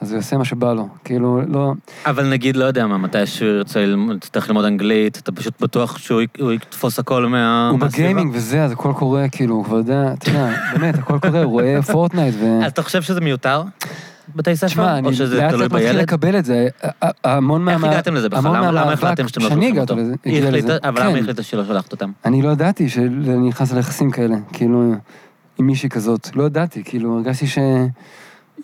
S1: אז הוא יעשה מה שבא לו, כאילו, לא...
S2: אבל נגיד, לא יודע מה, מתי שהוא ירצה ללמוד, יצטרך ללמוד אנגלית, אתה פשוט בטוח שהוא י- הוא יתפוס הכל מה...
S1: הוא
S2: מהסביבה?
S1: בגיימינג וזה, אז הכל קורה, כאילו, הוא כבר יודע, אתה יודע, באמת, הכל קורה, הוא רואה פורטנייט ו...
S2: אז אתה חושב שזה מיותר? בתי ספר?
S1: תשמע, אני
S2: או שזה
S1: לאט
S2: תלוי
S1: לאט מתחיל
S2: בילד?
S1: לקבל את זה. ה- ה- המון
S2: איך
S1: מהמאבק...
S2: הגעתם לזה בכלל?
S1: המון
S2: למה- למה
S1: מהמאבק-
S2: החלטתם שאתם לא
S1: שאני
S2: שולחים
S1: הגעתי
S2: אותו?
S1: לזה-
S2: היא
S1: הגיע לזה.
S2: החליטה, אבל למה
S1: כן.
S2: היא החליטה שלא שלחת אותם?
S1: אני לא ידעתי שאני נכנס ליחסים כאלה, כאילו, עם מישהי כזאת. לא ידעתי, כאילו, הרגשתי ש...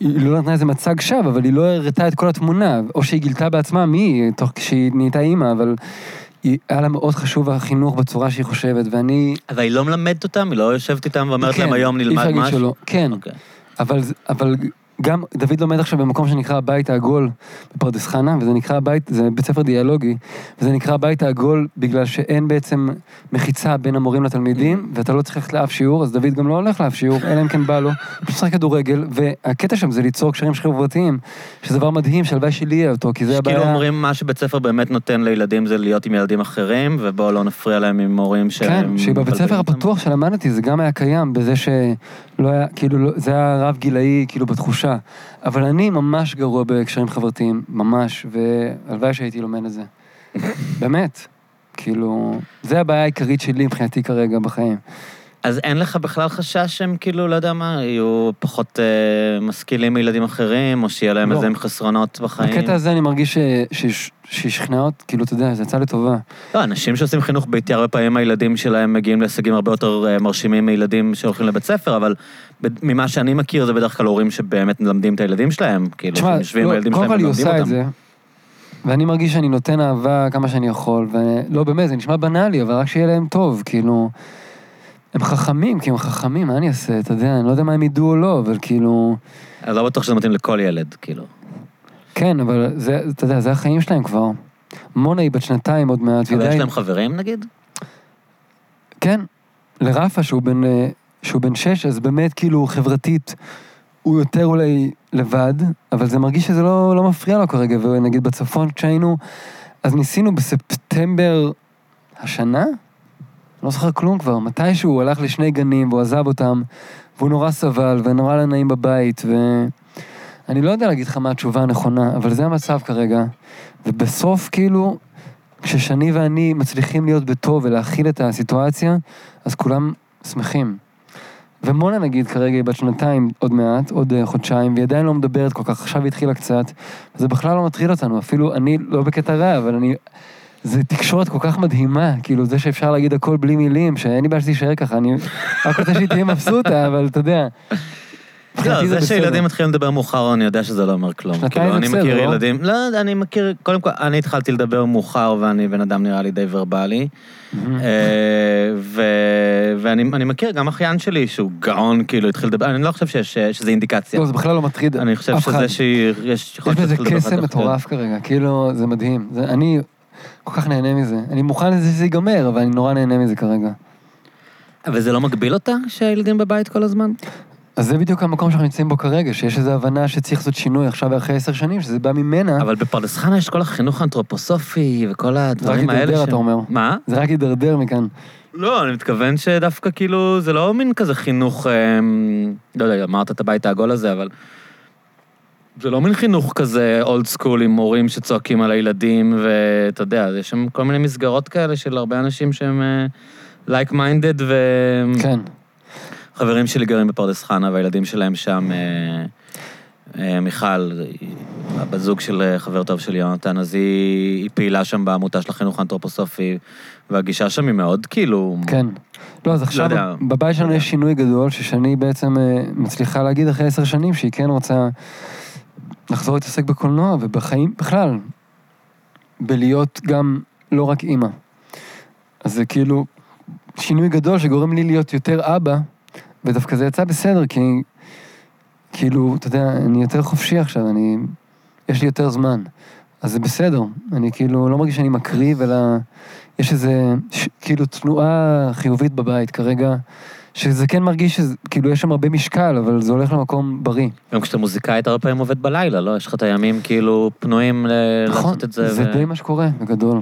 S1: היא לא נתנה איזה מצג שווא, אבל היא לא הראתה את כל התמונה, או שהיא גילתה בעצמה מי היא, תוך כשהיא נהייתה אימא, אבל היא- היה לה מאוד חשוב החינוך בצורה שהיא חושבת, ואני...
S2: אבל היא לא מלמדת אותם? היא לא יושבת איתם ואומרת להם,
S1: כן,
S2: היום
S1: אי אפשר
S2: נלמד
S1: להגיד
S2: משהו?
S1: שלא. כן,
S2: אוקיי.
S1: אבל, זה- אבל גם דוד לומד עכשיו במקום שנקרא הבית העגול בפרדס חנה, וזה נקרא הבית, זה בית ספר דיאלוגי, וזה נקרא הבית העגול בגלל שאין בעצם מחיצה בין המורים לתלמידים, ואתה לא צריך ללכת לאף שיעור, אז דוד גם לא הולך לאף שיעור, אלא אם כן בא לו, הוא פשוט משחק כדורגל, והקטע שם זה ליצור קשרים חברתיים, שזה דבר מדהים, שהלוואי שלי יהיה אותו, כי זה הבעיה...
S2: כאילו אומרים, מה שבית ספר באמת נותן לילדים זה להיות עם ילדים אחרים, ובואו לא נפריע להם עם הורים שהם...
S1: כן, שבבית
S2: מבלבלים
S1: ספר
S2: אותם.
S1: הפתוח שלמדתי זה גם היה קיים בזה שלא היה, כאילו, לא, זה היה רב גילאי, כאילו, בתחושה. אבל אני ממש גרוע בקשרים חברתיים, ממש, והלוואי שהייתי לומד את זה. באמת. כאילו, זה הבעיה העיקרית שלי מבחינתי כרגע בחיים.
S2: אז אין לך בכלל חשש שהם כאילו, לא יודע מה, יהיו פחות אה, משכילים מילדים אחרים, או שיהיה להם
S1: לא.
S2: איזה הם חסרונות בחיים?
S1: בקטע הזה אני מרגיש ש- ש- שהיא שכנעה אותי, כאילו, אתה יודע, זה יצא לטובה.
S2: לא, אנשים שעושים חינוך ביתי, הרבה פעמים הילדים שלהם מגיעים להישגים הרבה יותר אה, מרשימים מילדים שהולכים לבית ספר, אבל ב- ממה שאני מכיר זה בדרך כלל הורים שבאמת מלמדים את הילדים שלהם, כאילו,
S1: תשמע,
S2: שהם יושבים עם
S1: לא,
S2: הילדים
S1: קודם
S2: שלהם
S1: כל היא
S2: ומלמדים
S1: עושה את
S2: אותם.
S1: זה, ואני מרגיש שאני נותן אהבה כמה שאני יכול, ולא, באמת, זה נשמע בנאלי, אבל רק שיהיה להם טוב, כאילו... הם חכמים, כי הם חכמים, מה אני אעשה? אתה יודע, אני לא יודע מה הם ידעו או לא, אבל כאילו...
S2: אני לא בטוח שזה מתאים לכל ילד, כאילו.
S1: כן, אבל זה, אתה יודע, זה החיים שלהם כבר. מונה היא בת שנתיים עוד מעט,
S2: אבל יש
S1: ועדיין...
S2: להם חברים, נגיד?
S1: כן, לרפה שהוא בן, אה, שהוא בן שש, אז באמת כאילו חברתית הוא יותר אולי לבד, אבל זה מרגיש שזה לא, לא מפריע לו כרגע, ונגיד בצפון כשהיינו, אז ניסינו בספטמבר השנה, לא זוכר כלום כבר, מתישהו הוא הלך לשני גנים והוא עזב אותם, והוא נורא סבל ונורא לא נעים בבית, ו... אני לא יודע להגיד לך מה התשובה הנכונה, אבל זה המצב כרגע. ובסוף, כאילו, כששני ואני מצליחים להיות בטוב ולהכיל את הסיטואציה, אז כולם שמחים. ומונה נגיד כרגע היא בת שנתיים עוד מעט, עוד אה, חודשיים, והיא עדיין לא מדברת כל כך, עכשיו היא התחילה קצת, זה בכלל לא מטריד אותנו, אפילו אני לא בקטע רע, אבל אני... זה תקשורת כל כך מדהימה, כאילו זה שאפשר להגיד הכל בלי מילים, שאין לי בעיה שתישאר ככה, אני רק רוצה שהיא תהיה מבסוטה, אבל אתה יודע.
S2: לא,
S1: מבחינתי
S2: זה
S1: בסדר.
S2: שילדים מתחילים לדבר מאוחר, אני יודע שזה לא אומר כלום.
S1: שנתיים זה
S2: כאילו, אני
S1: בסדר,
S2: מכיר
S1: לא?
S2: ילדים... לא, אני מכיר... קודם כל, אני התחלתי לדבר מאוחר, ואני בן אדם נראה לי די ורבלי.
S1: Mm-hmm. מהמם.
S2: אה, ו- ואני אני מכיר גם אחיין שלי, שהוא גאון, כאילו, התחיל לדבר... אני לא חושב שיש- שזה אינדיקציה.
S1: לא, זה בכלל לא מטריד
S2: אני חושב
S1: אף אחד.
S2: שזה שהיא... יש
S1: יש
S2: יכולת
S1: בזה
S2: להתחיל לדבר אחר
S1: קסם
S2: כך,
S1: מטורף כרגע, כאילו, זה מדהים. זה, אני כל כך נהנה מזה. אני מוכן לזה שזה ייגמר, אבל אני נורא נהנה מזה כרגע.
S2: כן. אבל זה לא מגביל אותה, שהילדים בבית כל הזמן?
S1: כן. אז זה בדיוק המקום שאנחנו נמצאים בו כרגע, שיש איזו הבנה שצריך לעשות שינוי עכשיו ואחרי עשר שנים, שזה בא ממנה,
S2: אבל בפרדס חנה יש כל החינוך האנתרופוסופי וכל
S1: זה רק
S2: הדברים האלה
S1: יידרדר,
S2: ש...
S1: אתה אומר.
S2: מה?
S1: זה רק יידרדר מכאן.
S2: לא, אני מתכוון שדווקא כאילו, זה לא מין כזה חינוך, אמ, לא יודע, אמרת את הבית העגול הזה, אבל... זה לא מין חינוך כזה אולד סקול עם מורים שצועקים על הילדים, ואתה יודע, יש שם כל מיני מסגרות כאלה של הרבה אנשים שהם אה, לייק מיינדד, Mm.
S1: כן.
S2: וחברים שלי גרים בפרדס חנה, והילדים שלהם שם, אה, אה, מיכל, היא בת זוג של אה, חבר טוב שלי, יונתן, אז היא, היא פעילה שם בעמותה של החינוך האנתרופוסופי, והגישה שם היא מאוד כאילו...
S1: כן. לא, אז עכשיו
S2: יודע.
S1: בבית שלנו
S2: יודע.
S1: יש שינוי גדול, ששני בעצם אה, מצליחה להגיד אחרי עשר שנים שהיא כן רוצה לחזור להתעסק בקולנוע ובחיים בכלל, בלהיות גם לא רק אימא. אז זה כאילו שינוי גדול שגורם לי להיות יותר אבא, ודווקא זה יצא בסדר, כי כאילו, אתה יודע, אני יותר חופשי עכשיו, אני... יש לי יותר זמן. אז זה בסדר, אני כאילו לא מרגיש שאני מקריב, אלא יש איזה ש... כאילו תנועה חיובית בבית כרגע, שזה כן מרגיש שכאילו יש שם הרבה משקל, אבל זה הולך למקום בריא.
S2: גם כשאתה מוזיקאית הרבה פעמים עובד בלילה, לא? יש לך את הימים כאילו פנויים ל- לעשות את זה.
S1: נכון, זה
S2: ו-
S1: די מה שקורה, בגדול.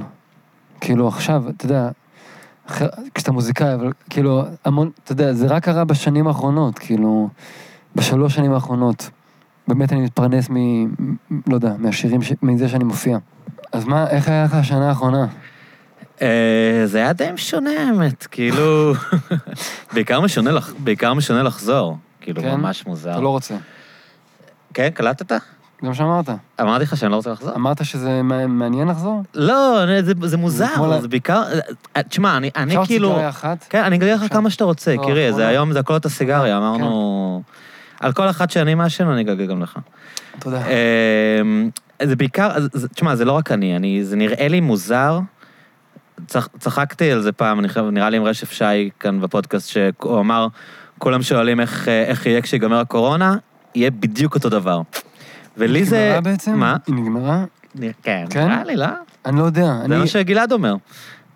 S1: כאילו עכשיו, אתה יודע, אחר, כשאתה מוזיקאי, אבל כאילו המון, אתה יודע, זה רק קרה בשנים האחרונות, כאילו, בשלוש שנים האחרונות. באמת אני מתפרנס מ... מ- לא יודע, מהשירים, ש... מזה שאני מופיע. אז מה, איך היה לך השנה האחרונה?
S2: אה, זה היה די משונה האמת, כאילו... בעיקר משונה לח- בעיקר משונה לחזור. כאילו,
S1: כן?
S2: ממש מוזר.
S1: אתה לא רוצה.
S2: כן, קלטת?
S1: זה מה שאמרת.
S2: אמרתי לך שאני לא רוצה לחזור.
S1: אמרת שזה מע- מעניין לחזור?
S2: לא, אני- זה- זה
S1: כמו
S2: מוזר,
S1: ל-
S2: זה בעיקר... אה, תשמע, אני- אני
S1: אפשר עוד
S2: כאילו...
S1: סיגריה אחת?
S2: כן, אני אגיד לך
S1: אפשר?
S2: כמה שאתה רוצה,
S1: לא, כן.
S2: קירי, זה
S1: אחרונה.
S2: היום, זה הכל אותה סיגריה, אמרנו... על כל אחת שאני מעשן, אני אגגל גם לך.
S1: תודה.
S2: אה, אמ, זה בעיקר, אז- אז- תשמע, זה לא רק אני, אני, זה נראה לי מוזר צח- צחקתי על זה פעם, אני חושב, נראה לי עם רשף שי כאן בפודקאסט, שהוא אמר, כולם שואלים איך, אה, איך יהיה כשיגמר הקורונה, יהיה בדיוק אותו דבר. ולי זה...
S1: נגמרה בעצם?
S2: מה?
S1: היא נגמרה?
S2: נראה- כן,
S1: כן?
S2: נראה לי, לא?
S1: אני לא יודע.
S2: זה
S1: אני...
S2: מה שגלעד אומר.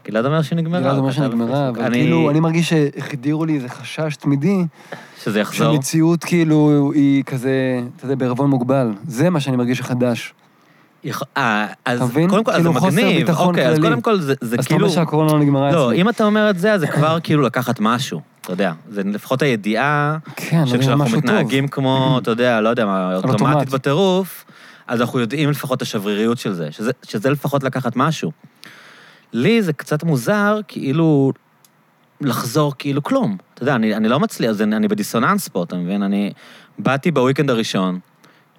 S2: גלעד אומר שנגמרה.
S1: נראה לי
S2: הוא
S1: אומר
S2: כתב
S1: שנגמרה,
S2: בפייסבוק.
S1: אבל כאילו, אני מרגיש שהחדירו לי איזה חשש תמידי,
S2: שזה יחזור.
S1: שהמציאות כאילו היא כזה, אתה יודע, בערבון מוגבל. זה מה שאני מרגיש החדש.
S2: יכ- אה, אז
S1: אתה מבין?
S2: קודם כל, אז זה
S1: כאילו, חוסר
S2: מגניב.
S1: ביטחון
S2: אוקיי, אז
S1: כללי.
S2: קודם כל, זה
S1: אז
S2: זה
S1: אתה
S2: כאילו...
S1: אומר שהקורונה לא נגמרה
S2: לא,
S1: אצלי.
S2: אם אתה אומר את זה, אז זה כבר כאילו לקחת משהו, אתה יודע. זה לפחות הידיעה
S1: כן, אבל זה
S2: שכשאנחנו
S1: משהו טוב.
S2: מתנהגים כמו, אתה יודע, לא יודע מה,
S1: אוטומט.
S2: אוטומטית בטירוף, אז אנחנו יודעים לפחות את השבריריות של זה, שזה- שזה לפחות לקחת משהו. לי זה קצת מוזר, כאילו, לחזור כאילו כלום. אתה יודע, אני אני לא מצליח, אז אני אני בדיסוננס פה, אתה מבין? אני באתי בוויקנד הראשון,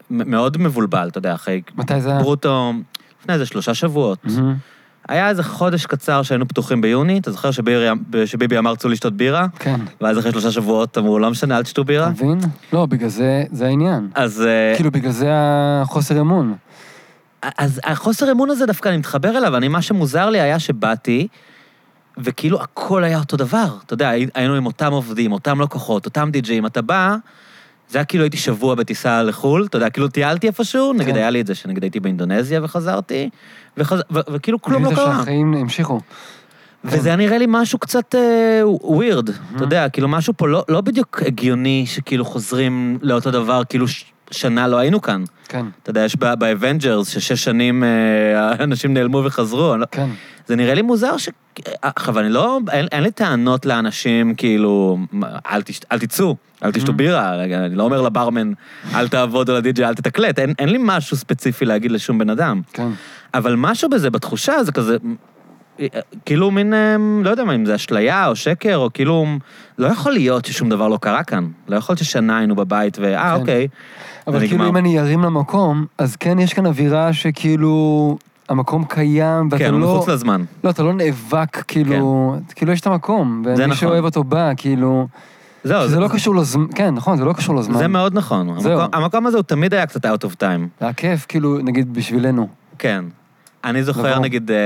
S2: מ- מאוד מבולבל, אתה יודע, אחרי
S1: מתי זה היה?
S2: ברוטו, לפני איזה שלושה שבועות.
S1: מהמם.
S2: היה איזה חודש קצר שהיינו פתוחים ביוני, אתה זוכר שבירי- שביבי אמר צאו לשתות בירה?
S1: כן.
S2: ואז אחרי שלושה שבועות אמרו, לא משנה, אל תשתו בירה.
S1: אתה מבין? לא, בגלל זה, זה העניין.
S2: אז, אה,
S1: כאילו, בגלל זה החוסר אמון.
S2: אז החוסר אמון הזה דווקא, אני מתחבר אליו, אני, מה שמוזר לי היה שבאתי, וכאילו הכל היה אותו דבר. אתה יודע, הי- היינו עם אותם עובדים, אותם לקוחות, אותם די-ג'אים, אתה בא, זה היה כאילו הייתי שבוע בטיסה לחו"ל, אתה יודע, כאילו טיילתי איפשהו, נגיד
S1: כן.
S2: היה לי את זה, שנגיד הייתי באינדונזיה וחזרתי, וחז- ו- וכאילו כלום לא
S1: בגלל זה
S2: קרה.
S1: שהחיים המשיכו.
S2: וזה היה נראה לי משהו קצת ווירד, אתה יודע, כאילו משהו פה לא, לא בדיוק הגיוני שכאילו חוזרים לאותו דבר, כאילו ש, שנה לא היינו כאן.
S1: כן,
S2: אתה יודע, יש ב- באבנג'רס ששש שנים אה, אנשים נעלמו וחזרו. אני לא-
S1: כן.
S2: זה נראה לי מוזר ש... עכשיו, אני לא... אין, אין לי טענות לאנשים, כאילו, מה, אל, תשת, אל תצאו, אל תשתו
S1: Mhm.
S2: בירה, רגע, אני לא אומר לברמן, אל תעבוד על הדי-ג'י, אל תתקלט, אין, אין לי משהו ספציפי להגיד לשום בן אדם.
S1: כן.
S2: אבל משהו בזה, בתחושה, זה כזה... כאילו מין, אה, לא יודע מה, אם זה אשליה או שקר, או כאילו, לא יכול להיות ששום דבר לא קרה כאן. לא יכול להיות ששנה היינו בבית, ואה,
S1: כן.
S2: אוקיי.
S1: אבל
S2: נגמר.
S1: כאילו, אם אני ירים למקום, אז כן, יש כאן אווירה שכאילו, המקום קיים, ואתה
S2: כן, הוא
S1: לא...
S2: מחוץ לזמן.
S1: לא, אתה לא נאבק, כאילו... כאילו, יש את המקום,
S2: זה
S1: ומי
S2: נכון.
S1: שאוהב אותו בא, כאילו...
S2: זהו,
S1: שזה לא קשור לזמן, כן, נכון, זה לא קשור לזמן.
S2: זה מאוד נכון.
S1: זהו.
S2: המקום, המקום הזה הוא תמיד היה קצת out of time.
S1: זה היה כיף, כאילו, נגיד, בשבילנו.
S2: כן. אני זוכר,
S1: נכון.
S2: נגיד, אה,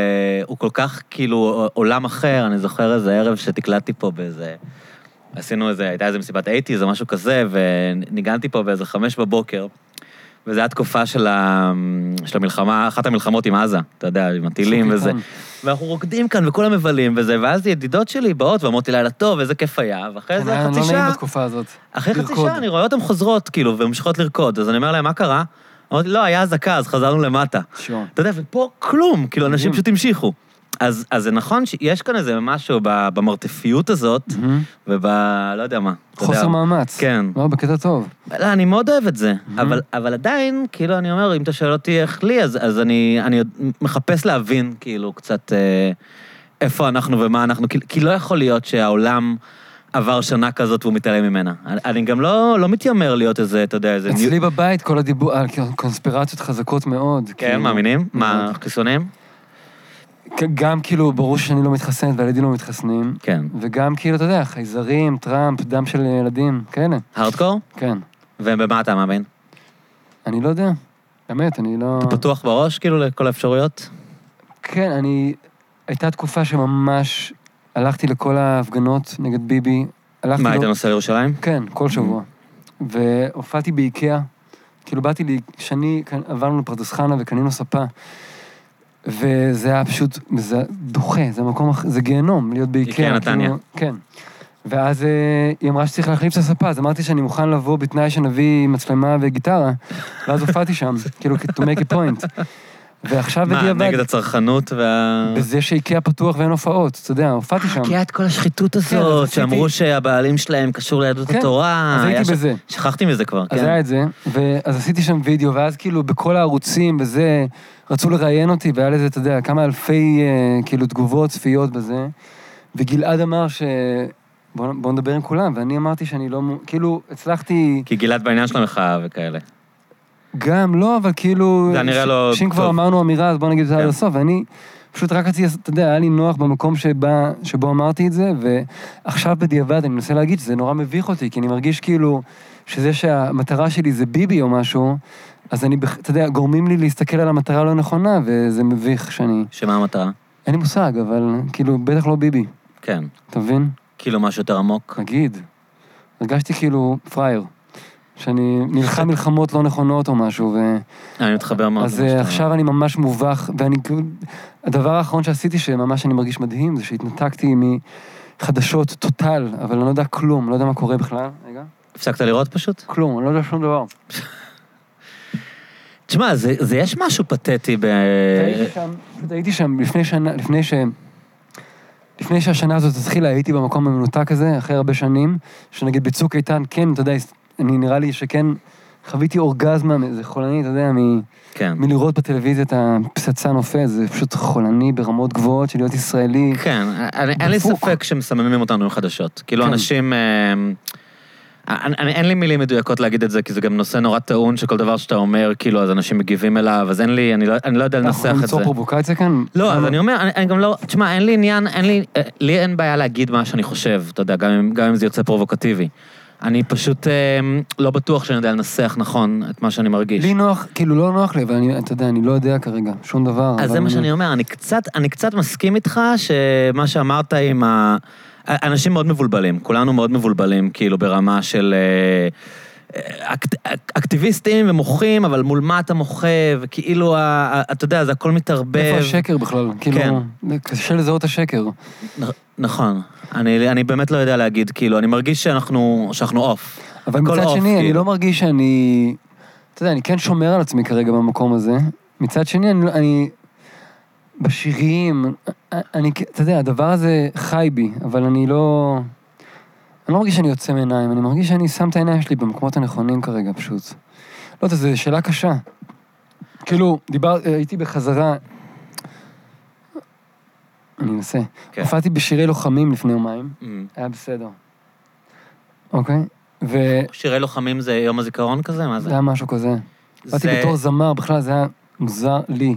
S2: הוא כל כך כאילו עולם אחר, אני זוכר איזה ערב שתקלטתי פה באיזה... עשינו איזה, הייתה איזה מסיבת 80's או משהו כזה, וניגנתי פה באיזה חמש בבוקר, וזו הייתה תקופה של, ה... של המלחמה, אחת המלחמות עם עזה, אתה יודע, עם הטילים
S1: צוק
S2: וזה.
S1: איתן.
S2: ואנחנו רוקדים כאן וכולם מבלים וזה, ואז ידידות שלי באות ואומרות לי לילה טוב, איזה כיף היה, ואחרי
S1: כן,
S2: זה
S1: היה
S2: חצי
S1: לא נעים
S2: שעה...
S1: בתקופה הזאת.
S2: אחרי חצי
S1: לרקוד.
S2: שעה אני רואה אותן חוזרות, כאילו, וממשיכות לרקוד. אז אני אומר להם, מה קרה? אמרתי, לא, היה אזעקה, אז חזרנו למטה.
S1: שיעור.
S2: אתה יודע, ופה כלום, כאילו, אנשים
S1: מדהים.
S2: פשוט המשיכו. אז, אז זה נכון שיש כאן איזה משהו ב- במרתפיות הזאת,
S1: מהמם.
S2: וב... לא יודע מה. אתה יודע.
S1: חוסר מאמץ.
S2: כן.
S1: לא, בקטע טוב.
S2: לא, אני מאוד אוהב את זה, אבל, אבל עדיין, כאילו, אני אומר, אם אתה שואל אותי איך לי, אז, אז אני, אני עוד מחפש להבין, כאילו, קצת אה, איפה אנחנו ומה אנחנו, כי, כי לא יכול להיות שהעולם עבר שנה כזאת והוא מתעלם ממנה. אני, אני גם לא, לא מתיימר להיות איזה, אתה יודע, איזה...
S1: אצלי בבית כל הדיבור, אה, כאילו, קונספירציות חזקות מאוד.
S2: כן,
S1: כאילו.
S2: מאמינים? מה,
S1: מאוד.
S2: חיסונים?
S1: כ- גם כאילו, ברור שאני לא מתחסנת והילדים לא מתחסנים,
S2: כן.
S1: וגם כאילו, אתה יודע, חייזרים, טראמפ, דם של ילדים, כאלה,
S2: הארדקור?
S1: כן.
S2: ובמה אתה מאמין?
S1: אני לא יודע, באמת, אני לא...
S2: אתה פתוח בראש, כאילו, לכל האפשרויות?
S1: כן, אני... הייתה תקופה שממש הלכתי לכל ההפגנות נגד ביבי. הלכתי
S2: מה,
S1: לו-
S2: היית נוסע לירושלים?
S1: כן, כל שבוע. והופעתי באיקאה, כאילו באתי לי, כשאני, כאן- עברנו לפרדס חנה וקנינו ספה, וזה היה פשוט, זה דוחה, זה מקום, אח- זה גיהנום להיות באיקאה.
S2: איקאה
S1: כאילו-
S2: נתניה.
S1: כן. ואז אה, היא אמרה שצריך להחליף את הספה, אז אמרתי שאני מוכן לבוא בתנאי שנביא מצלמה וגיטרה, ואז הופעתי שם, כאילו, to make a point. ועכשיו
S2: מה,
S1: לא בדיעבד,
S2: נגד הצרכנות וה...
S1: בזה שאיקאה פתוח ואין הופעות, אתה יודע, הופעתי שם.
S2: כי היה את כל השחיתות
S1: כן, אז
S2: הזאת,
S1: עשיתי-
S2: שאמרו שהבעלים שלהם קשור ליהדות
S1: כן,
S2: התורה.
S1: אז
S2: היה
S1: הייתי
S2: ש-
S1: בזה.
S2: שכחתי מזה כבר,
S1: אז
S2: כן.
S1: היה את זה, ואז עשיתי שם וידאו, ואז כאילו בכל הערוצים וזה, רצו לראיין אותי, והיה לזה, אתה יודע, כמה אלפי אה, כאילו תגובות, צפיות בזה. וגלעד אמר ש... בוא, בוא נדבר עם כולם, ואני אמרתי שאני לא... מו- כאילו, הצלחתי
S2: כי גלעד בעניין של המחאה וכאלה.
S1: גם לא, אבל כאילו...
S2: זה היה נראה לו
S1: שאם כבר
S2: טוב.
S1: אמרנו אמירה, אז בוא נגיד את זה
S2: כן.
S1: עד הסוף, ואני פשוט רק רציתי, לעשות- אתה יודע, היה לי נוח במקום שבה, שבו אמרתי את זה, ועכשיו בדיעבד אני מנסה להגיד שזה נורא מביך אותי, כי אני מרגיש כאילו שזה שהמטרה שלי זה ביבי או משהו, אז אני, בכ- אתה יודע, גורמים לי להסתכל על המטרה הלא נכונה, וזה לא מביך שאני...
S2: שמה המטרה?
S1: אין לי מושג, אבל כאילו, בטח לא ביבי,
S2: כן.
S1: אתה מבין?
S2: כאילו משהו יותר עמוק.
S1: נגיד. הרגשתי כאילו פראייר, שאני נלחם מלחמות לא נכונות או משהו, ו...
S2: אני מתחבר מאוד.
S1: כן. אז
S2: למה
S1: אה,
S2: שאתה אומר.
S1: עכשיו אני ממש מובך, ואני כאילו... הדבר האחרון שעשיתי, שממש אני מרגיש מדהים, זה שהתנתקתי מחדשות טוטל, אבל אני לא יודע כלום, לא יודע מה קורה בכלל. רגע.
S2: הפסקת לראות פשוט?
S1: כלום, אני לא יודע שום דבר.
S2: תשמע, זה, זה יש משהו פתטי ב... אה,
S1: הייתי שם, פשוט הייתי שם לפני שנה, לפני ש... לפני שהשנה הזאת התחילה, הייתי במקום המנותק הזה, אחרי הרבה שנים, שנגיד בצוק איתן, כן, אתה יודע, אני נראה לי שכן חוויתי אורגזמה, מ- זה חולני, אתה יודע, מ...
S2: כן.
S1: מלראות בטלוויזיה את הפצצה נופלת, זה פשוט חולני ברמות גבוהות של להיות ישראלי.
S2: כן, אני- אין לי
S1: דפוק.
S2: ספק שמסממים אותנו עם חדשות. כאילו,
S1: כן.
S2: אנשים... אה, אני, אני, אין לי מילים מדויקות להגיד את זה, כי זה גם נושא נורא טעון, שכל דבר שאתה אומר, כאילו, אז אנשים מגיבים אליו, אז אין לי, אני לא, אני לא יודע
S1: אנחנו
S2: לנסח
S1: יכולים
S2: את זה.
S1: ליצור פרובוקציה כאן?
S2: לא, אז אני אומר, אני, אני גם לא, תשמע, אין לי עניין, אין לי, אה, לי אין בעיה להגיד מה שאני חושב, אתה יודע, גם אם, גם אם זה יוצא פרובוקטיבי. אני פשוט אה, לא בטוח שאני יודע לנסח נכון את מה שאני מרגיש.
S1: לי נוח, כאילו לא נוח לי, אבל אני, אתה יודע, אני לא יודע כרגע, שום דבר.
S2: אז
S1: אבל
S2: זה מה
S1: אני-
S2: שאני אומר, אני קצת, אני קצת מסכים איתך שמה שאמרת עם ה... אנשים מאוד מבולבלים, כולנו מאוד מבולבלים, כאילו, ברמה של אה, אה, אקט, אק- אקטיביסטים ומוחים, אבל מול מה אתה מוחה, וכאילו, ה- ה- אתה יודע, זה הכל מתערבב.
S1: איפה השקר בכלל? כאילו,
S2: כן.
S1: קשה לזהות את השקר.
S2: נ- נכון. אני, אני באמת לא יודע להגיד, כאילו, אני מרגיש שאנחנו, שאנחנו אוף.
S1: אבל
S2: הכל
S1: מצד
S2: off,
S1: שני, אני
S2: כאילו.
S1: לא מרגיש שאני... אתה יודע, אני כן שומר על עצמי כרגע במקום הזה. מצד שני, אני... לא- אני בשירים, אני... כ- אתה יודע, הדבר הזה חי בי, אבל אני לא... אני לא מרגיש שאני יוצא מעיניים, אני מרגיש שאני שם את העיניים שלי במקומות הנכונים כרגע, פשוט. לא יודע, זו שאלה קשה. כאילו, דיבר... הייתי בחזרה... אני אנסה.
S2: כן.
S1: הופעתי בשירי לוחמים לפני יומיים, היה בסדר. אוקיי? ו...
S2: שירי לוחמים זה יום הזיכרון כזה? מה זה?
S1: זה היה משהו כזה. באתי
S2: זה-
S1: בתור זמר, בכלל זה היה מוזר לי.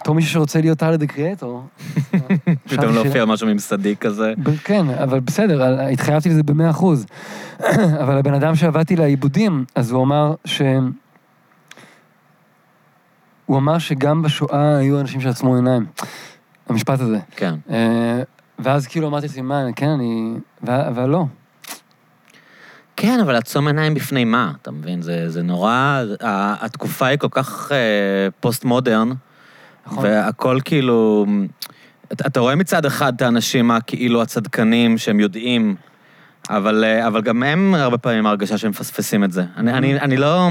S1: בתור מישהו שרוצה להיות טאלד הקריאטור.
S2: פתאום לא הופיע משהו ממסדי כזה.
S1: כן, אבל בסדר, על- התחייבתי לזה במאה אחוז. אבל הבן אדם שעבדתי לעיבודים, אז הוא אמר ש... הוא אמר שגם בשואה היו אנשים שעצמו עיניים. המשפט הזה.
S2: כן.
S1: אה, ואז כאילו אמרתי לעצמי, מה, כן, אני... ו- אבל לא.
S2: כן, אבל לעצום עיניים בפני מה, אתה מבין? זה, זה נורא... ה- התקופה היא כל כך אה, פוסט-מודרן,
S1: נכון.
S2: והכל כאילו... אתה, אתה רואה מצד אחד את האנשים הכאילו הצדקנים שהם יודעים, אבל, אה, אבל גם הם הרבה פעמים ההרגשה שהם מפספסים את זה. אני, אני,
S1: Mm-hmm.
S2: אני לא...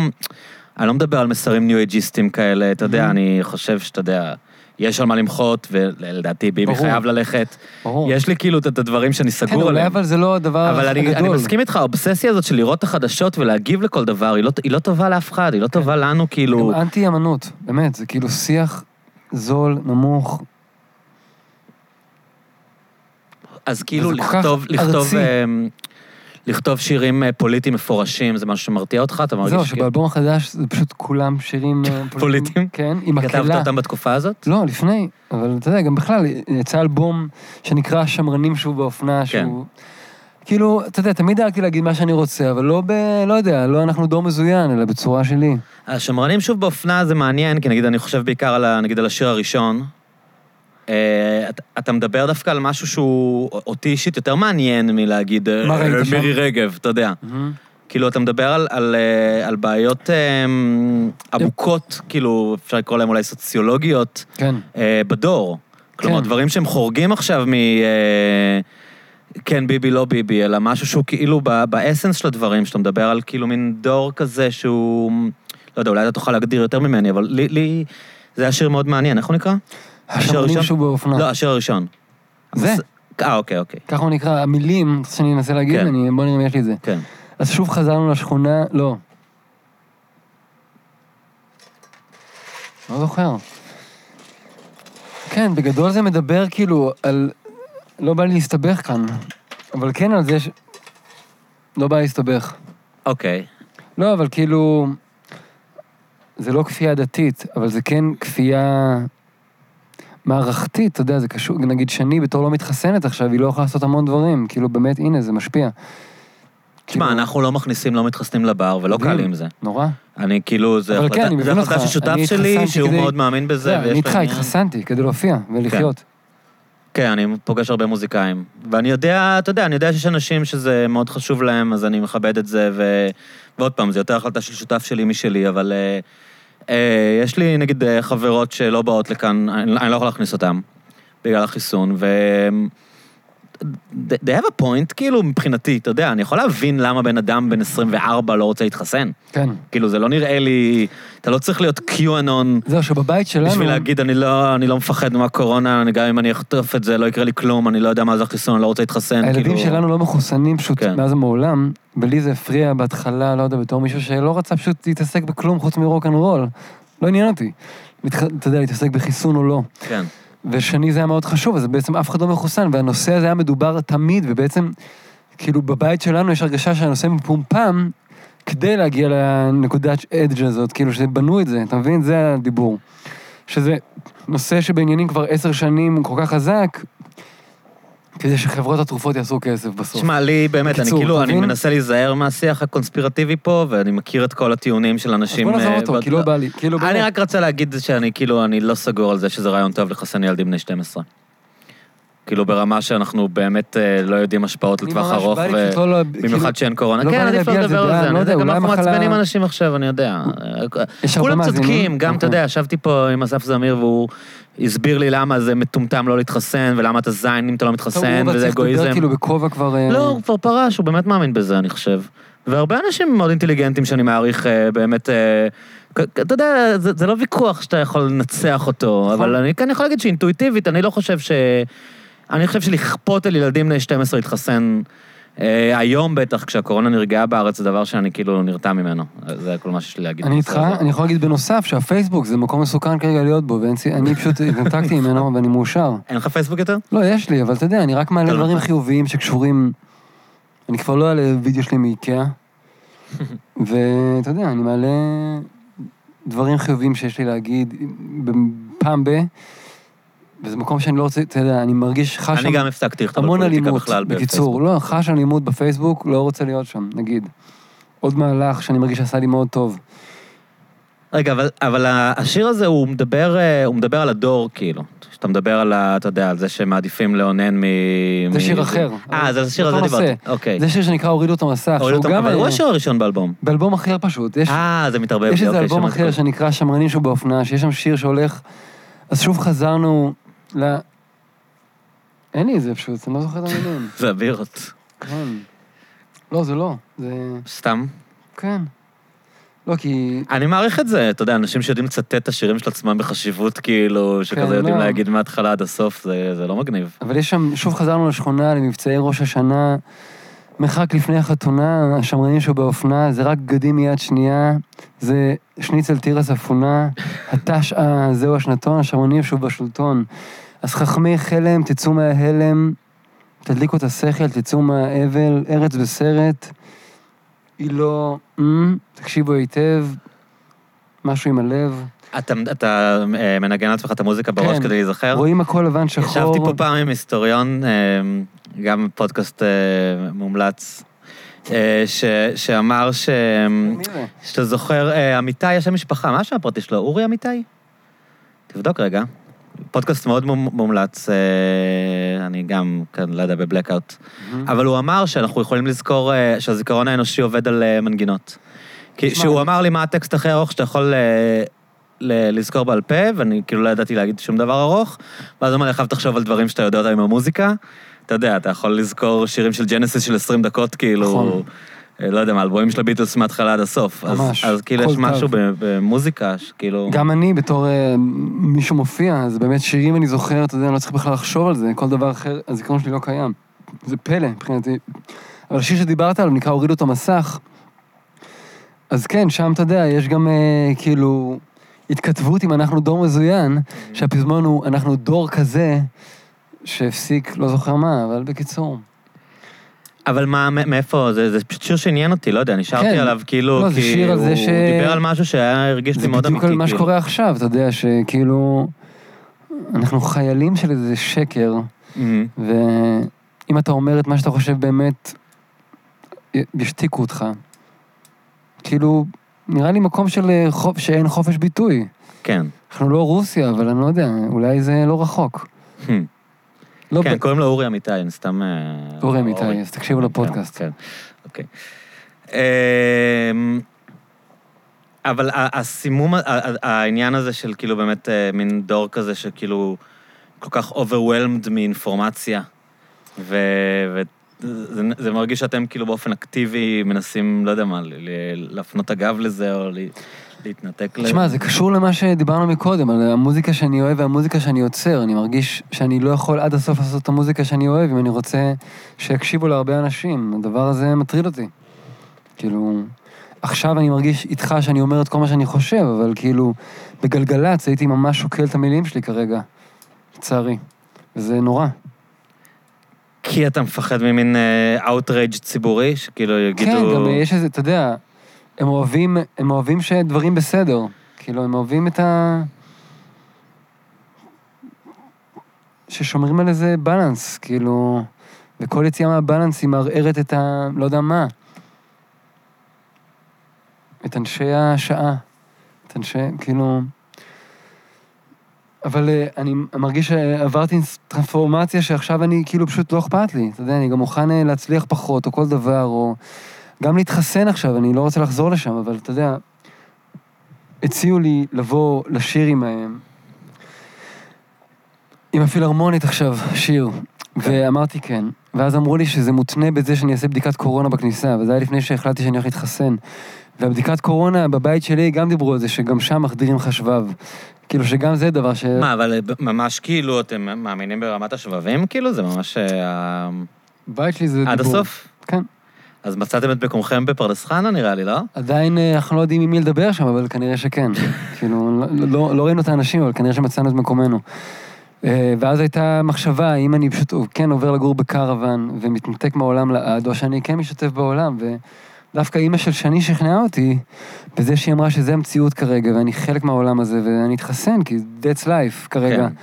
S2: אני לא מדבר על מסרים ניו-אייג'יסטים כאלה, אתה יודע,
S1: Mhm.
S2: אני חושב שאתה יודע, יש על מה למחות, ולדעתי ביבי
S1: ברור.
S2: חייב ללכת.
S1: ברור.
S2: יש לי כאילו את- את הדברים שאני סגור
S1: כן,
S2: עליהם.
S1: אולי אבל זה לא הדבר
S2: אבל אני, אני
S1: הגדול.
S2: מסכים איתך, האובססיה הזאת של לראות את החדשות ולהגיב לכל דבר, היא לא, היא לא טובה לאף אחד, היא לא טובה לנו, כאילו...
S1: גם אנטי אמנות, באמת, זה כאילו שיח זול, נמוך.
S2: אז כאילו
S1: זה כל כך
S2: לכתוב, לכתוב,
S1: ארצי.
S2: אמ, לכתוב שירים אה, פוליטיים מפורשים, זה משהו שמרתיע אותך? אתה מרגיש
S1: זהו,
S2: שכאילו
S1: שבאלבום החדש זה פשוט כולם שירים אה,
S2: פוליטיים?
S1: כן, עם
S2: כתבת
S1: מקהלה.
S2: אותם בתקופה הזאת?
S1: לא, לפני, אבל אתה יודע, גם בכלל, יצא אלבום שנקרא "שמרנים שוב
S2: כן.
S1: באופנה", שהוא... כאילו, אתה יודע, תמיד דאגתי להגיד מה שאני רוצה, אבל לא ב... לא יודע, לא אנחנו דור מזוין, אלא בצורה שלי.
S2: השמרנים שוב באופנה זה מעניין, כי נגיד אני חושב בעיקר על, ה- נגיד על השיר הראשון. אה, אתה- אתה מדבר דווקא על משהו שהוא אותי אישית יותר מעניין מלהגיד אה,
S1: מה ראית
S2: אה,
S1: שם?
S2: מירי רגב, אתה יודע. כאילו, אתה מדבר על, על, אה, על בעיות אה, עמוקות, כאילו, אפשר לקרוא להן אולי סוציולוגיות,
S1: כן.
S2: אה, בדור. כלומר,
S1: כן.
S2: דברים שהם חורגים עכשיו מ... אה, כן ביבי, לא ביבי, אלא משהו שהוא כאילו ב- באסנס של הדברים, שאתה מדבר על כאילו מין דור כזה שהוא... לא יודע, אולי אתה תוכל להגדיר יותר ממני, אבל לי... לי זה היה שיר מאוד מעניין, איך הוא נקרא?
S1: "השמרנים
S2: הראשון?
S1: שוב באופנה".
S2: לא, השיר הראשון.
S1: זה.
S2: המס- אה, אוקיי, אוקיי.
S1: ככה הוא נקרא, המילים, אתה רוצה שאני אנסה להגיד?
S2: כן.
S1: אני- בוא נראה אם יש לי את זה.
S2: כן.
S1: אז שוב חזרנו לשכונה, לא. לא זוכר. כן, בגדול זה מדבר כאילו על... לא בא לי להסתבך כאן, אבל כן על זה ש... לא בא לי להסתבך.
S2: אוקיי.
S1: לא, אבל כאילו... זה לא כפייה דתית, אבל זה כן כפייה מערכתית, אתה יודע, זה קשור, נגיד שני בתור לא מתחסנת עכשיו, היא לא יכולה לעשות המון דברים, כאילו באמת, הנה, זה משפיע.
S2: תשמע,
S1: כאילו-
S2: אנחנו לא מכניסים, לא מתחסנים לבר, ולא
S1: מדהים.
S2: קל עם זה.
S1: נורא.
S2: אני כאילו, זה
S1: אבל כן, אני
S2: החלטה, זה
S1: מבין
S2: החלטה
S1: אותך.
S2: של שותף
S1: אני
S2: שלי,
S1: התחסנתי
S2: שהוא
S1: כדי-
S2: מאוד מאמין בזה,
S1: זה, לא, אני איתך
S2: לו עניין.
S1: התחסנתי כדי להופיע ולחיות.
S2: כן, אני פוגש הרבה מוזיקאים. ואני יודע, אתה יודע, אני יודע שיש אנשים שזה מאוד חשוב להם, אז אני מכבד את זה, ו... ועוד פעם, זו יותר החלטה של שותף שלי משלי, אבל... אה, אה, יש לי, נגיד, אה, חברות שלא באות לכאן, אני, אני לא יכול להכניס אותן, בגלל החיסון, ו... They have a point, כאילו, מבחינתי, אתה יודע, אני יכול להבין למה בן אדם בן 24 לא רוצה להתחסן.
S1: כן.
S2: כאילו, זה לא נראה לי... אתה לא צריך להיות QAnon
S1: זהו, שבבית שלנו...
S2: בשביל להגיד, אני לא, אני לא מפחד מהקורונה, אני, גם אם אני אחטוף את זה, לא יקרה לי כלום, אני לא יודע מה זה החיסון, אני לא רוצה להתחסן,
S1: הילדים
S2: כאילו...
S1: שלנו לא מחוסנים פשוט
S2: כן.
S1: מאז ומעולם, ולי זה הפריע בהתחלה, לא יודע, בתור מישהו שלא רצה פשוט להתעסק בכלום חוץ מרוקנרול. לא עניין אותי. מתח- אתה יודע, להתעסק בחיסון או לא.
S2: כן,
S1: ושני זה היה מאוד חשוב, אז בעצם אף אחד לא מחוסן, והנושא הזה היה מדובר תמיד, ובעצם, כאילו, בבית שלנו יש הרגשה שהנושא מפומפם כדי להגיע לנקודת אדג' הזאת, כאילו, שבנו את זה, אתה מבין? זה הדיבור. שזה נושא שבעניינים כבר עשר שנים הוא כל כך חזק, כדי שחברות התרופות יעשו כסף בסוף.
S2: תשמע, לי באמת, אני
S1: בקיצור,
S2: כאילו,
S1: אתה
S2: אני
S1: מבין?
S2: מנסה להיזהר מהשיח הקונספירטיבי פה, ואני מכיר את כל הטיעונים של
S1: אז
S2: אנשים...
S1: בוא נעזוב
S2: אה,
S1: אותו,
S2: ועוד
S1: כי לא
S2: לא-
S1: בא לי. כאילו,
S2: אני
S1: באמת.
S2: רק רצה להגיד שאני כאילו, אני לא סגור על זה שזה רעיון טוב לחסן ילדים בני 12. כאילו, ברמה שאנחנו באמת אה, לא יודעים השפעות
S1: אני
S2: לטווח
S1: ממש
S2: ארוך,
S1: בא לי
S2: ו-
S1: פשוט לא- לא-
S2: במיוחד שאין
S1: לא
S2: קורונה.
S1: בא
S2: כן,
S1: לי
S2: עדיף לא
S1: להביע על זה
S2: לדבר
S1: דעה,
S2: על זה,
S1: לא
S2: אני
S1: יודע,
S2: יודע, גם
S1: אולי
S2: אנחנו
S1: המחלה-
S2: מעצבנים אנשים עכשיו, אני יודע.
S1: יש הרבה
S2: כולם
S1: מאזינים.
S2: צודקים, גם, אתה
S1: אוקיי.
S2: יודע, ישבתי פה עם אסף זמיר והוא הסביר לי למה זה מטומטם לא להתחסן, ולמה אתה זין אם אתה לא
S1: טוב, הוא
S2: מתחסן,
S1: אבל
S2: וזה
S1: צריך לדבר
S2: אגואיזם.
S1: כאילו בכובע כבר... אה,
S2: לא, הוא כבר פרש, הוא באמת מאמין בזה, אני חושב. והרבה אנשים מאוד אינטליגנטים שאני מעריך אה, באמת... אה, כ- כ- אתה יודע, זה, זה לא ויכוח שאתה יכול לנצח אותו,
S1: נכון.
S2: אבל אני כן יכול להגיד שאינטואיטיבית, אני לא חושב ש... אני חושב שלכפות על ילדים בני 12 להתחסן אה, היום בטח, כשהקורונה נרגעה בארץ, זה דבר שאני כאילו נרתע ממנו. זה כל מה שיש לי להגיד.
S1: אני
S2: בנושא
S1: איתך,
S2: הזה.
S1: אני יכול להגיד בנוסף שהפייסבוק זה מקום מסוכן כרגע להיות בו, ואין סי- אני פשוט התנתקתי ממנו ואני מאושר.
S2: אין לך פייסבוק יותר?
S1: לא, יש לי, אבל אתה יודע, אני רק מעלה
S2: אתה לא-
S1: דברים חיוביים שקשורים... אני כבר לא אעלה וידאו שלי מאיקאה, ואתה יודע, אני מעלה דברים חיוביים שיש לי להגיד ב- פעם ב... וזה מקום שאני לא רוצה, אתה יודע, אני מרגיש, חש
S2: אני
S1: שם
S2: גם הפסקתי לכתוב על
S1: המון
S2: פוליטיקה
S1: אלימות,
S2: בכלל בפייסבוק.
S1: בקיצור, לא, חש אלימות בפייסבוק, לא רוצה להיות שם, נגיד. עוד מהלך שאני מרגיש שעשה לי מאוד טוב.
S2: רגע, אבל, אבל ה- השיר הזה, הוא מדבר, אה, הוא מדבר על הדור, כאילו. שאתה מדבר על, ה- אתה יודע, על זה שמעדיפים לאונן מ...
S1: זה
S2: מ-
S1: שיר אחר.
S2: אה, זה השיר
S1: אותו
S2: הזה
S1: נושא.
S2: דיברתי. אוקיי.
S1: זה שיר שנקרא הורידו את המסך,
S2: הוריד
S1: שהוא
S2: אותם,
S1: גם
S2: אבל הוא
S1: אה,
S2: השיר הראשון באלבום.
S1: באלבום אחר פשוט. יש-
S2: אה, זה מתערבב. לי,
S1: יש איזה
S2: אוקיי,
S1: אלבום
S2: שמעתי
S1: אחר
S2: אותו.
S1: שנקרא שמרנים שהוא באופנה, שיש שם שיר שהולך... אז שוב חזרנו ל... אין לי את זה פשוט, אני לא זוכר את המילים.
S2: זה הבירות.
S1: כן. לא, זה לא. זה...
S2: סתם.
S1: כן. לא, כי...
S2: אני מעריך את זה, אתה יודע, אנשים שיודעים לצטט את השירים של עצמם בחשיבות, כאילו,
S1: כן,
S2: שכזה יודעים
S1: לא.
S2: להגיד מההתחלה עד הסוף, זה זה לא מגניב.
S1: אבל יש שם, שוב חזרנו לשכונה, למבצעי ראש השנה, מרחק לפני החתונה, השמרנים שהוא באופנה, זה רק בגדים מיד שנייה, זה שניצל תירס אפונה, התש, אה, זהו השנתון, השמרנים שהוא בשלטון. אז חכמי חלם, תצאו מההלם, תדליקו את השכל, תצאו מהאבל, ארץ בסרט, היא לא... אמ, תקשיבו היטב, משהו עם הלב.
S2: אתה אתה, אה, מנגן לעצמך את המוזיקה בראש
S1: כן.
S2: כדי להיזכר?
S1: רואים הכל לבן שחור.
S2: ישבתי פה פעם עם היסטוריון, אה, גם פודקאסט אה, מומלץ, אה, ש- שאמר ש-
S1: מי זה?
S2: שאתה זוכר, אה, אמיתי, השם משפחה, מה השם הפרטי שלו? אורי אמיתי? תבדוק רגע. פודקאסט מאוד מומ- מומלץ, אה, אני גם כאן, לא יודע, בבלקאוט. אבל הוא אמר שאנחנו יכולים לזכור אה, שהזיכרון האנושי עובד על אה, מנגינות. כי
S1: תשמע,
S2: שהוא אמר לי מה הטקסט הכי ארוך שאתה יכול אה, ל- לזכור בעל פה, ואני כאילו לא ידעתי להגיד שום דבר ארוך, ואז הוא אמר לי, עכשיו תחשוב על דברים שאתה יודע אותם עם המוזיקה. אתה יודע, אתה יכול לזכור שירים של ג'נסיס של 20 דקות,
S1: נכון.
S2: כאילו, אה, לא יודע מה, אלבומים של הביטלס מההתחלה עד הסוף. אז-
S1: ממש,
S2: אז כאילו
S1: כל
S2: יש
S1: תו.
S2: משהו ב- במוזיקה, כאילו- שכאילו...
S1: גם אני, בתור אה, מי שמופיע, אז באמת שירים אני זוכר, אתה יודע, אני לא צריך בכלל לחשוב על זה, כל דבר אחר, הזיכרון שלי לא קיים. זה פלא מבחינתי. אבל השיר שדיברת עליו נקרא הורידו את המסך. אז כן, שם אתה יודע, יש גם אה, כאילו התכתבות עם אנחנו דור מזוין, שהפזמון הוא אנחנו דור כזה, שהפסיק, לא זוכר מה, אבל בקיצור.
S2: אבל מה, מ- מאיפה, זה, זה פשוט שיר שעניין אותי, לא יודע, נשארתי
S1: כן.
S2: עליו כאילו,
S1: לא, זה
S2: כי
S1: שיר על
S2: הוא
S1: זה ש-
S2: דיבר על משהו שהיה, הרגיש לי
S1: זה
S2: מאוד אמיתי.
S1: בדיוק על מה
S2: כאילו.
S1: שקורה עכשיו, אתה יודע, שכאילו, אנחנו חיילים של איזה שקר.
S2: מהמם.
S1: ואם אתה אומר את מה שאתה חושב באמת, י- ישתיקו אותך. כאילו, נראה לי מקום של אה, חופ... שאין חופש ביטוי.
S2: כן.
S1: אנחנו לא רוסיה, אבל אני לא יודע, אולי זה לא רחוק.
S2: Hmm.
S1: לא
S2: כן,
S1: ב-
S2: קוראים לו אורי אמיתי, אני סתם... אה,
S1: אורי אמיתי, אז תקשיבו לפודקאסט.
S2: כן, כן, אוקיי. אמ, אבל ה- הסימום, ה- ה- העניין הזה של כאילו באמת אה, מין דור כזה שכאילו כל כך overwhelmed מאינפורמציה, ו- וזה זה מרגיש שאתם כאילו באופן אקטיבי מנסים, לא יודע מה, ל- ל- להפנות הגב לזה או ל- להתנתק לזה.
S1: תשמע, זה קשור למה שדיברנו מקודם, על המוזיקה שאני אוהב והמוזיקה שאני יוצר. אני מרגיש שאני לא יכול עד הסוף לעשות את המוזיקה שאני אוהב, אם אני רוצה שיקשיבו להרבה אנשים. הדבר הזה מטריד אותי. כאילו, עכשיו אני מרגיש איתך שאני אומר את כל מה שאני חושב, אבל כאילו, בגלגלצ הייתי ממש שוקל את המילים שלי כרגע, לצערי. וזה נורא.
S2: כי אתה מפחד ממין אאוטרייג' ציבורי, שכאילו יגידו...
S1: כן, גם יש איזה, אתה יודע, הם אוהבים, הם אוהבים שדברים בסדר. כאילו, הם אוהבים את ה... ששומרים על איזה בלנס, כאילו, וכל יציאה מהבלנס היא מערערת את ה... לא יודע מה. את אנשי השעה. את אנשי, כאילו... אבל אה, אני מרגיש שעברתי טרנספורמציה שעכשיו אני, כאילו, פשוט לא אכפת לי. אתה יודע, אני גם מוכן אה, להצליח פחות, או כל דבר, או... גם להתחסן עכשיו, אני לא רוצה לחזור לשם, אבל אתה יודע, הציעו לי לבוא לשיר עם... ה- עם הפילהרמונית עכשיו, שיר.
S2: כן.
S1: ואמרתי כן. ואז אמרו לי שזה מותנה בזה שאני אעשה בדיקת קורונה בכניסה, וזה היה לפני שהחלטתי שאני הולך להתחסן. והבדיקת קורונה בבית שלי, גם דיברו על זה, שגם שם מחדירים לך שבב. כאילו שגם זה דבר ש...
S2: מה, אבל ממש כאילו, אתם מאמינים ברמת השבבים? כאילו, זה ממש... אה,
S1: בית שלי זה דיבור.
S2: עד הסוף?
S1: כן.
S2: אז מצאתם את מקומכם בפרדס חנה, נראה לי, לא?
S1: עדיין אה, אנחנו לא יודעים עם מי לדבר שם, אבל כנראה שכן. כאילו, לא- לא, לא ראינו את האנשים, אבל כנראה שמצאנו את מקומנו. אה, ואז הייתה מחשבה, האם אני פשוט כן עובר לגור בקרוון ומתנתק מהעולם לעד, או שאני כן משתתף בעולם. ודווקא אימא של שני שכנעה אותי בזה שהיא אמרה שזה המציאות כרגע, ואני חלק מהעולם הזה, ואני אתחסן, כי that's life כרגע.
S2: כן,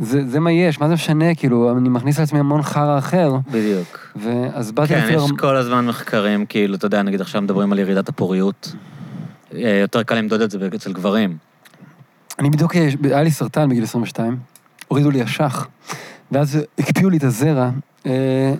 S1: זה, זה מה יש, מה זה משנה, כאילו, אני מכניס לעצמי המון חרא אחר,
S2: בדיוק.
S1: ואז באתי
S2: כן,
S1: לפי
S2: יש
S1: הרמ-
S2: כל הזמן מחקרים, כאילו, אתה יודע, נגיד עכשיו מדברים על ירידת הפוריות. אה, יותר קל למדוד את זה אצל גברים.
S1: אני בדיוק, אה, היה לי סרטן בגיל 22, הורידו לי אשך, ואז הקפיאו לי את הזרע, אה,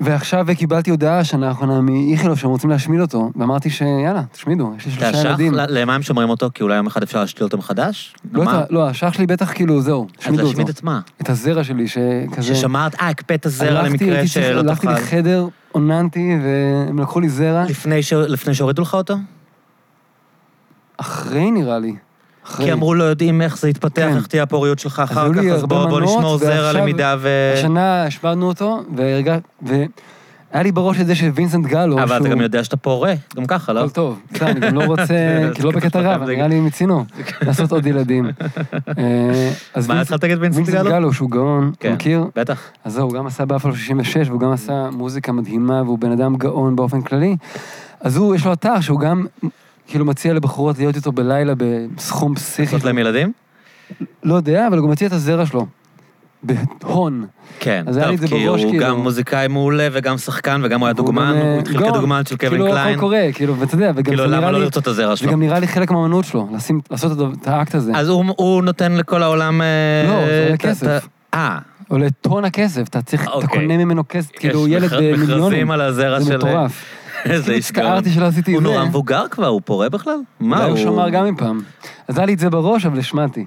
S1: ועכשיו קיבלתי הודעה השנה האחרונה מאיכילוב שהם רוצים להשמיד אותו, ואמרתי שיאללה, תשמידו, יש לי
S2: אתה
S1: שלושה
S2: שח?
S1: ילדים.
S2: למה הם שומרים אותו? כי אולי יום אחד אפשר להשתיל אותו מחדש?
S1: לא, את
S2: מה?
S1: ה- לא, האשך שלי בטח כאילו, זהו,
S2: אז
S1: השמידו אותו.
S2: להשמיד את מה?
S1: את הזרע שלי, שכזה...
S2: ששמרת, אה, הקפאת זרע
S1: הלכתי,
S2: למקרה
S1: הייתי צריך-
S2: שלא
S1: הלכתי
S2: תוכל...
S1: לחדר, עוננתי, והם לקחו לי זרע,
S2: לפני ש- לפני שהורידו לך אותו?
S1: אחרי נראה לי. אחרי.
S2: כי אמרו לא יודעים איך זה יתפתח,
S1: כן.
S2: איך תהיה הפוריות שלך אחר
S1: היו
S2: כך,
S1: לי
S2: אז
S1: הרבה
S2: בוא בוא
S1: מנות,
S2: נשמור זרע
S1: ועכשיו-
S2: למידה ו...
S1: השנה השמדנו אותו, והרגע... והיה לי בראש את זה שווינסנט גלו,
S2: אה, אבל אתה
S1: שהוא-
S2: גם יודע שאתה פורה, גם ככה, לא?
S1: הכל טוב, אתה יודע, אני גם לא רוצה, כי לא בקטע רע, אבל נראה לי מיצינו, לעשות עוד ילדים. אה, אז
S2: מה התחלת להגיד וינסנט גלו?
S1: גלו, שהוא גאון, אתה
S2: כן.
S1: מכיר?
S2: בטח.
S1: אז זהו, הוא גם עשה באפלו 66, והוא גם עשה מוזיקה מדהימה, והוא בן אדם גאון באופן כללי. אז הוא, יש לו אתר שהוא גם, כאילו, מציע לבחורות להיות איתו בלילה בסכום פסיכי.
S2: לעשות להם ילדים?
S1: לא יודע, אבל הוא גם מציע את הזרע שלו. בהון.
S2: כן,
S1: אז היה לי את
S2: טוב,
S1: זה
S2: כי
S1: בראש,
S2: הוא
S1: כאילו.
S2: גם מוזיקאי מעולה וגם שחקן וגם הוא היה
S1: והוא
S2: דוגמן,
S1: גם,
S2: הוא
S1: אה,
S2: התחיל
S1: גאון.
S2: כדוגמן של קווין
S1: כאילו, הכל
S2: קליין,
S1: קורה, כאילו, ואתה יודע, וגם
S2: כאילו
S1: זה נראה
S2: למה לא
S1: לי...
S2: לרצות את הזרע
S1: זה
S2: שלו?
S1: גם נראה לי חלק מהאמנות שלו, לשים- לעשות את ה- את האקט הזה.
S2: אז הוא- הוא נותן לכל העולם... אה,
S1: לא, זה עולה
S2: את- את-
S1: כסף.
S2: אה,
S1: עולה טון הכסף, אתה צריך, אתה
S2: אוקיי.
S1: קונה ממנו כסף, כאילו
S2: יש
S1: ילד
S2: מכר- מכרזים
S1: במיליונים,
S2: על הזרע של...
S1: זה
S2: אה,
S1: מטורף.
S2: איזה
S1: כאילו
S2: איש גאון.
S1: הצטערתי שלא עשיתי
S2: הוא
S1: את זה.
S2: נורא מבוגר כבר, הוא פורה בכלל? מה,
S1: אולי
S2: הוא...
S1: הוא שמר גם מפעם. אז היה לי את זה בראש, אבל השמעתי.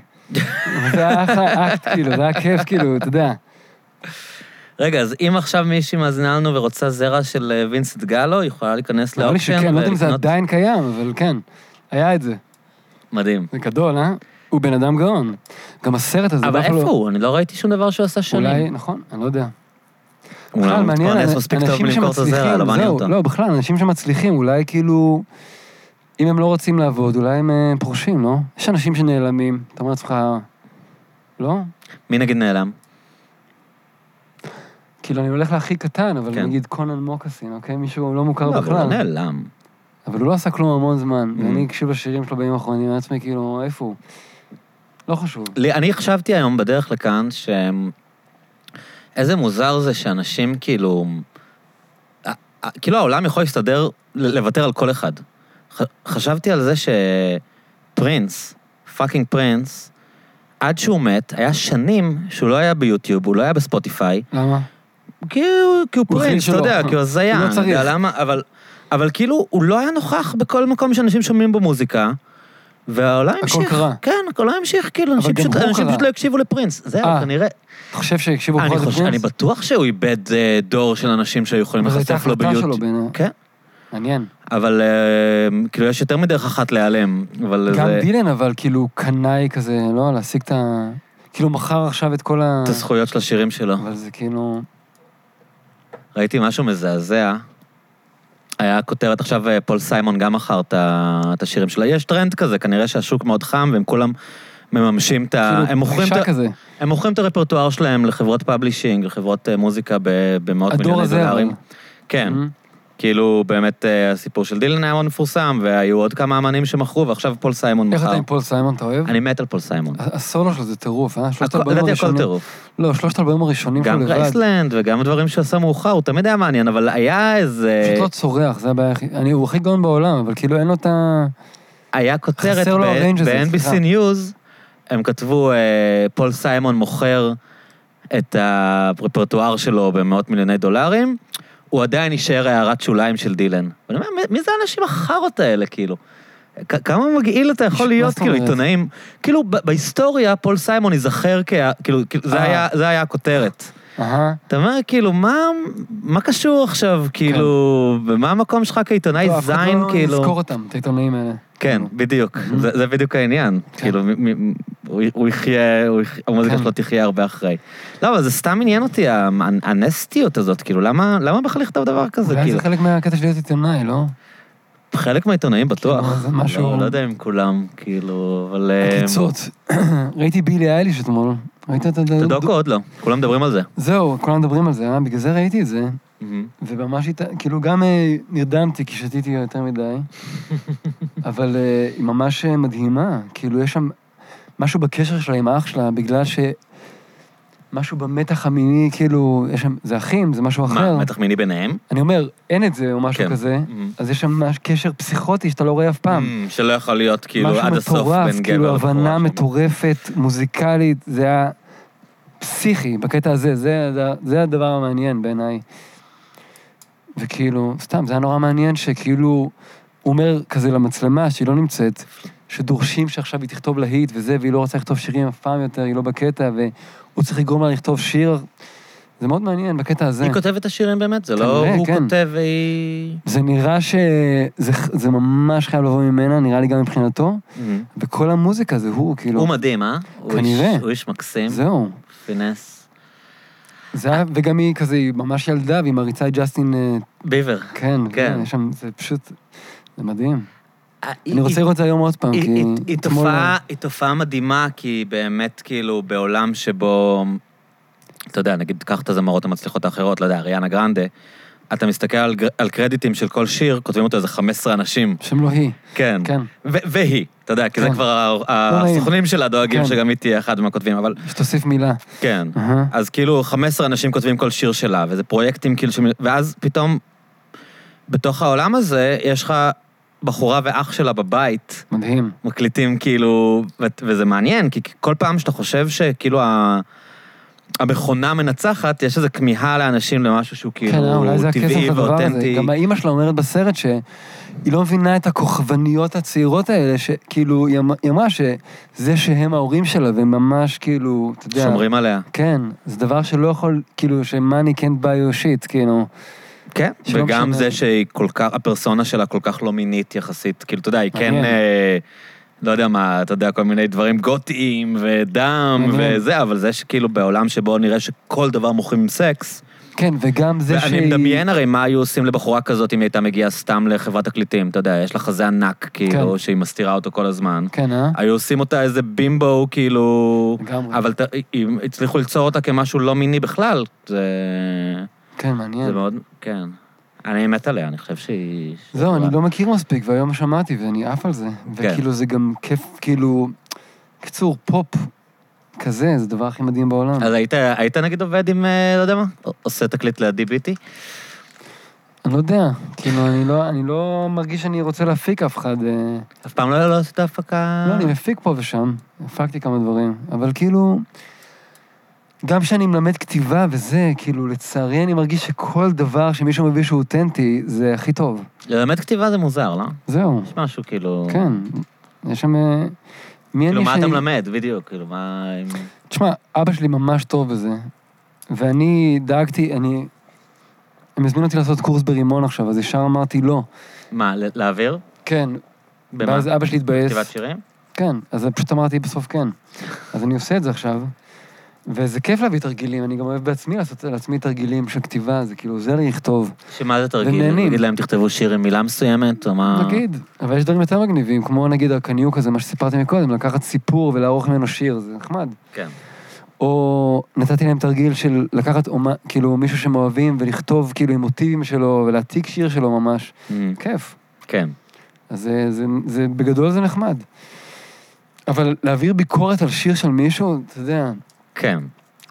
S1: זה היה אחלה אקט, כאילו, זה היה כיף, כאילו, אתה יודע.
S2: לא, רגע, אז אם עכשיו מישהי מאזינה לנו ורוצה זרע של אה, וינסנט גלו, היא יכולה להיכנס
S1: נראה לי
S2: לאופשן
S1: שכן, לא יודע אם זה עדיין קיים, אבל כן, היה את זה.
S2: מדהים.
S1: זה גדול, אה? הוא בן אדם גאון. גם הסרט הזה,
S2: אבל
S1: דווקא
S2: איפה
S1: לא-
S2: הוא? אני לא ראיתי שום דבר שהוא עשה שנים.
S1: אולי, נכון, אני לא יודע.
S2: הוא
S1: בכלל,
S2: לא
S1: מעניין,
S2: מתפרנס מספיק טוב
S1: אנשים
S2: מלמכור את הזרע,
S1: שמצליחים,
S2: לא מעניין
S1: זהו,
S2: אותו.
S1: לא, בכלל, אנשים שמצליחים, אולי כאילו... אם הם לא רוצים לעבוד, אולי הם אה, פורשים, לא? יש אנשים שנעלמים, אתה אומר לעצמך, לא?
S2: מי נגיד נעלם?
S1: כאילו, אני הולך להכי קטן, אבל
S2: כן.
S1: נגיד קונן מוקסין, אוקיי? מישהו לא מוכר
S2: לא, אבל הוא לא
S1: בכלל.
S2: נעלם.
S1: אבל הוא לא עשה כלום המון זמן,
S2: Mhm.
S1: ואני אקשיב לשירים שלו בימים האחרונים, אני לעצמי, כאילו, איפה הוא? לא חשוב.
S2: לי- אני חשבתי היום בדרך לכאן ש... איזה מוזר זה שאנשים כאילו... כאילו העולם יכול להסתדר, ל- לוותר על כל אחד. ח- חשבתי על זה שפרינס, פאקינג פרינס, עד שהוא מת, היה שנים שהוא לא היה ביוטיוב, הוא לא היה בספוטיפיי,
S1: למה?
S2: כי הוא, כי הוא
S1: הוא החליט
S2: פרינס, אתה
S1: שלא.
S2: יודע, כי הוא הזיה,
S1: לא
S2: אני
S1: צריך.
S2: יודע למה, אבל, אבל כאילו, הוא לא היה נוכח בכל מקום שאנשים שומעים בו מוזיקה, והעולם
S1: הכל
S2: המשיך.
S1: קרה.
S2: כן, הכל לא המשיך, כאילו, אנשים,
S1: גם
S2: פשוט,
S1: הוא
S2: אנשים
S1: קרה.
S2: פשוט לא הקשיבו לפרינס. זהו,
S1: אה,
S2: כנראה.
S1: אתה חושב שהקשיבו
S2: אני,
S1: בכל
S2: חושב,
S1: זאת?
S2: אני בטוח שהוא איבד אה, דור של אנשים שהיו יכולים
S1: אבל זו הייתה
S2: לחשף לו
S1: החלטה
S2: ביוטיוב.
S1: שלו בעיניי.
S2: כן,
S1: מעניין.
S2: אבל אה, כאילו, יש יותר מדרך אחת להיעלם, אבל
S1: גם
S2: זה...
S1: דילן, אבל כאילו, קנאי כזה, לא, להשיג את ה... כאילו, מכר עכשיו את כל ה...
S2: את הזכויות של השירים שלו.
S1: אבל זה כאילו...
S2: ראיתי משהו מזעזע. היה כותרת עכשיו, אה, פול סיימון גם מכר את ה- את השירים שלו. יש טרנד כזה, כנראה שהשוק מאוד חם, והם כולם מממשים את ה... אה, הם
S1: כאילו,
S2: מוכרים את ה-
S1: פרישה כזה.
S2: הם מוכרים את הרפרטואר שלהם לחברות פאבלישינג, לחברות אה, מוזיקה ב- במאות
S1: הדור
S2: מיליוני
S1: הזה,
S2: דולרים.
S1: אבל.
S2: כן.
S1: אמ,
S2: כאילו, באמת, אה, הסיפור של דילן היה מאוד מפורסם, והיו עוד כמה אמנים שמכרו, ועכשיו פול סיימון
S1: איך
S2: מכר.
S1: אתה עם פול סיימון, אתה אוהב?
S2: אני מת על פול סיימון.
S1: ה- הסולו שלו זה טירוף, אה? שלושת
S2: הכל-
S1: האלבומים
S2: לדעתי הכל
S1: הראשונים-
S2: טירוף.
S1: לא, שלושת האלבומים הראשונים שלו
S2: גם
S1: לבד.
S2: גרייסלנד וגם הדברים שהוא עשה מאוחר, הוא תמיד היה מעניין, אבל היה איזה...
S1: פשוט לא צורח, זה הבעיה הכי... אני, הוא הכי גאון בעולם, אבל כאילו אין לו את ה...
S2: היה כותרת
S1: חסר לו הריינג' הזה,
S2: ב-NBC
S1: סליחה.
S2: News, הם כתבו, אה, פול סיימון מוכר את הרפרטואר שלו במאות מיליוני דולרים, הוא עדיין יישאר הערת שוליים של דילן. ואני אומר, "מי- מי זה האנשים החארות האלה, כאילו? כ- כמה מגעיל אתה יכול
S1: מה
S2: להיות,
S1: זאת
S2: כאילו,
S1: אומרת?
S2: עיתונאים? כאילו, ב- בהיסטוריה פול סיימון ייזכר כ... כאילו, כאילו, זה
S1: אה.
S2: היה- זה היה הכותרת.
S1: אהה.
S2: אתה אומר, כאילו, מה, מה קשור עכשיו, כאילו, ומה המקום שלך כעיתונאי
S1: כן. לא, אף אחד
S2: זין,
S1: לא
S2: כאילו...
S1: יזכור אותם, את העיתונאים האלה.
S2: כן,
S1: אוקיי.
S2: בדיוק, זה, זה בדיוק העניין. כאילו, מ, מ, הוא, הוא יחיה, הוא יחיה המוזיקה
S1: כן.
S2: שלו תחיה הרבה אחרי. לא, אבל זה סתם עניין אותי, ה- הנסטיות הזאת, כאילו, למה, למה בכלל לכתוב דבר כזה,
S1: אולי
S2: כאילו? אמ-
S1: זה חלק מהקטע של להיות עיתונאי, לא?
S2: חלק מהעיתונאים בטוח.
S1: כאילו, זה משהו-
S2: לא, לא יודע אם כולם, כאילו, אבל... אה,
S1: עקיצות. ראיתי בילי אייליש אתמול. ראית את
S2: את
S1: הדוקו?
S2: הדוקו עוד לא, כולם מדברים על זה.
S1: זהו, כולם מדברים על זה, אה? בגלל זה ראיתי את זה. Mm-hmm. וממש, הת- כאילו, גם אה, נרדמתי כי שתיתי יותר מדי, אבל אה, היא ממש אה, מדהימה. כאילו, יש שם משהו בקשר שלה עם האח שלה, בגלל ש... משהו במתח המיני, כאילו, יש שם... זה אחים, זה משהו אחר. Mm-hmm.
S2: מה, מתח מיני ביניהם?
S1: אני אומר, אין את זה או משהו
S2: כן.
S1: כזה,
S2: Mhm.
S1: אז יש שם ממש קשר פסיכוטי שאתה לא רואה אף פעם.
S2: Mm, שלא יכול להיות, כאילו,
S1: משהו
S2: עד הסוף
S1: מטורף,
S2: בין גבר
S1: כאילו
S2: לבחורה
S1: הבנה
S2: שם.
S1: מטורפת, מוזיקלית, זה היה פסיכי בקטע הזה, זה, הד- זה הדבר המעניין בעיניי. וכאילו, סתם, זה היה נורא מעניין שכאילו, הוא אומר כזה למצלמה שהיא לא נמצאת, שדורשים שעכשיו היא תכתוב להיט וזה, והיא לא רוצה לכתוב שירים אף פעם יותר, היא לא בקטע, והוא צריך לגרום לה לכתוב שיר. זה מאוד מעניין בקטע הזה.
S2: היא כותבת את השירים באמת, זה לא
S1: כנראה,
S2: הוא
S1: כן.
S2: כותב והיא...
S1: זה נראה ש... זה, זה ממש חייב לבוא ממנה, נראה לי גם מבחינתו,
S2: Mhm.
S1: וכל המוזיקה זה הוא, כאילו.
S2: הוא מדהים, אה? הוא איש-
S1: Mm-hmm. כנראה.
S2: הוא איש מקסים,
S1: זהו.
S2: פינס.
S1: זה היה, וגם היא כזה, היא ממש ילדה, והיא מעריצה את ג'סטין, אה,
S2: ביבר.
S1: כן,
S2: כן.
S1: כן, יש שם, זה פשוט, זה מדהים. אני רוצה לראות את זה היום עוד פעם,
S2: היא-
S1: כי...
S2: היא- היא
S1: אתמול-
S2: תופעה- היא תופעה מדהימה, כי היא באמת כאילו בעולם שבו, אתה יודע, נגיד, קח את הזמרות המצליחות האחרות, לא יודע, אריאנה גרנדה, אתה מסתכל על גר- על קרדיטים של כל שיר, כותבים אותו איזה 15 אנשים.
S1: שם לא היא,
S2: כן.
S1: כן.
S2: ו- והיא, אתה יודע, כי זה
S1: כן.
S2: כבר ה-
S1: לא נעים.
S2: הסוכנים שלה דואגים
S1: כן.
S2: שגם היא תהיה אחד מהכותבים, אבל
S1: שתוסיף מילה.
S2: כן.
S1: אהה.
S2: אז כאילו 15 אנשים כותבים כל שיר שלה, וזה פרויקטים כאילו, ש... ואז פתאום, בתוך העולם הזה, יש לך בחורה ואח שלה בבית,
S1: מדהים.
S2: מקליטים כאילו, ו... וזה מעניין, כי כל פעם שאתה חושב שכאילו ה... המכונה מנצחת, יש איזו כמיהה לאנשים למשהו שהוא כאילו
S1: כן, אה, אולי זה הכסף
S2: טבעי
S1: לדבר הזה.
S2: ואותנטי.
S1: גם האימא שלה אומרת בסרט שהיא לא מבינה את הכוכבניות הצעירות האלה, שכאילו, היא אמ- היא אמרה שזה שהם ההורים שלה, והם ממש כאילו, אתה יודע...
S2: שומרים עליה.
S1: כן, זה דבר שלא יכול, כאילו, ש-money can't buy you shit, כאילו.
S2: כן,
S1: שלא
S2: וגם
S1: משנה.
S2: זה שהיא כל כך, הפרסונה שלה כל כך לא מינית יחסית, כאילו, אתה יודע, היא כן,
S1: מעניין.
S2: אה, לא יודע מה, אתה יודע, כל מיני דברים גותיים ודם
S1: מעניין.
S2: וזה, אבל זה שכאילו בעולם שבו נראה שכל דבר מוכרים עם סקס,
S1: כן, וגם זה שהיא...
S2: ואני מדמיין הרי מה היו עושים לבחורה כזאת אם היא הייתה מגיעה סתם לחברת תקליטים, אתה יודע, יש לה חזה ענק, כאילו,
S1: כן.
S2: שהיא מסתירה אותו כל הזמן.
S1: כן, אה?
S2: היו עושים אותה איזה בימבו, כאילו...
S1: לגמרי.
S2: אבל ת- אם הצליחו ליצור אותה כמשהו לא מיני בכלל, זה...
S1: כן, מעניין.
S2: זה מאוד, כן. אני מת עליה, אני חושב שהיא...
S1: זהו, אני לא מכיר מספיק, והיום שמעתי ואני עף על זה.
S2: כן.
S1: וכאילו זה גם כיף, כאילו... קצור, פופ כזה, זה הדבר הכי מדהים בעולם.
S2: אז היית, היית נגיד עובד עם, אה, לא יודע מה, עושה תקליט ל-DBT?
S1: אני לא יודע, כאילו, אני לא, אני לא מרגיש שאני רוצה להפיק אף אחד. אה,
S2: אף פעם לא לא עשית הפקה?
S1: לא, אני מפיק פה ושם, הפקתי כמה דברים, אבל כאילו, גם כשאני מלמד כתיבה וזה, כאילו, לצערי אני מרגיש שכל דבר שמישהו מביא שהוא אותנטי, זה הכי טוב.
S2: ללמד כתיבה זה מוזר, לא?
S1: זהו,
S2: יש משהו כאילו...
S1: כן. יש שם... אה, מי
S2: כאילו,
S1: אני
S2: מה
S1: שאני...
S2: אתה מלמד, בדיוק, כאילו, מה...
S1: תשמע, אבא שלי ממש טוב בזה, ואני דאגתי, אני... הם הזמינו אותי לעשות קורס ברימון עכשיו, אז ישר אמרתי לא.
S2: מה, ל- להעביר?
S1: כן.
S2: במה?
S1: ואז אבא שלי התבאס.
S2: כתיבת שירים?
S1: כן, אז פשוט אמרתי בסוף כן. אז אני עושה את זה עכשיו, וזה כיף להביא תרגילים, אני גם אוהב בעצמי לעשות לעצמי תרגילים של כתיבה, זה כאילו עוזר לי לכתוב.
S2: שמה זה תרגיל?
S1: ונהנים.
S2: להגיד להם תכתבו שיר עם מילה מסוימת, או מה...
S1: נגיד, אבל יש דברים יותר מגניבים, כמו נגיד הקניוק הזה, מה שסיפרתי מקודם, לקחת סיפור ולערוך ממנו שיר, זה נחמד.
S2: כן.
S1: או נתתי להם תרגיל של לקחת אומה, כאילו מישהו שהם אוהבים ולכתוב כאילו עם מוטיבים שלו ולהעתיק שיר שלו ממש.
S2: אמ,
S1: כיף.
S2: כן.
S1: אז זה, זה, זה, בגדול זה נחמד. אבל להעביר ביקורת על שיר של מישהו, אתה יודע,
S2: כן.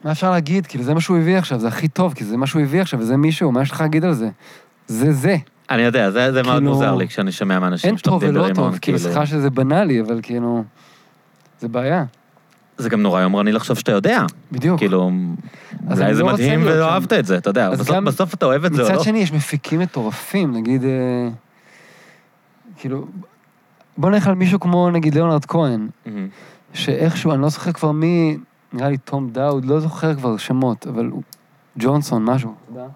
S1: מה אפשר להגיד? כאילו זה מה שהוא הביא עכשיו, זה הכי טוב, כי זה מה שהוא הביא עכשיו, וזה מישהו, מה יש לך להגיד על זה? זה זה.
S2: אני יודע, זה זה מאוד
S1: כאילו,
S2: מוזר לי כשאני שומע מאנשים
S1: אין טוב
S2: שלומדים
S1: ולא
S2: ברימון,
S1: טוב, כאילו, סליחה שזה בנאלי, אבל כאילו, זה בעיה.
S2: זה גם נורא יומרני לחשוב שאתה יודע.
S1: בדיוק.
S2: כאילו,
S1: אז
S2: אולי
S1: אני
S2: זה
S1: לא רוצה
S2: מדהים
S1: להיות
S2: ולא
S1: שם.
S2: אהבת את זה, אתה יודע.
S1: אז
S2: בסוף-
S1: גם-
S2: בסוף אתה אוהב את זה או
S1: מצד
S2: לא.
S1: שני, יש מפיקים מטורפים, נגיד, אה, כאילו, בוא נלך על מישהו כמו, נגיד, ליאונרד כהן,
S2: אמ,
S1: שאיכשהו, אני לא זוכר כבר מי, נראה לי תום דאוד, לא זוכר כבר שמות, אבל הוא ג'ונסון, משהו. תודה.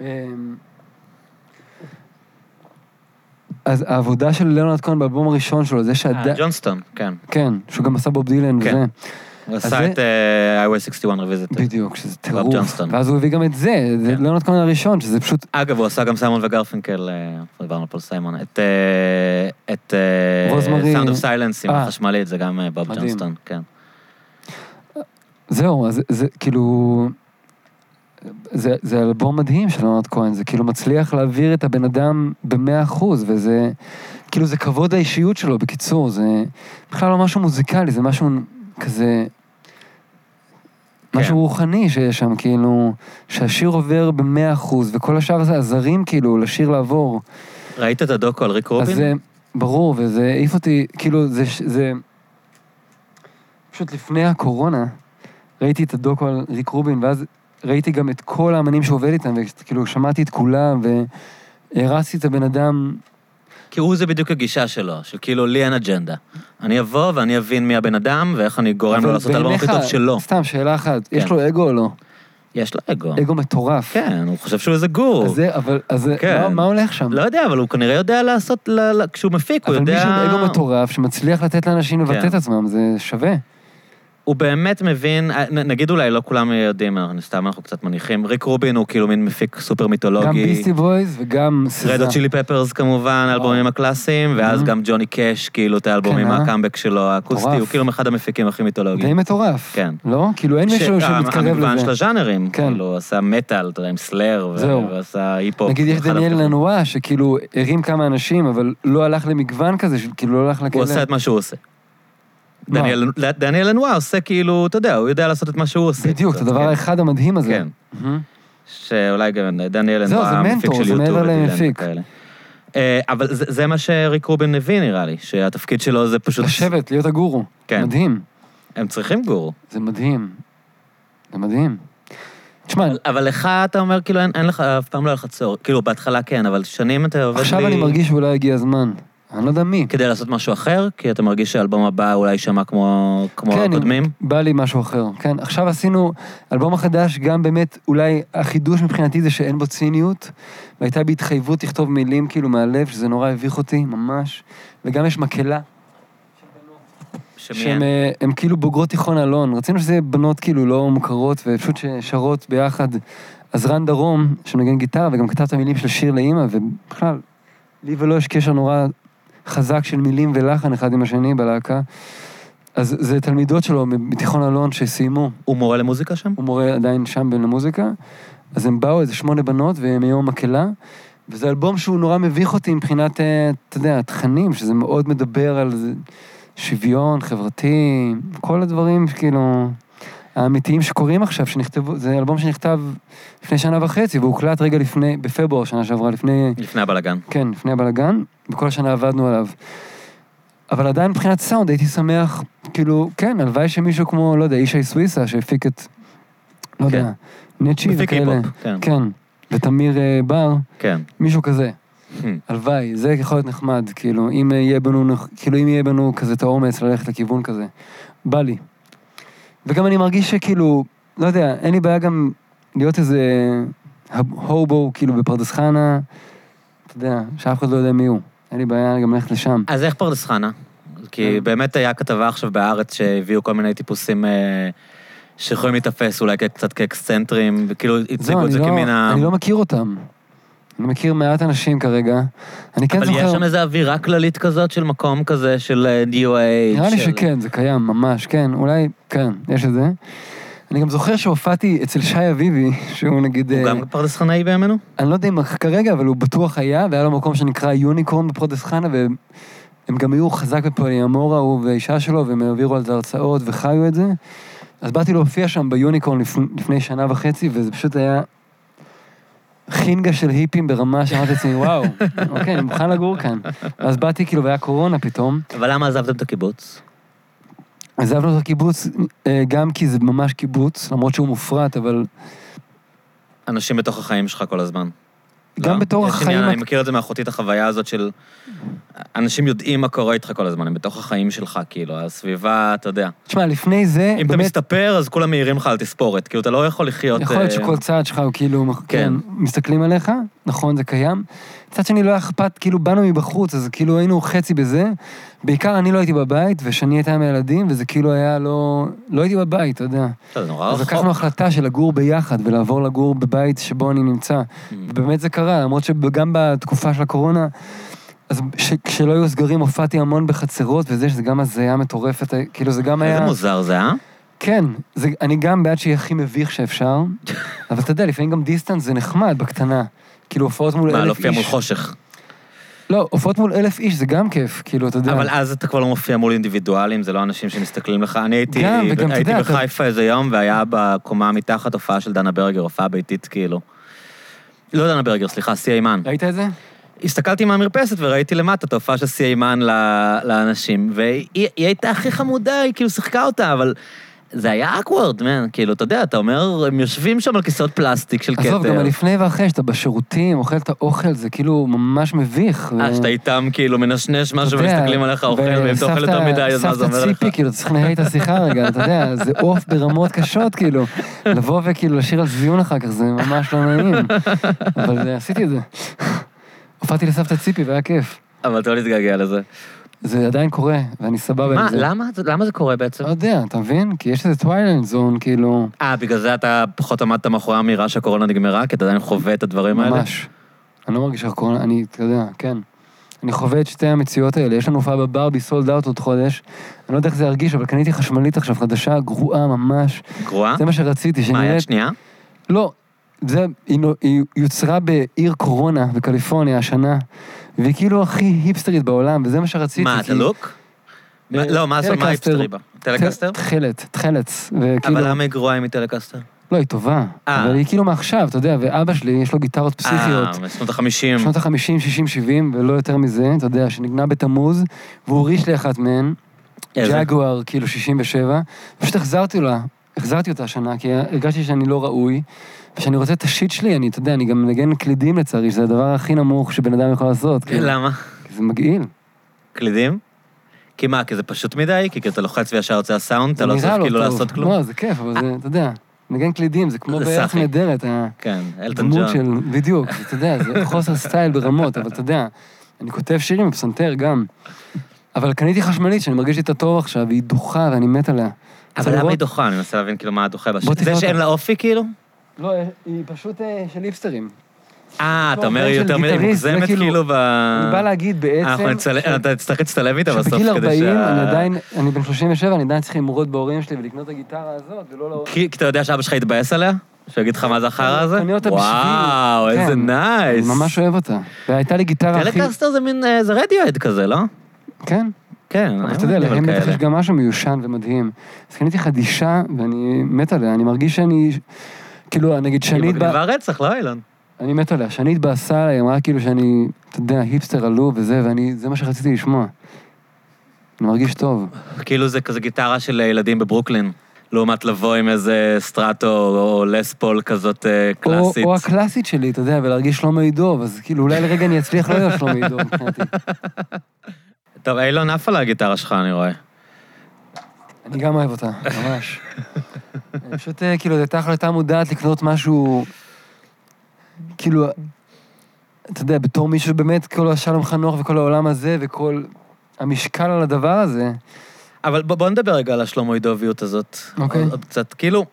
S1: אמ, אז העבודה של ליאונרד כהן באלבום הראשון שלו, זה
S2: אה,
S1: שעדיין...
S2: ג'ונסטון, כן.
S1: כן, שהוא גם עשה בוב דילן
S2: כן.
S1: וזה.
S2: הוא
S1: זה-
S2: עשה את אה, Highway 61 Revisited.
S1: בדיוק, שזה טירוף.
S2: ג'ונסטון.
S1: ואז הוא הביא גם את זה, זה
S2: כן.
S1: ליאונרד כהן הראשון, שזה פשוט
S2: אגב, הוא עשה גם סיימון וגרפינקל, אה, דיברנו פה על סיימון, את... אה, את... אה,
S1: רוזמרי.
S2: Sound of Silence עם
S1: אה.
S2: החשמלית, זה גם אה, בוב
S1: מדהים.
S2: ג'ונסטון, כן.
S1: זהו, אז זה כאילו... זה, זה אלבום מדהים של אונרד כהן, זה כאילו מצליח להעביר את הבן אדם במאה אחוז, וזה... כאילו זה כבוד האישיות שלו, בקיצור, זה בכלל לא משהו מוזיקלי, זה משהו כזה...
S2: כן.
S1: משהו רוחני שיש שם, כאילו, שהשיר עובר במאה אחוז, וכל השאר זה עזרים, כאילו, לשיר לעבור.
S2: ראית את הדוקו על ריק
S1: אז זה,
S2: רובין?
S1: ברור, וזה העיף אותי, כאילו, זה, ש- זה... פשוט לפני הקורונה, ראיתי את הדוקו על ריק רובין, ואז ראיתי גם את כל האמנים שעובד איתם, וכאילו, שמעתי את כולם, והרסתי את הבן אדם,
S2: כי הוא זה בדיוק הגישה שלו, של כאילו, לי אין אג'נדה. אני אבוא ואני אבין מי הבן אדם, ואיך אני גורם לו
S1: אבל
S2: לא לעשות אלבום הכי
S1: בעיניך-
S2: טוב שלו.
S1: סתם, שאלה אחת, יש
S2: כן.
S1: לו אגו או לא?
S2: יש לו אגו.
S1: אגו מטורף.
S2: כן, הוא חושב שהוא איזה גור.
S1: אה, אז זה, אבל, אז זה-
S2: כן.
S1: מה- מה הולך שם?
S2: לא יודע, אבל הוא כנראה יודע לעשות, ל- ל- כשהוא מפיק, הוא
S1: אבל
S2: יודע...
S1: מישהו עם אגו מטורף שמצליח לתת לאנשים לבטא
S2: כן.
S1: את עצמם, זה שווה.
S2: הוא באמת מבין, אה, נ- נגיד אולי לא כולם יודעים, אנחנו סתם אנחנו קצת מניחים, ריק רובין הוא כאילו מין מפיק סופר מיתולוגי.
S1: גם ביסטי בויז וגם
S2: רד
S1: סזה.
S2: או צ'ילי פפרס כמובן, האלבומים הקלאסיים, ואז גם ג'וני קאש, כאילו, את האלבומים,
S1: כן, אה?
S2: הקאמבק שלו, האקוסטי,
S1: מטורף.
S2: הוא כאילו אחד המפיקים הכי
S1: די
S2: מיתולוגיים.
S1: מטורף.
S2: כן.
S1: לא? כאילו אין מישהו
S2: שה-
S1: שמתקרב
S2: המגוון של
S1: לזה.
S2: הז'אנרים,
S1: כן.
S2: כאילו, הוא עשה מטאל, אתה יודע, עם סלאר, ו-
S1: זהו.
S2: ועשה היפ-הופ.
S1: נגיד יש
S2: אחד
S1: דניאל
S2: המטורפים.
S1: לנועה, שכאילו הרים כמה אנשים, אבל לא הלך למגוון כזה, של- כאילו לא הלך לכאלה.
S2: הוא עושה את מה שהוא עושה.
S1: מה?
S2: דניאל- דניאל לנואה עושה כאילו, אתה יודע, הוא יודע לעשות את מה שהוא עושה.
S1: בדיוק, את
S2: קצת,
S1: הדבר
S2: כן.
S1: האחד המדהים הזה.
S2: כן.
S1: מהמם.
S2: שאולי גם דניאל
S1: זהו,
S2: לנועה,
S1: זה
S2: המפיק
S1: מנטור,
S2: של
S1: זה
S2: יוטיוב
S1: מעבר
S2: ודילן
S1: למפיק.
S2: וכאלה. אה, אבל זה, זה מה שריק רובין מבין, נראה לי, שהתפקיד שלו זה פשוט...
S1: לשבת, להיות הגורו.
S2: כן.
S1: מדהים.
S2: הם צריכים גורו.
S1: זה מדהים. זה מדהים. תשמע,
S2: אבל לך, אתה אומר, כאילו, אין, אין לך, אף פעם לא היה לך צורך. כאילו, בהתחלה כן, אבל שנים אתה עובד
S1: עכשיו
S2: לי...
S1: אני מרגיש שאולי הגיע הזמן. אני לא יודע מי.
S2: כדי לעשות משהו אחר, כי אתה מרגיש שהאלבום הבא אולי יישמע כמו, כמו
S1: כן,
S2: הקודמים.
S1: בא לי משהו אחר. כן, עכשיו עשינו, אלבום החדש, גם באמת, אולי החידוש מבחינתי זה שאין בו ציניות, והייתה בי התחייבות לכתוב מילים כאילו מהלב, שזה נורא הביך אותי, ממש. וגם יש מקהלה,
S2: שמי
S1: שהן
S2: אין.
S1: אה, הן כאילו בוגרות תיכון אלון. רצינו שזה יהיה בנות כאילו לא מוכרות, ופשוט ששרות ביחד. אז רן דרום, שמנגן גיטרה, וגם כתב את המילים של שיר לאימא, ובכלל, לי ולו יש קשר נורא חזק של מילים ולחן אחד עם השני בלהקה. אז זה תלמידות שלו מתיכון אלון שסיימו,
S2: הוא מורה למוזיקה שם?
S1: הוא מורה עדיין שם בין למוזיקה, אז הם באו איזה שמונה בנות והם היו מקהלה, וזה אלבום שהוא נורא מביך אותי מבחינת, אה, אתה יודע, התכנים, שזה מאוד מדבר על זה- שוויון חברתי, כל הדברים שכאילו... כאילו, האמיתיים שקורים עכשיו, שנכתבו, זה אלבום שנכתב לפני שנה וחצי, והוקלט רגע לפני, בפברואר שנה שעברה, לפני,
S2: לפני הבלאגן.
S1: כן, לפני הבלאגן, וכל השנה עבדנו עליו. אבל עדיין מבחינת סאונד הייתי שמח, כאילו, כן, הלוואי שמישהו כמו, לא יודע, ישי סוויסה, שהפיק את, לא
S2: כן.
S1: יודע, נצ'י
S2: מפיק
S1: וכאלה.
S2: היפ-הופ, כן.
S1: כן, ותמיר אה, בר,
S2: כן.
S1: מישהו כזה.
S2: Hmm.
S1: הלוואי, זה יכול להיות נחמד, כאילו, אם אה, יהיה בנו, נח- כאילו, אם יהיה בנו כזה את האומץ ללכת לכיוון כזה. בא לי. וגם אני מרגיש שכאילו, לא יודע, אין לי בעיה גם להיות איזה הב- הובו, כאילו, בפרדס חנה, אתה יודע, שאף אחד לא יודע מי הוא. אין לי בעיה גם ללכת לשם. לא,
S2: אז איך פרדס חנה? כי
S1: כן.
S2: באמת היה כתבה עכשיו בהארץ שהביאו כל מיני טיפוסים אה, שיכולים להיתפס אולי קצת כאקסצנטרים, וכאילו
S1: לא,
S2: הציגו את
S1: אני
S2: זה
S1: לא-
S2: כמין ה...
S1: אני לא מכיר אותם. אני מכיר מעט אנשים כרגע. אני כן
S2: אבל
S1: זוכר...
S2: יש שם איזו אווירה כללית כזאת של מקום כזה של אה, DOA.
S1: נראה לי
S2: של-
S1: שכן, זה קיים, ממש, כן, אולי, כן, יש את זה. אני גם זוכר שהופעתי אצל שי אביבי, שהוא נגיד,
S2: הוא
S1: אה,
S2: גם פרדס חנאי בימינו?
S1: אני לא יודע אם כרגע, אבל הוא בטוח היה, והיה לו מקום שנקרא יוניקורן בפרדס חנה, והם הם גם היו חזק בפוליאמורה, הוא והאישה שלו, והם העבירו על זה הרצאות וחיו את זה. אז באתי להופיע שם ביוניקורן לפני, לפני שנה וחצי, וזה פשוט היה חינגה של היפים ברמה שאמרתי לעצמי, וואו, אוקיי, אני מוכן לגור כאן. אז באתי כאילו, והיה קורונה פתאום.
S2: אבל למה עזבתם את הקיבוץ?
S1: עזבנו את הקיבוץ אה, גם כי זה ממש קיבוץ, למרות שהוא מופרט, אבל
S2: אנשים בתוך החיים שלך כל הזמן.
S1: גם
S2: לא?
S1: בתור
S2: יש
S1: החיים...
S2: עניין,
S1: הק-
S2: אני מכיר את זה מאחותי, את החוויה הזאת של... אנשים יודעים מה קורה איתך כל הזמן, הם בתוך החיים שלך, כאילו, הסביבה, אתה יודע.
S1: תשמע, לפני זה,
S2: אם אתה
S1: באמת,
S2: מסתפר, אז כולם מעירים לך על תספורת. כאילו, אתה לא יכול לחיות...
S1: יכול להיות
S2: אה,
S1: שכל צעד שלך הוא כאילו, כן, מסתכלים עליך, נכון, זה קיים. מצד שני, לא היה אכפת, כאילו, באנו מבחוץ, אז כאילו היינו חצי בזה. בעיקר אני לא הייתי בבית, ושני הייתה עם הילדים, וזה כאילו היה לא... לא הייתי בבית, אתה יודע.
S2: אתה יודע, זה נורא
S1: אז
S2: רחוק.
S1: לקחנו החלטה של לגור ביחד, ולעבור לגור בבית שבו אני נמצא.
S2: Mm.
S1: ובאמת זה קרה, למרות שגם בתקופה של הקורונה, אז ש- כשלא היו סגרים הופעתי המון בחצרות וזה, שזה גם הזיה מטורפת, כאילו זה גם היה...
S2: איזה מוזר זה, אה?
S1: כן, זה, אני גם בעד שיהיה הכי מביך שאפשר, אבל אתה יודע, לפעמים גם דיסטנס זה נחמד בקטנה. כאילו הופעות מול
S2: מה,
S1: אלף
S2: להופיע מול
S1: איש.
S2: חושך.
S1: לא, הופעות מול אלף איש זה גם כיף, כאילו, אתה יודע.
S2: אבל אז אתה כבר לא מופיע מול אינדיבידואלים, זה לא אנשים שמסתכלים לך. אני הייתי
S1: גם, וגם, אתה
S2: הייתי
S1: יודע, אתה-
S2: בחיפה איזה יום, והיה בקומה מתחת הופעה של דנה ברגר, הופעה ביתית, כאילו. לא דנה ברגר, סליחה, סי אימן.
S1: ראית את זה?
S2: הסתכלתי מהמרפסת וראיתי למטה את ההופעה של סי אימן ל- לאנשים, והיא היא הייתה הכי חמודה, היא כאילו שיחקה אותה, אבל זה היה אקוורד, מן, כאילו, אתה יודע, אתה אומר, הם יושבים שם על כיסאות פלסטיק של כתר.
S1: עזוב, גם הלפני ואחרי, שאתה בשירותים, אוכל את האוכל, זה כאילו ממש מביך. ו-
S2: אה, שאתה איתם כאילו מנשנש משהו
S1: אתה יודע,
S2: ומסתכלים עליך אוכל, ואם אתה אוכל
S1: וסבתא-
S2: יותר מדי, אז מה זה אומר
S1: סבתא
S2: לך?
S1: ציפי, כאילו, אתה צריך לנהל את השיחה רגע, אתה יודע, זה עוף ברמות קשות, כאילו. לבוא וכאילו לשיר על זיון אחר כך, זה ממש לא נעים. אבל אה, עשיתי את זה. הופעתי לסבתא ציפי והיה כיף.
S2: אבל אתה לא להתגעגע לזה.
S1: זה עדיין קורה, ואני סבבה
S2: מה,
S1: עם זה.
S2: למה זה- למה זה קורה בעצם?
S1: לא יודע, אתה מבין? כי יש איזה טוויילנד זון, כאילו,
S2: אה, בגלל זה אתה פחות עמדת מאחורי האמירה שהקורונה נגמרה, כי אתה עדיין חווה את הדברים האלה?
S1: ממש. אני לא מרגיש שהקורונה, אני, אתה יודע, כן. אני חווה את שתי המציאות האלה. יש לנו הופעה בברבי, סולד אאוט עוד חודש. אני לא יודע איך זה ירגיש, אבל קניתי חשמלית עכשיו, חדשה, גרועה ממש.
S2: גרועה?
S1: זה מה שרציתי,
S2: אה? מה, יד
S1: שנראית...
S2: שנייה?
S1: לא, זה, היא, נו- היא יוצרה בעיר קורונה בקליפורניה השנה, והיא כאילו הכי היפסטרית בעולם, וזה מה שרציתי.
S2: מה,
S1: כי-
S2: אתה לא? לוק? מה- לא, מה זה, מה
S1: טלקסטר.
S2: היפסטרי בה? טלקסטר?
S1: תכלת, תכלת. וכאילו,
S2: אבל למה היא גרועה אם היא טלקסטר?
S1: לא, היא טובה.
S2: אה.
S1: אבל היא כאילו מעכשיו, אתה יודע, ואבא שלי, יש לו גיטרות פסיכיות.
S2: אה, משנות החמישים.
S1: שנות ה-50, 60, 70, ולא יותר מזה, אתה יודע, שנגנה בתמוז, והוא הוריש לי אחת מהן,
S2: איזה?
S1: ג'גואר, כאילו 67, פשוט החזרתי לה, החזרתי אותה השנה, כי הרגשתי שאני לא ראוי, ושאני רוצה את השיט שלי, אני, אתה יודע, אני גם מנגן קלידים לצערי, שזה הדבר הכי נמוך שבן אדם יכול לעשות, כאילו,
S2: למה?
S1: כי זה מגעיל.
S2: קלידים? כי מה, כי זה פשוט מדי? כי כאילו אתה לוחץ וישר יוצא הסאונד, אתה
S1: זה
S2: לא
S1: נראה
S2: צריך כאילו
S1: טוב.
S2: לעשות כלום?
S1: לא, זה כיף, אבל זה, אתה יודע, מנגן קלידים, זה כמו
S2: זה
S1: בארץ
S2: סאחי.
S1: נהדרת, ה-
S2: כן, אלטון
S1: דמות
S2: ג'ון.
S1: של, בדיוק, אתה יודע, זה חוסר סטייל ברמות, אבל אתה יודע, אני כותב שירים בפסנתר גם. אבל קניתי חשמלית שאני מרגיש איתה טוב עכשיו, היא דוחה ואני מת עליה. רוצה
S2: אבל למה
S1: לראות?
S2: היא דוחה? אני מנסה להבין כאילו מה הדוחה בה.
S1: בוא תקרא
S2: זה
S1: אותה.
S2: שאין לה אופי כאילו?
S1: לא, היא פשוט אה, של היפסטרים.
S2: אה, אתה
S1: לא,
S2: אומר
S1: בן
S2: היא
S1: של
S2: יותר מדי
S1: גיטריסט,
S2: מוגזמת
S1: זה כאילו-
S2: כאילו ב...
S1: אני בא להגיד בעצם...
S2: אנחנו נצלם, אה,
S1: ש-
S2: אתה תצטרך להצטלם איתה בסוף
S1: שבגיל
S2: כדי
S1: 40,
S2: שה-
S1: אני עדיין, אני בן 37, אני עדיין צריך למרוד בהורים שלי ולקנות את הגיטרה הזאת, ולא ל...
S2: כי כי אתה יודע שאבא שלך יתבאס עליה? שהוא יגיד לך מה זה החרא הזה?
S1: קנה אותה בשביל...
S2: וואו,
S1: כן,
S2: איזה נייס.
S1: אני ממש אוהב אותה. והייתה לי גיטרה הכי...
S2: טלקסטר זה מין, אה, זה רדיואד כזה, לא?
S1: כן.
S2: כן,
S1: אבל
S2: היו
S1: אתה יודע,
S2: מגניב על
S1: להם בטח
S2: כאלה.
S1: יש גם משהו מיושן ומדהים. אז קניתי חדישה, ואני מת עליה, אני מרגיש שאני... כאילו, נגיד
S2: היא
S1: שנית... ב-
S2: מגניבה רצח, לא אילן?
S1: אני מת עליה. שאני התבאסה עליי, היא אמרה כאילו שאני, אתה יודע, היפסטר עלוב וזה, ואני, זה מה שרציתי לשמוע. אני מרגיש טוב.
S2: כאילו זה כזה גיטרה של ילדים בברוקלין. לעומת לבוא עם איזה סטרטו או לספול כזאת אה,
S1: או,
S2: קלאסית.
S1: או הקלאסית שלי, אתה יודע, ולהרגיש שלומי דוב, אז כאילו אולי לרגע אני אצליח לא להיות שלומי דוב מבחינתי.
S2: טוב, אילון עף על הגיטרה שלך, אני רואה.
S1: אני גם אוהב אותה, ממש. אני פשוט, אה, כאילו, זו הייתה החלטה מודעת לקנות משהו, כאילו, אתה יודע, בתור מישהו שבאמת כל השלום חנוך וכל העולם הזה, וכל המשקל על הדבר הזה,
S2: אבל בוא, בוא נדבר רגע על השלומוידוביות הזאת.
S1: אוקיי.
S2: עוד, עוד קצת, כאילו,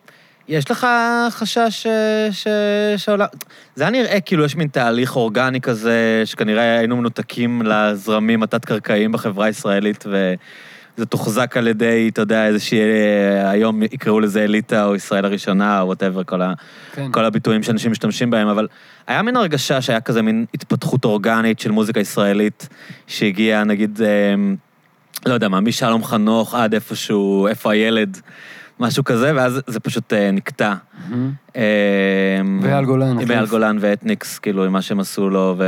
S2: יש לך חשש ש... ש... שהעולם... זה היה נראה כאילו יש מין תהליך אורגני כזה, שכנראה היינו מנותקים לזרמים התת-קרקעיים בחברה הישראלית, וזה תוחזק על ידי, אתה יודע, איזושהי... אה, היום יקראו לזה אליטה או ישראל הראשונה, או וואטאבר, כל, ה...
S1: כן.
S2: כל הביטויים שאנשים משתמשים בהם, אבל היה מין הרגשה שהיה כזה מין התפתחות אורגנית של מוזיקה ישראלית, שהגיעה, נגיד, אה, לא יודע מה, משלום חנוך עד איפשהו, איפה הילד, משהו כזה, ואז זה פשוט אה, נקטע.
S1: מהמם.
S2: אה,
S1: ואייל גולן,
S2: עם אייל
S1: אחי.
S2: גולן ואתניקס, כאילו, עם מה שהם עשו לו, ו...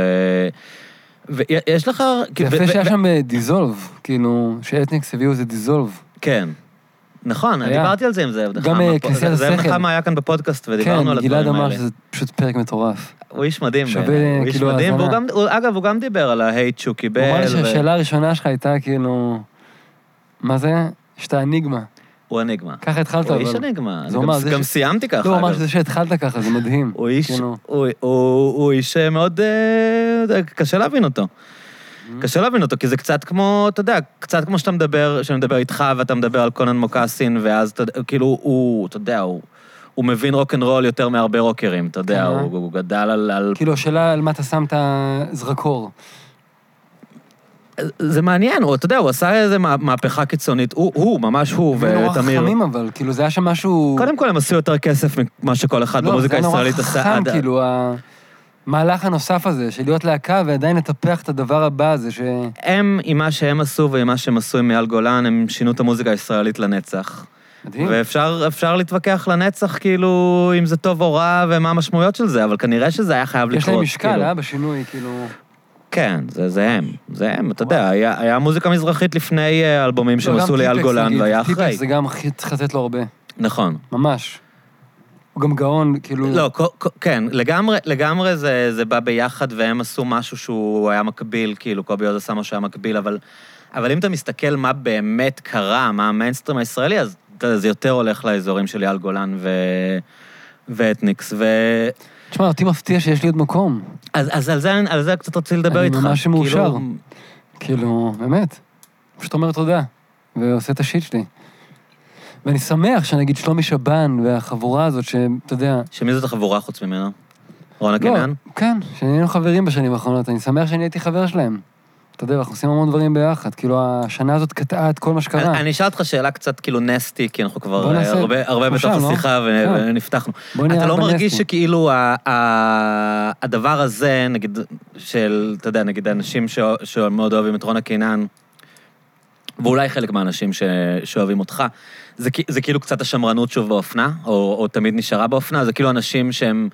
S2: ויש לך...
S1: זה
S2: ו- ו-
S1: יפה שהיה
S2: ו-
S1: שם אה, דיזולב, כאילו, שאתניקס הביאו איזה דיזולב.
S2: כן. נכון,
S1: היה.
S2: דיברתי על זה עם זאב
S1: גם, אה,
S2: נחמה.
S1: כנסיית
S2: זאב
S1: השכל.
S2: נחמה היה כאן בפודקאסט ודיברנו על
S1: כן,
S2: הדברים האלה.
S1: גלעד אמר שזה פשוט פרק מטורף.
S2: הוא איש מדהים.
S1: שווה,
S2: בעיניי. הוא איש
S1: כאילו,
S2: מדהים,
S1: האזנה.
S2: והוא גם, הוא- אגב, הוא גם דיבר על ההייט שהוא קיבל.
S1: נראה לי
S2: ו-
S1: שהשאלה הראשונה שלך הייתה כאילו, מה זה? שאתה אניגמה.
S2: הוא אניגמה.
S1: ככה התחלת,
S2: הוא
S1: אבל...
S2: איש אניגמה.
S1: זה הוא אמר,
S2: גם-
S1: זה
S2: גם
S1: ש-
S2: סיימתי
S1: לא,
S2: ככה.
S1: הוא אמר
S2: אגב.
S1: שזה שהתחלת ככה, זה מדהים.
S2: הוא איש,
S1: כאילו,
S2: הוא- הוא הוא איש מאוד, אה, זה קשה להבין אותו.
S1: Mm-hmm.
S2: קשה להבין אותו, כי זה קצת כמו, אתה יודע, קצת כמו שאתה מדבר, שאני מדבר איתך ואתה מדבר על קונן מוקאסין, ואז אתה יודע, כאילו, הוא, אתה יודע, הוא... הוא מבין רוקנרול יותר מהרבה רוקרים, אתה יודע,
S1: כן, אה?
S2: הוא, הוא גדל על, על...
S1: כאילו, השאלה על מה אתה שם את הזרקור.
S2: זה מעניין, הוא, אתה יודע, הוא עשה איזה מה- מהפכה קיצונית, הוא, הוא, ממש הוא
S1: הם היו
S2: ותמיר.
S1: נורא חכמים אבל, כאילו, זה היה שם משהו...
S2: קודם כל, הם עשו יותר כסף ממה שכל אחד
S1: לא, אבל זה
S2: במוזיקה
S1: היה נורא
S2: הישראלית עשה עד...
S1: חכם, כאילו, המהלך הנוסף הזה, של להיות להקה ועדיין לטפח את הדבר הבא הזה, ש...
S2: הם, עם מה שהם עשו ועם מה שהם עשו עם אייל גולן, הם שינו את המוזיקה הישראלית לנצח.
S1: מדהים.
S2: ואפשר אפשר להתווכח לנצח, כאילו, אם זה טוב או רע ומה המשמעויות של זה, אבל כנראה שזה היה חייב לקרות.
S1: יש להם משקל,
S2: כאילו.
S1: אה? בשינוי, כאילו...
S2: כן, זה, זה הם. זה הם, אתה יודע, היה, היה מוזיקה מזרחית לפני אה, אלבומים שהם
S1: לא, גם
S2: עשו לאייל
S1: טיפקס,
S2: גולן,
S1: נגיד,
S2: והיה
S1: טיפקס
S2: אחרי.
S1: זה גם הכי צריך לתת לו הרבה,
S2: נכון.
S1: ממש. הוא גם גאון, כאילו...
S2: לא, כ- כ- כן, לגמרי, לגמרי זה, זה בא ביחד, והם עשו משהו שהוא היה מקביל, כאילו, קובי עוד עשה משהו שהיה מקביל, אבל, אבל אם אתה מסתכל מה באמת קרה, מה המיינסטרים הישראלי, אז אתה יודע, זה יותר הולך לאזורים של אייל גולן ו... ואתניקס, ו...
S1: תשמע, אותי מפתיע שיש לי עוד מקום.
S2: אז, אז על, זה, על זה קצת רציתי לדבר
S1: אני
S2: איתך.
S1: ממש
S2: כאילו,
S1: מאושר. כאילו, באמת. פשוט אומר תודה, ועושה את השיט שלי. ואני שמח שנגיד שלומי שבן והחבורה הזאת, שאתה יודע...
S2: שמי זאת החבורה חוץ ממנו? רונה
S1: לא,
S2: קנן?
S1: כן, שנהיינו חברים בשנים האחרונות, אני שמח שאני הייתי חבר שלהם. אתה יודע, אנחנו עושים המון דברים ביחד, כאילו, השנה הזאת קטעה את כל מה שקרה.
S2: אני אני אשאל אותך שאלה קצת כאילו נסטי, כי אנחנו כבר
S1: בוא נעשה-
S2: אה, הרבה- הרבה
S1: אנחנו
S2: בתוך
S1: שם, לא?
S2: השיחה ו-
S1: כן.
S2: ונפתחנו.
S1: בוא נהיה
S2: אתה לא
S1: אבא
S2: מרגיש
S1: נסטי.
S2: שכאילו ה- ה- הדבר הזה, נגיד, של, אתה יודע, נגיד האנשים ש- שמאוד אוהבים את רונה קינן, ואולי חלק מהאנשים ש- שאוהבים אותך, זה כי- זה כאילו קצת השמרנות שוב באופנה, או או תמיד נשארה באופנה, זה כאילו אנשים שהם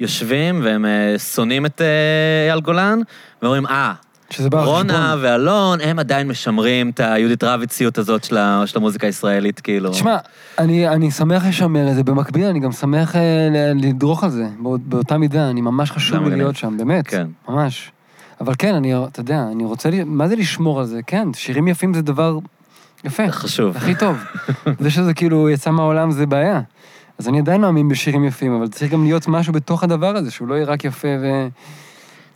S2: יושבים והם אה, שונאים את אה, אייל גולן, ואומרים, אה,
S1: שזה בא לא, על חשבון.
S2: רונה ואלון, הם עדיין משמרים את היהודית רביציות הזאת של ה- של המוזיקה הישראלית, כאילו.
S1: תשמע, אני, אני שמח לשמר את זה, במקביל אני גם שמח אה, ל- לדרוך על זה, בא, באותה מידה, אני ממש חשוב
S2: גם
S1: לי
S2: אני.
S1: להיות שם, באמת,
S2: כן.
S1: ממש. אבל כן, אני, אתה יודע, אני רוצה, ל- מה זה לשמור על זה? כן, שירים יפים זה דבר יפה,
S2: חשוב.
S1: הכי טוב. זה שזה כאילו יצא מהעולם זה בעיה. אז אני עדיין מאמין בשירים יפים, אבל צריך גם להיות משהו בתוך הדבר הזה, שהוא לא יהיה רק יפה ו...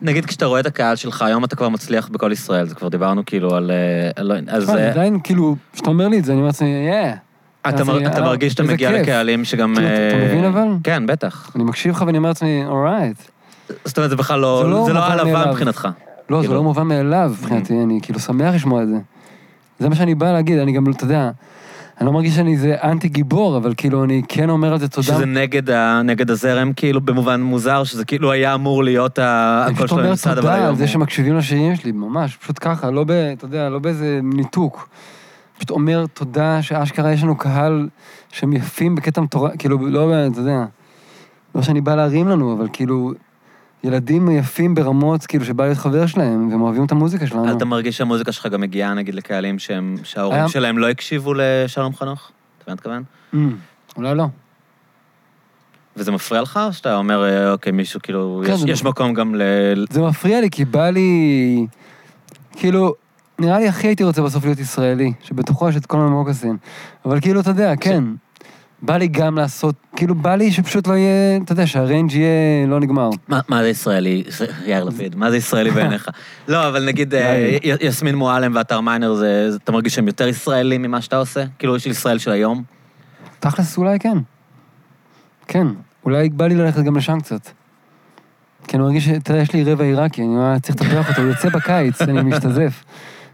S2: נגיד כשאתה רואה את הקהל שלך, היום אתה כבר מצליח בכל ישראל, זה כבר דיברנו כאילו על... אה, לא, אז
S1: תשמע, אני
S2: אה,
S1: עדיין, כאילו, כשאתה אומר לי את זה, אני אומר לעצמי, אה,
S2: אתה
S1: אז
S2: מר-
S1: אני-
S2: אתה
S1: אה,
S2: מרגיש שאתה
S1: איזה
S2: מגיע
S1: כיף.
S2: לקהלים שגם...
S1: כאילו, אתה- אתה
S2: אה,
S1: מבין אבל?
S2: כן, בטח.
S1: אני מקשיב לך ואני אומר לעצמי, אורייט.
S2: זאת אומרת, זה בכלל
S1: זה
S2: לא...
S1: לא
S2: זה לא
S1: מובן
S2: העלבה
S1: מאליו.
S2: מבחינתך.
S1: לא, זה
S2: כאילו. Mm-hmm.
S1: לא מובן מאליו מבחינתי, אני כאילו שמח לשמוע את זה. זה מה שאני בא להגיד, אני גם, אתה יודע, אני לא מרגיש שאני איזה אנטי גיבור, אבל כאילו אני כן אומר על זה תודה.
S2: שזה נגד, ה, נגד הזרם, כאילו, במובן מוזר, שזה כאילו היה אמור להיות ה-
S1: אני
S2: הקול
S1: פשוט
S2: שלו
S1: אומר
S2: ממסד, אבל
S1: תודה
S2: היום
S1: על זה
S2: הוא...
S1: שמקשיבים לשירים שלי, ממש, פשוט ככה, לא ב... אתה יודע, לא באיזה ניתוק. פשוט אומר תודה שאשכרה יש לנו קהל שהם יפים בקטע מטורף, כאילו, לא, ב- אתה יודע, לא שאני בא להרים לנו, אבל כאילו, ילדים יפים ברמות, כאילו, שבא להיות חבר שלהם, והם אוהבים את המוזיקה שלנו.
S2: אתה מרגיש שהמוזיקה שלך גם מגיעה, נגיד, לקהלים שהם, שההורים
S1: היה-
S2: שלהם לא הקשיבו לשלום חנוך? אתה מבין מה אני מתכוון?
S1: Mm, אולי לא.
S2: וזה מפריע לך, או שאתה אומר, אה, אוקיי, מישהו, כאילו,
S1: כן,
S2: יש,
S1: זה
S2: יש
S1: מפריע.
S2: מקום גם ל...
S1: זה מפריע לי, כי בא לי... כאילו, נראה לי הכי הייתי רוצה בסוף להיות ישראלי, שבתוכו יש את כל המוקסים. אבל כאילו, אתה יודע, כן. בא לי גם לעשות, כאילו, בא לי שפשוט לא יהיה, אתה יודע, שהריינג' יהיה לא נגמר.
S2: מה, מה זה ישראלי, יאיר לפיד, מה זה ישראלי בעיניך? לא, אבל נגיד אה, י- יסמין מועלם ואתר מיינר, זה, זה- אתה מרגיש שהם יותר ישראלים ממה שאתה עושה? כאילו, יש ישראל של היום?
S1: תכלס, אולי כן. כן. אולי בא לי ללכת גם לשם קצת. כי אני מרגיש, ש- אתה יודע, יש לי רבע עיראקי, אני ממש צריך לטפח אותו, הוא יוצא בקיץ, אני משתזף.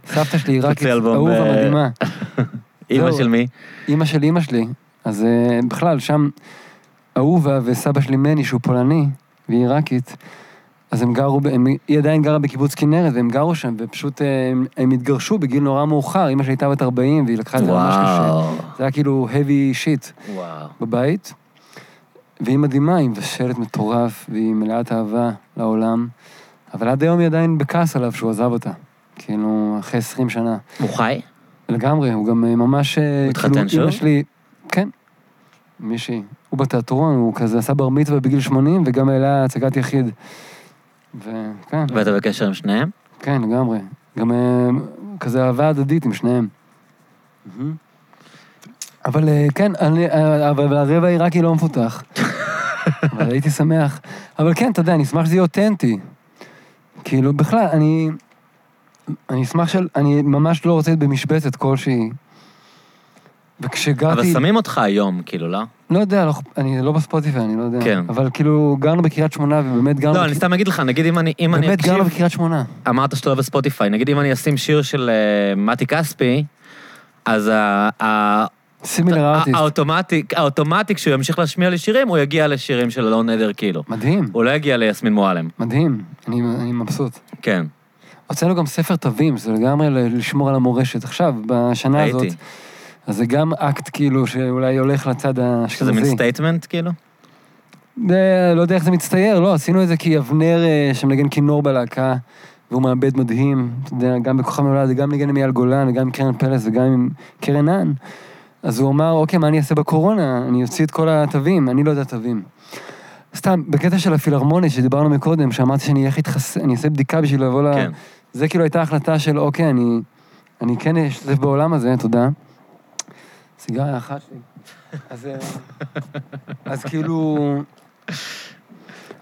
S1: סבתא שלי עיראקית,
S2: תוציא אלבום,
S1: אהובה
S2: אה,
S1: מדהימה.
S2: אימא
S1: זהו.
S2: של מי?
S1: אימא של אימא שלי, אז אה, בכלל, שם אהובה וסבא שלי מני, שהוא פולני, והיא עיראקית, אז הם גרו, ב- הם, היא עדיין גרה בקיבוץ כנרת, והם גרו שם, ופשוט אה, הם, הם התגרשו בגיל נורא מאוחר, אימא שלי הייתה בת 40, והיא לקחה את זה ממש קשה.
S2: וואו,
S1: זה היה כאילו heavy shit
S2: וואו.
S1: בבית, והיא מדהימה, היא מבשלת מטורף, והיא מלאת אהבה לעולם, אבל עד היום היא עדיין בכעס עליו שהוא עזב אותה. כאילו, אחרי 20 שנה.
S2: הוא חי?
S1: לגמרי, הוא גם אה, ממש... אה,
S2: התחתן
S1: כאילו,
S2: שוב?
S1: אמא שלי... כן, מישהי. הוא בתיאטרון, הוא כזה עשה בר מצווה בגיל 80, וגם העלה הצגת יחיד. כן. וכן,
S2: ואתה בקשר עם שניהם?
S1: כן, לגמרי. גם אה, כזה אהבה הדדית עם שניהם. אבל אה, כן, אני- אה, אבל הרבע העיראקי לא מפותח. אבל הייתי שמח. אבל כן, אתה יודע, אני אשמח שזה יהיה אותנטי. כאילו, בכלל, אני... אני אשמח של... אני ממש לא רוצה להיות במשבצת כלשהי.
S2: אבל
S1: וכשגרתי...
S2: שמים אותך היום, כאילו, לא?
S1: לא יודע, לא, אני לא בספוטיפיי, אני לא יודע.
S2: כן.
S1: אבל כאילו, גרנו בקריית שמונה, ובאמת גרנו...
S2: לא,
S1: בק-
S2: אני סתם אגיד לך, נגיד אם אני אם אני
S1: באמת גרנו
S2: אקשיב,
S1: בקריית שמונה.
S2: אמרת שאתה לא בספוטיפיי, נגיד אם אני אשים שיר של אה, מתי כספי, אז ה- ה-
S1: סימילר
S2: הא-
S1: ארטיסט.
S2: האוטומטי, האוטומטי, כשהוא ימשיך להשמיע לי שירים, הוא יגיע לשירים של אלון עדר, כאילו.
S1: מדהים,
S2: הוא לא יגיע ליסמין מועלם.
S1: מדהים. אני אני מבסוט.
S2: כן,
S1: הוצאנו גם ספר תווים, זה לגמרי ל- לשמור על המורשת. עכשיו, בשנה הזאת,
S2: הייתי.
S1: אז זה גם אקט כאילו שאולי הולך לצד
S2: שזה מין
S1: האשכנזי.
S2: סטייטמנט, כאילו?
S1: זה- לא יודע איך זה מצטייר, לא, עשינו את זה כי אבנר אה, שמנגן כינור בלהקה, והוא מעבד מדהים, אתה יודע, גם בכוכב נולד, וגם ניגן עם אייל גולן, וגם עם קרן פלס, וגם עם קרן האן. אז הוא אמר, אוקיי, מה אני אעשה בקורונה? אני אוציא את כל התווים, אני לא יודע תווים. סתם, בקטע של הפילהרמונית שדיברנו מקודם, שאמרתי שאני אלך להתחסן, אני אעשה בדיקה בשביל לבוא ל...
S2: כן.
S1: זה כאילו הייתה החלטה של, אוקיי, אני, אני כן אשתתף בעולם הזה, תודה. סיגריה אחת שלי. אז, אה, אז כאילו...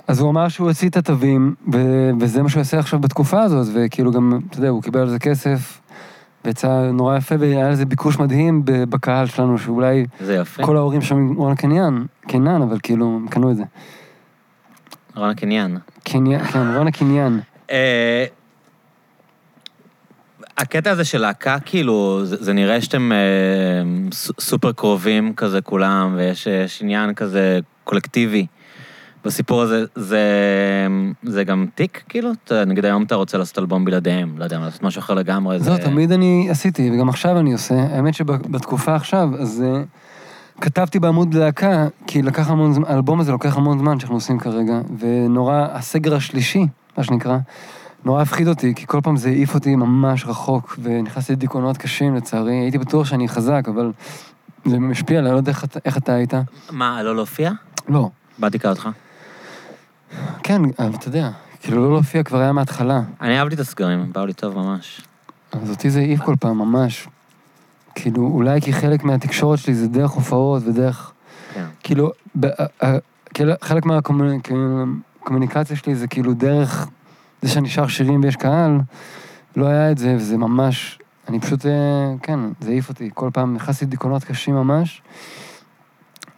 S1: אז הוא אמר שהוא הוציא את התווים, ו- וזה מה שהוא עושה עכשיו בתקופה הזאת, וכאילו גם, אתה יודע, הוא קיבל על זה כסף, ויצא נורא יפה, והיה לזה ביקוש מדהים ב- בקהל שלנו, שאולי
S2: זה יפה.
S1: כל ההורים שם עם רון קניין, קניין, אבל כאילו, הם קנו את זה.
S2: רונה קניין.
S1: קניין, כן, רון הקניין.
S2: אה, הקטע הזה של להקה, כאילו, זה, זה נראה שאתם אה, ס, סופר קרובים כזה כולם, ויש אה, יש עניין כזה קולקטיבי. בסיפור הזה, זה, זה גם תיק, כאילו? אתה, נגיד היום אתה רוצה לעשות אלבום בלעדיהם, לא יודע, לעשות משהו אחר לגמרי,
S1: זהו, לא, תמיד אני עשיתי, וגם עכשיו אני עושה. האמת שבתקופה עכשיו, אז אה, כתבתי בעמוד להקה, כי לקח המון זמן, האלבום הזה לוקח המון זמן שאנחנו עושים כרגע, ונורא, הסגר השלישי, מה שנקרא, נורא הפחיד אותי, כי כל פעם זה העיף אותי ממש רחוק, ונכנסתי לדיכאונות קשים, לצערי. הייתי בטוח שאני חזק, אבל זה משפיע עליי, אני לא יודע איך, אתה- איך אתה היית.
S2: מה, לא להופיע?
S1: לא.
S2: באתי לקרוא אותך.
S1: כן, אבל אתה יודע, כאילו לא להופיע כבר היה מההתחלה.
S2: אני אהבתי את הסגרים, באו לי טוב ממש.
S1: אז אותי זה העיף כל פעם, ממש. כאילו, אולי כי חלק מהתקשורת שלי זה דרך הופעות ודרך...
S2: כן.
S1: כאילו, ב- ה- ה- כאילו, חלק מהקומוניקציה שלי זה כאילו דרך זה שאני שר שירים ויש קהל, לא היה את זה, וזה ממש... אני פשוט, אה, כן, זה העיף אותי. כל פעם נכנסתי לדיכאונות קשים ממש.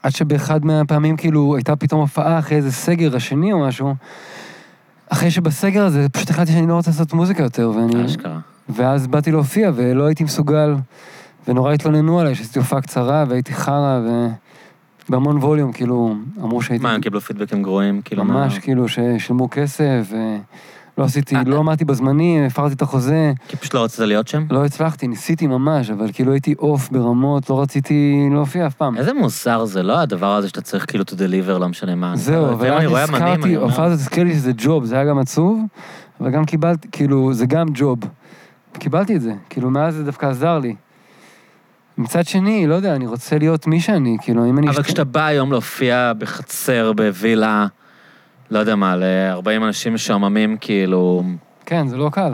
S1: עד שבאחד מהפעמים, כאילו, הייתה פתאום הופעה אחרי איזה סגר השני או משהו. אחרי שבסגר הזה, פשוט
S2: אה,
S1: החלטתי שאני לא רוצה לעשות מוזיקה יותר, ואני...
S2: אשכרה.
S1: ואז באתי להופיע, ולא הייתי מסוגל, ונורא התלוננו עליי שעשיתי הופעה קצרה והייתי חרא, ובהמון ווליום, כאילו, אמרו שהייתי...
S2: מה, הם קיבלו פידבקים גרועים? כאילו, מה-
S1: ממש, כאילו, ששילמו כסף, ולא עשיתי,
S2: אה,
S1: לא עמדתי בזמנים, הפרתי את החוזה,
S2: כי פשוט לא רצית להיות שם?
S1: לא הצלחתי, ניסיתי ממש, אבל כאילו הייתי עוף ברמות, לא רציתי להופיע אף פעם.
S2: איזה מוסר זה, לא הדבר הזה שאתה צריך כאילו to deliver, לא משנה מה.
S1: זהו, אבל
S2: ואם אני
S1: אז
S2: רואה אמנים,
S1: הזכרתי,
S2: אני אומר,
S1: ההופעה הזאת הזכיר לי שזה ג'וב, זה היה גם עצוב, אבל גם קיבלתי, כאילו, זה גם ג'וב. קיבלתי את זה, כאילו, מאז זה דווקא עזר לי. מצד שני, לא יודע, אני רוצה להיות מי שאני, כאילו, אם אני...
S2: אבל
S1: אשת-
S2: כשאתה בא היום להופיע בחצר, בווילה, לא יודע מה, ל-40 אנשים משועממים, כאילו...
S1: כן, זה לא קל.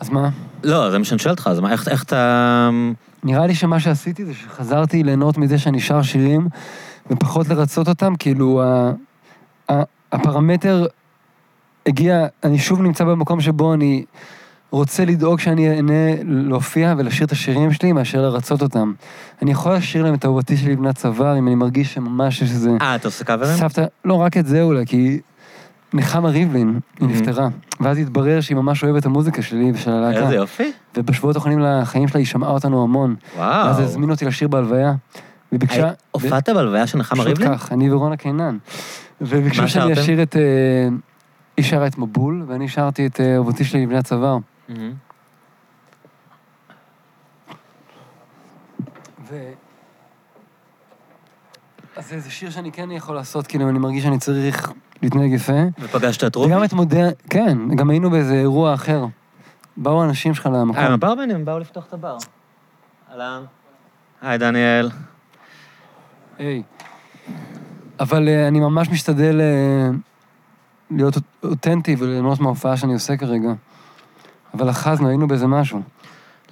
S1: אז מה?
S2: לא, זה מה שאני שואל אותך, אז מה, איך, איך אתה...
S1: נראה לי שמה שעשיתי זה שחזרתי ליהנות מזה שאני שר שירים, ופחות לרצות אותם, כאילו ה, ה, הפרמטר הגיע, אני שוב נמצא במקום שבו אני רוצה לדאוג שאני אהנה להופיע ולשיר את השירים שלי מאשר לרצות אותם. אני יכול לשיר להם את אהובתי שלי בנת צוואר, אם אני מרגיש שממש יש איזה...
S2: אה, אתה עושה קאברים?
S1: סבתא, לא רק את זה אולי, כי נחמה ריבלין, היא
S2: Mhm.
S1: נפטרה. ואז התברר שהיא ממש אוהבת את המוזיקה שלי ושל הלהקה.
S2: איזה יופי.
S1: ובשבועות האחרונים לחיים שלה היא שמעה אותנו המון.
S2: וואו.
S1: ואז הזמינו אותי לשיר בהלוויה. והיא ביקשה...
S2: היית- הופעת בהלוויה של נחמה
S1: פשוט
S2: ריבלין?
S1: כך, אני ורונה קינן. וביקשו
S2: מה
S1: שאני
S2: שרתם?
S1: אשיר את... אה, היא שרה את מבול, ואני שרתי את אה, אהובתי שלי לבני הצוואר.
S2: מהמם.
S1: ו... אז זה- זה שיר שאני כן יכול לעשות, כאילו, אני מרגיש שאני צריך להתנהג יפה.
S2: ופגשת את רובי?
S1: וגם את מודה... כן, גם היינו באיזה אירוע אחר. באו האנשים שלך
S2: אה, הם
S1: למקום.
S2: הברמנים, הם באו לפתוח את הבר. אהלן. היי, דניאל.
S1: היי. אבל אה, אני ממש משתדל אה, להיות אוט- אותנטי וליהנות מההופעה שאני עושה כרגע. אבל אחזנו, היינו באיזה משהו.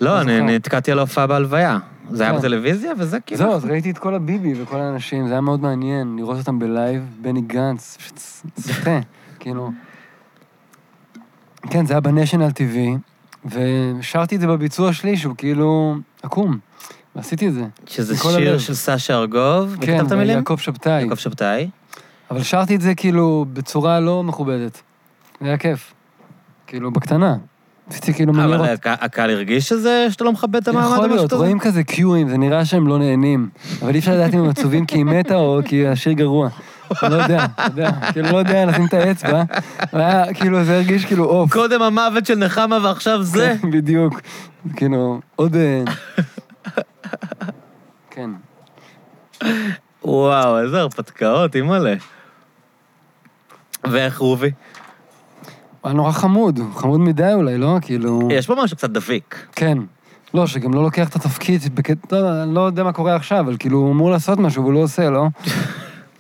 S2: לא,
S1: לא
S2: אני
S1: זוכר.
S2: נתקעתי על ההופעה בהלוויה. זה היה
S1: כן.
S2: בטלוויזיה, וזה כאילו...
S1: זהו, אז ראיתי את כל הביבי וכל האנשים, זה היה מאוד מעניין לראות אותם בלייב, בני גנץ, פשוט סוטה, כאילו. כן, זה היה בניישנל TV, ושרתי את זה בביצוע שלי, שהוא כאילו עקום, ועשיתי את זה.
S2: שזה
S1: מכל
S2: שיר
S1: הלב.
S2: של סשה ארגוב. מי
S1: כן,
S2: כתב את המילים?
S1: יעקב שבתאי.
S2: יעקב שבתאי.
S1: אבל שרתי את זה כאילו בצורה לא מכובדת. זה היה כיף. כאילו, בקטנה. עשיתי כאילו
S2: אה, אבל
S1: מלראות.
S2: הק- הקהל הרגיש שזה, שאתה לא מכבד את המעמד או משהו
S1: יכול
S2: כזה?
S1: להיות, רואים כזה קיואים, זה נראה שהם לא נהנים. אבל אי אפשר לדעת אם הם עצובים כי היא מתה או כי השיר גרוע. אני לא יודע, אתה יודע, כאילו לא יודע לשים את האצבע. היה, כאילו, זה הרגיש כאילו עוף.
S2: קודם המוות של נחמה ועכשיו זה.
S1: כן, בדיוק. כאילו, עוד... אה, כן.
S2: וואו, איזה הרפתקאות, אימא'לה. ואיך רובי?
S1: הוא היה נורא חמוד, חמוד מדי אולי, לא? כאילו...
S2: יש פה משהו קצת דביק.
S1: כן. לא, שגם לא לוקח את התפקיד, בקט... לא, אני לא יודע מה קורה עכשיו, אבל כאילו, הוא אמור לעשות משהו והוא לא עושה, לא?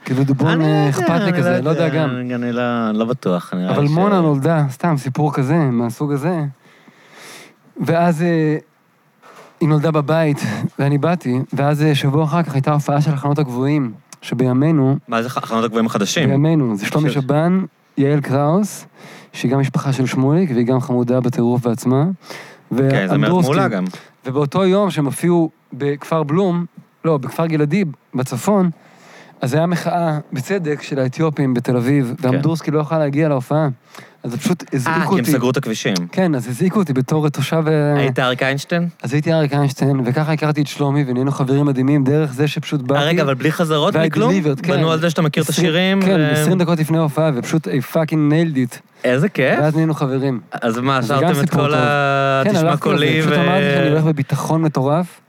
S1: כאילו, דובון
S2: אני לא
S1: אה,
S2: יודע,
S1: אכפת לי
S2: אני
S1: כזה, לא יודע גם.
S2: אני אני לא- לא בטוח, נראה לי
S1: אבל
S2: ש-
S1: מונה נולדה, סתם, סיפור כזה, מהסוג הזה. ואז אה, היא נולדה בבית, ואני באתי, ואז אה, שבוע אחר כך הייתה הופעה של החנות הגבוהים, שבימינו,
S2: מה זה חנות הגבוהים החדשים?
S1: בימינו, זה שלומי
S2: ש-
S1: שבן, יעל קראוס, שהיא גם משפחה של שמוליק, והיא גם חמודה בטירוף בעצמה. כאילו-
S2: כן, זה מרת
S1: ואנדרובסקי.
S2: מעולה גם.
S1: ובאותו יום שהם הופיעו בכפר בלום, לא, בכפר גלעדי, בצפון, אז היה מחאה, בצדק, של האתיופים בתל אביב, ואמדורסקי לא יכל להגיע להופעה. אז זה פשוט
S2: כן. אה,
S1: הזעיקו
S2: כי הם
S1: אותי.
S2: סגרו את הכבישים.
S1: כן, אז הזעיקו אותי בתור תושב... אה,
S2: היית אריק איינשטיין?
S1: אז הייתי אריק איינשטיין, וככה הכרתי את שלומי, ונהיינו חברים מדהימים דרך זה שפשוט באתי...
S2: אה, רגע, אבל בלי חזרות,
S1: והי
S2: בלי כלום?
S1: delivered, אוקיי. כן.
S2: בנו על זה שאתה מכיר את
S1: עשרים-
S2: השירים? אה,
S1: כן,
S2: ו-
S1: 20 דקות לפני ההופעה, ופשוט I fucking nailed it.
S2: איזה כיף.
S1: ואז נהיינו חברים.
S2: אז מה,
S1: אז זה גם
S2: שרתם את
S1: סיפור
S2: כל
S1: טוב.
S2: ה...
S1: כן,
S2: תשמע
S1: הלכתי על זה,
S2: קולי ו...
S1: פשוט אמרתי שאני הולך בביטחון מטורף,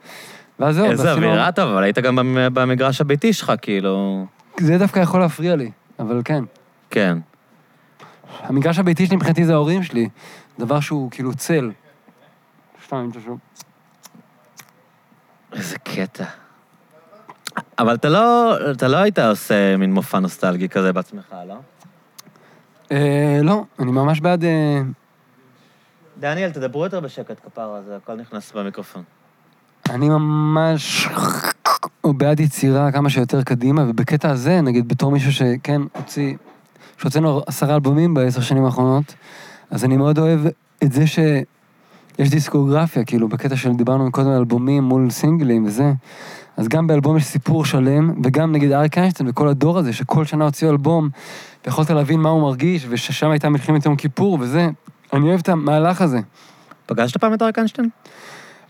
S1: ואז זהו,
S2: איזה
S1: ועשינו-
S2: אווירה טובה, אבל היית גם במ- במגרש הביתי שלך, כאילו...
S1: זה דווקא יכול להפריע לי, אבל כן.
S2: כן.
S1: המגרש הביתי שלי מבחינתי זה ההורים שלי. דבר שהוא כאילו צל. שתיים, תשוב.
S2: איזה קטע. אבל אתה לא, אתה לא היית עושה מין מופע נוסטלגי כזה בעצמך, לא?
S1: אה, לא, אני ממש בעד... אה,
S2: דניאל, תדברו יותר בשקט, כפרה, זה הכל נכנס במיקרופון.
S1: אני ממש בעד יצירה כמה שיותר קדימה, ובקטע הזה, נגיד, בתור מישהו שכן הוציא, שהוצאנו עשרה אלבומים בעשר שנים האחרונות, אז אני מאוד אוהב את זה שיש דיסקוגרפיה, כאילו, בקטע של דיברנו קודם על אלבומים מול סינגלים וזה, אז גם באלבום יש סיפור שלם, וגם נגיד אריק איינשטיין וכל הדור הזה, שכל שנה הוציאו אלבום, ויכולת להבין מה הוא מרגיש, וששם הייתה מלחמת יום כיפור וזה, אני אוהב את המהלך הזה.
S2: פגשת פעם את אריק איינשטיין?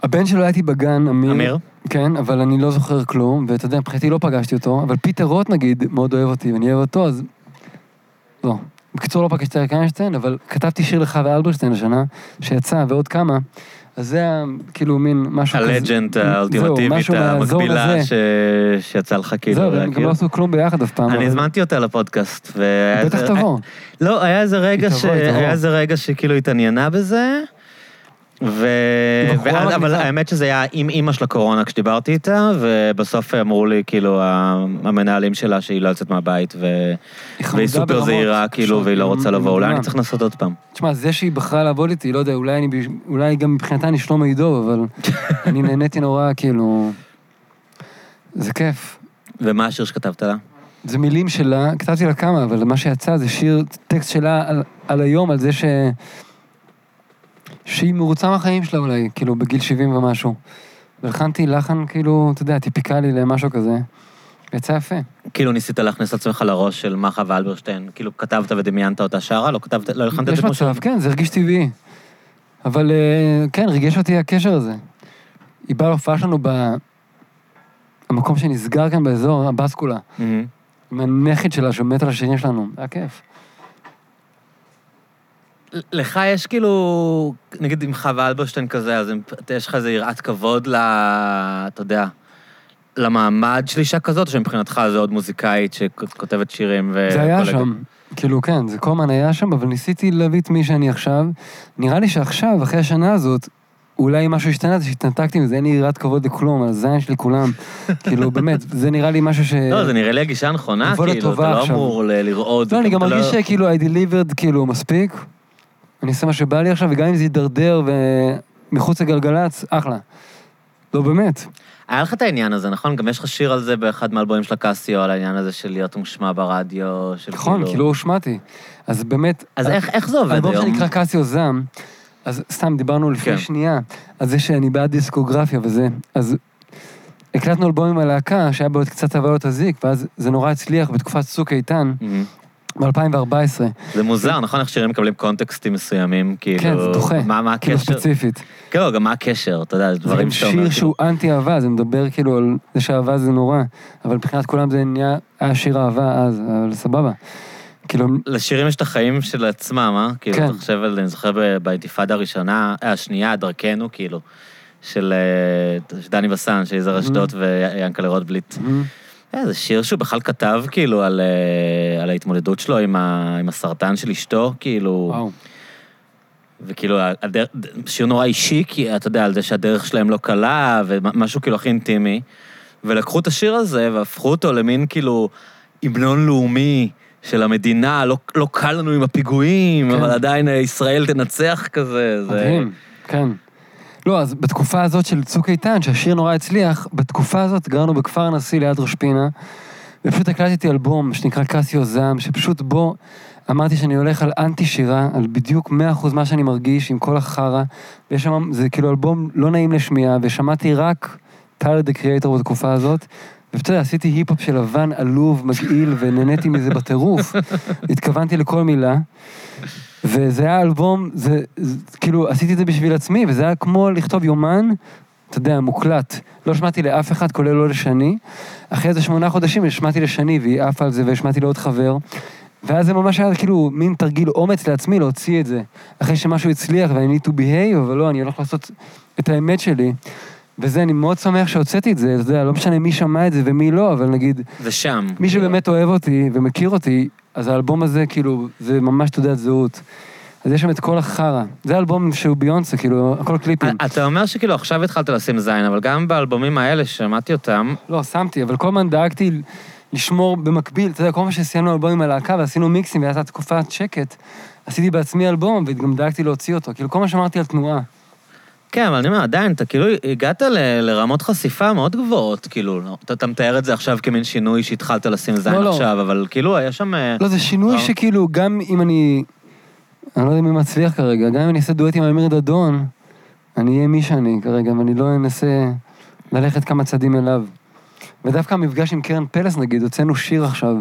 S1: הבן שלו היה איתי בגן, אמיר.
S2: אמיר?
S1: כן, אבל אני לא זוכר כלום, ואתה יודע, מבחינתי לא פגשתי אותו, אבל פיטר רוט נגיד מאוד אוהב אותי, ואני אוהב אותו, אז... לא. בקיצור, לא פגשתי את אריק איינשטיין, אבל כתבתי שיר לך ואלברשטיין השנה, שיצא, ועוד כמה, אז זה היה כאילו מין משהו כזה.
S2: הלג'נד
S1: זהו,
S2: האולטימטיבית,
S1: משהו מהזון
S2: המקבילה
S1: הזה.
S2: ש- שיצא לך כאילו
S1: זהו, הם גם
S2: להכיר.
S1: לא עשו כלום ביחד אף פעם. אבל-
S2: אני הזמנתי אותה לפודקאסט. והיה
S1: בטח
S2: איזה-
S1: תבוא.
S2: לא, היה איזה רגע
S1: היא
S2: ש...
S1: תבוא, היא תבוא.
S2: היה איזה רגע שכאילו התעניינה בזה. ו...
S1: בחורה
S2: ואז, אבל
S1: מגניבה.
S2: האמת שזה היה עם אימא של הקורונה כשדיברתי איתה, ובסוף אמרו לי, כאילו, ה- המנהלים שלה שהיא לא יוצאת מהבית, ו... והיא
S1: חמודה
S2: סופר
S1: ברמות, Mm,
S2: זהירה, כאילו,
S1: פשוט,
S2: והיא לא
S1: היא
S2: רוצה לבוא, אולי
S1: מדהימה.
S2: אני צריך לנסות עוד פעם.
S1: תשמע, זה שהיא בחרה לעבוד איתי, לא יודע, אולי אני, בש- אולי גם מבחינתה אני שלום מעידו, אבל אני נהניתי נורא, כאילו... זה כיף.
S2: ומה השיר שכתבת לה?
S1: זה מילים שלה, כתבתי לה כמה, אבל מה שיצא זה שיר, טקסט שלה על, על היום, על זה ש... שהיא מרוצה מהחיים שלה אולי, כאילו, בגיל 70 ומשהו. והלחנתי לחן, כאילו, אתה יודע, טיפיקלי למשהו כזה. יצא יפה.
S2: כאילו ניסית להכניס לעצמך לראש של מאחה ואלברשטיין, כאילו כתבת ודמיינת אותה שרה, לא כתבת, לא הלחנת את זה
S1: יש
S2: כמו ש...
S1: מצב, כן, זה הרגיש טבעי. אבל אה, כן, ריגש אותי הקשר הזה. היא באה להופעה שלנו ב... המקום שנסגר כאן באזור, הבסקולה.
S2: מהמם.
S1: עם הנכד שלה שמת על השירים שלנו. היה כיף.
S2: לך יש כאילו, נגיד עם חווה אלברשטיין כזה, אז הם- אתה- יש לך איזה יראת כבוד ל... אתה יודע, למעמד של אישה כזאת, או שמבחינתך זה עוד מוזיקאית שכותבת שירים ו...
S1: זה היה
S2: אה, כל הג-
S1: שם. כאילו, כן, זה כל הזמן היה שם, אבל ניסיתי להביא את מי שאני עכשיו. נראה לי שעכשיו, אחרי השנה הזאת, אולי משהו השתנה, זה שהתנתקתי מזה, אין לי יראת כבוד לכלום, על הזין שלי כולם. כאילו, באמת, זה נראה לי משהו ש...
S2: לא, זה נראה לי הגישה הנכונה,
S1: תבוא
S2: כאילו,
S1: לטובה
S2: אתה לא
S1: עכשיו.
S2: אמור ל- לראות...
S1: לא, אני גם
S2: אתה
S1: מרגיש שכאילו I delivered כאילו מספיק. אני עושה מה שבא לי עכשיו, וגם אם זה יידרדר ומחוץ לגלגלצ, אחלה. לא, באמת.
S2: כן, היה לך את העניין הזה, נכון? גם יש לך שיר על זה באחד מהאלבומים של הקאסיו, על העניין הזה של להיות מושמע ברדיו, של
S1: נכון, כאילו הושמעתי. אז באמת...
S2: לא- אז איך- איך זה עובד
S1: האלבום
S2: היום?
S1: שנקרא קסיו זעם, אז סתם דיברנו לפני
S2: כן.
S1: שנייה, על זה שאני בעד דיסקוגרפיה וזה, אז הקלטנו אלבום עם הלהקה, שהיה בו עוד קצת הוויות הזיק, ואז זה נורא הצליח בתקופת צוק איתן,
S2: מהמם.
S1: ב-2014,
S2: זה מוזר, נכון? איך שירים מקבלים קונטקסטים מסוימים, כאילו...
S1: כן, זה דוחה.
S2: מה מה
S1: כאילו
S2: הקשר?
S1: ספציפית.
S2: כן, אבל גם מה הקשר, אתה יודע, זה
S1: זה
S2: דברים
S1: גם
S2: שאתה אומר. כאילו.
S1: שיר שהוא אנטי אהבה, זה מדבר כאילו על זה שאהבה זה נורא, אבל מבחינת כולם זה נהיה, היה שיר אהבה אז, אבל סבבה. כאילו,
S2: כאילו, לשירים יש את החיים של עצמם, אה? כאילו,
S1: כן.
S2: אתה חושב על, אני זוכר ב- באינתיפאדה הראשונה, אה, השנייה, דרכנו, כאילו, של אה, דני בסן, של
S1: Mm-hmm.
S2: יזהר אשדוד ויענקלה רוטבליט. אה, זה שיר שהוא בכלל כתב, כאילו, על, אה, על ההתמודדות שלו עם, ה, עם הסרטן של אשתו, כאילו,
S1: וואו.
S2: וכאילו, הדר, שיר נורא אישי, כי אתה יודע, על זה שהדרך שלהם לא קלה, ומשהו כאילו הכי אינטימי. ולקחו את השיר הזה והפכו אותו למין כאילו המנון לאומי של המדינה, לא, לא קל לנו עם הפיגועים,
S1: כן.
S2: כן. אבל עדיין אה, ישראל תנצח כזה. זה...
S1: מדהים, כן. לא, אז בתקופה הזאת של צוק איתן, שהשיר נורא הצליח, בתקופה הזאת גרנו בכפר הנשיא ליד ראש פינה, ופשוט הקלטתי אלבום שנקרא קסיו זעם, שפשוט בו אמרתי שאני הולך על אנטי שירה, על בדיוק 100% מה שאני מרגיש, עם כל החרא, ויש שם, זה כאילו אלבום לא נעים לשמיעה, ושמעתי רק טלד דה קריאייטור בתקופה הזאת. ואתה יודע, עשיתי היפ-הופ של לבן עלוב, מגעיל, ונהניתי מזה בטירוף. התכוונתי לכל מילה. וזה היה אלבום, זה, זה, כאילו, עשיתי את זה בשביל עצמי, וזה היה כמו לכתוב יומן, אתה יודע, מוקלט. לא שמעתי לאף אחד, כולל לא לשני. אחרי איזה שמונה חודשים השמעתי לשני, והיא עפה על זה, והשמעתי לעוד חבר. ואז זה ממש היה כאילו מין תרגיל אומץ לעצמי להוציא את זה. אחרי שמשהו הצליח ואני need to behave, אבל לא, אני הולך לעשות את האמת שלי. וזה, אני מאוד שמח שהוצאתי את זה, אתה יודע, לא משנה מי שמע את זה ומי לא, אבל נגיד,
S2: זה שם.
S1: מי שבאמת אוהב אותי ומכיר אותי, אז האלבום הזה, כאילו, זה ממש תעודת זהות. אז יש שם את כל החרא. זה אלבום שהוא ביונסה, כאילו, הכל קליפים.
S2: אתה אומר שכאילו עכשיו התחלת לשים זין, אבל גם באלבומים האלה ששמעתי אותם,
S1: לא, שמתי, אבל כל הזמן דאגתי לשמור במקביל, אתה יודע, כל מה שסיימנו אלבום עם הלהקה ועשינו מיקסים והייתה תקופת שקט, עשיתי בעצמי אלבום וגם דאגתי להוציא אותו. כאילו, כל מה שאמרתי על תנועה.
S2: כן, אבל אני אומר, עדיין, אתה כאילו הגעת ל- לרמות חשיפה מאוד גבוהות, כאילו, לא, אתה, אתה מתאר את זה עכשיו כמין שינוי שהתחלת לשים זין
S1: לא, לא.
S2: עכשיו, אבל כאילו היה שם... אה,
S1: לא, זה שינוי
S2: אה.
S1: שכאילו, גם אם אני... אני לא יודע מי מצליח כרגע, גם אם אני אעשה דואט עם אמיר דדון, אני אהיה מי שאני כרגע, ואני לא אנסה ללכת כמה צעדים אליו. ודווקא המפגש עם קרן פלס, נגיד, הוצאנו שיר עכשיו,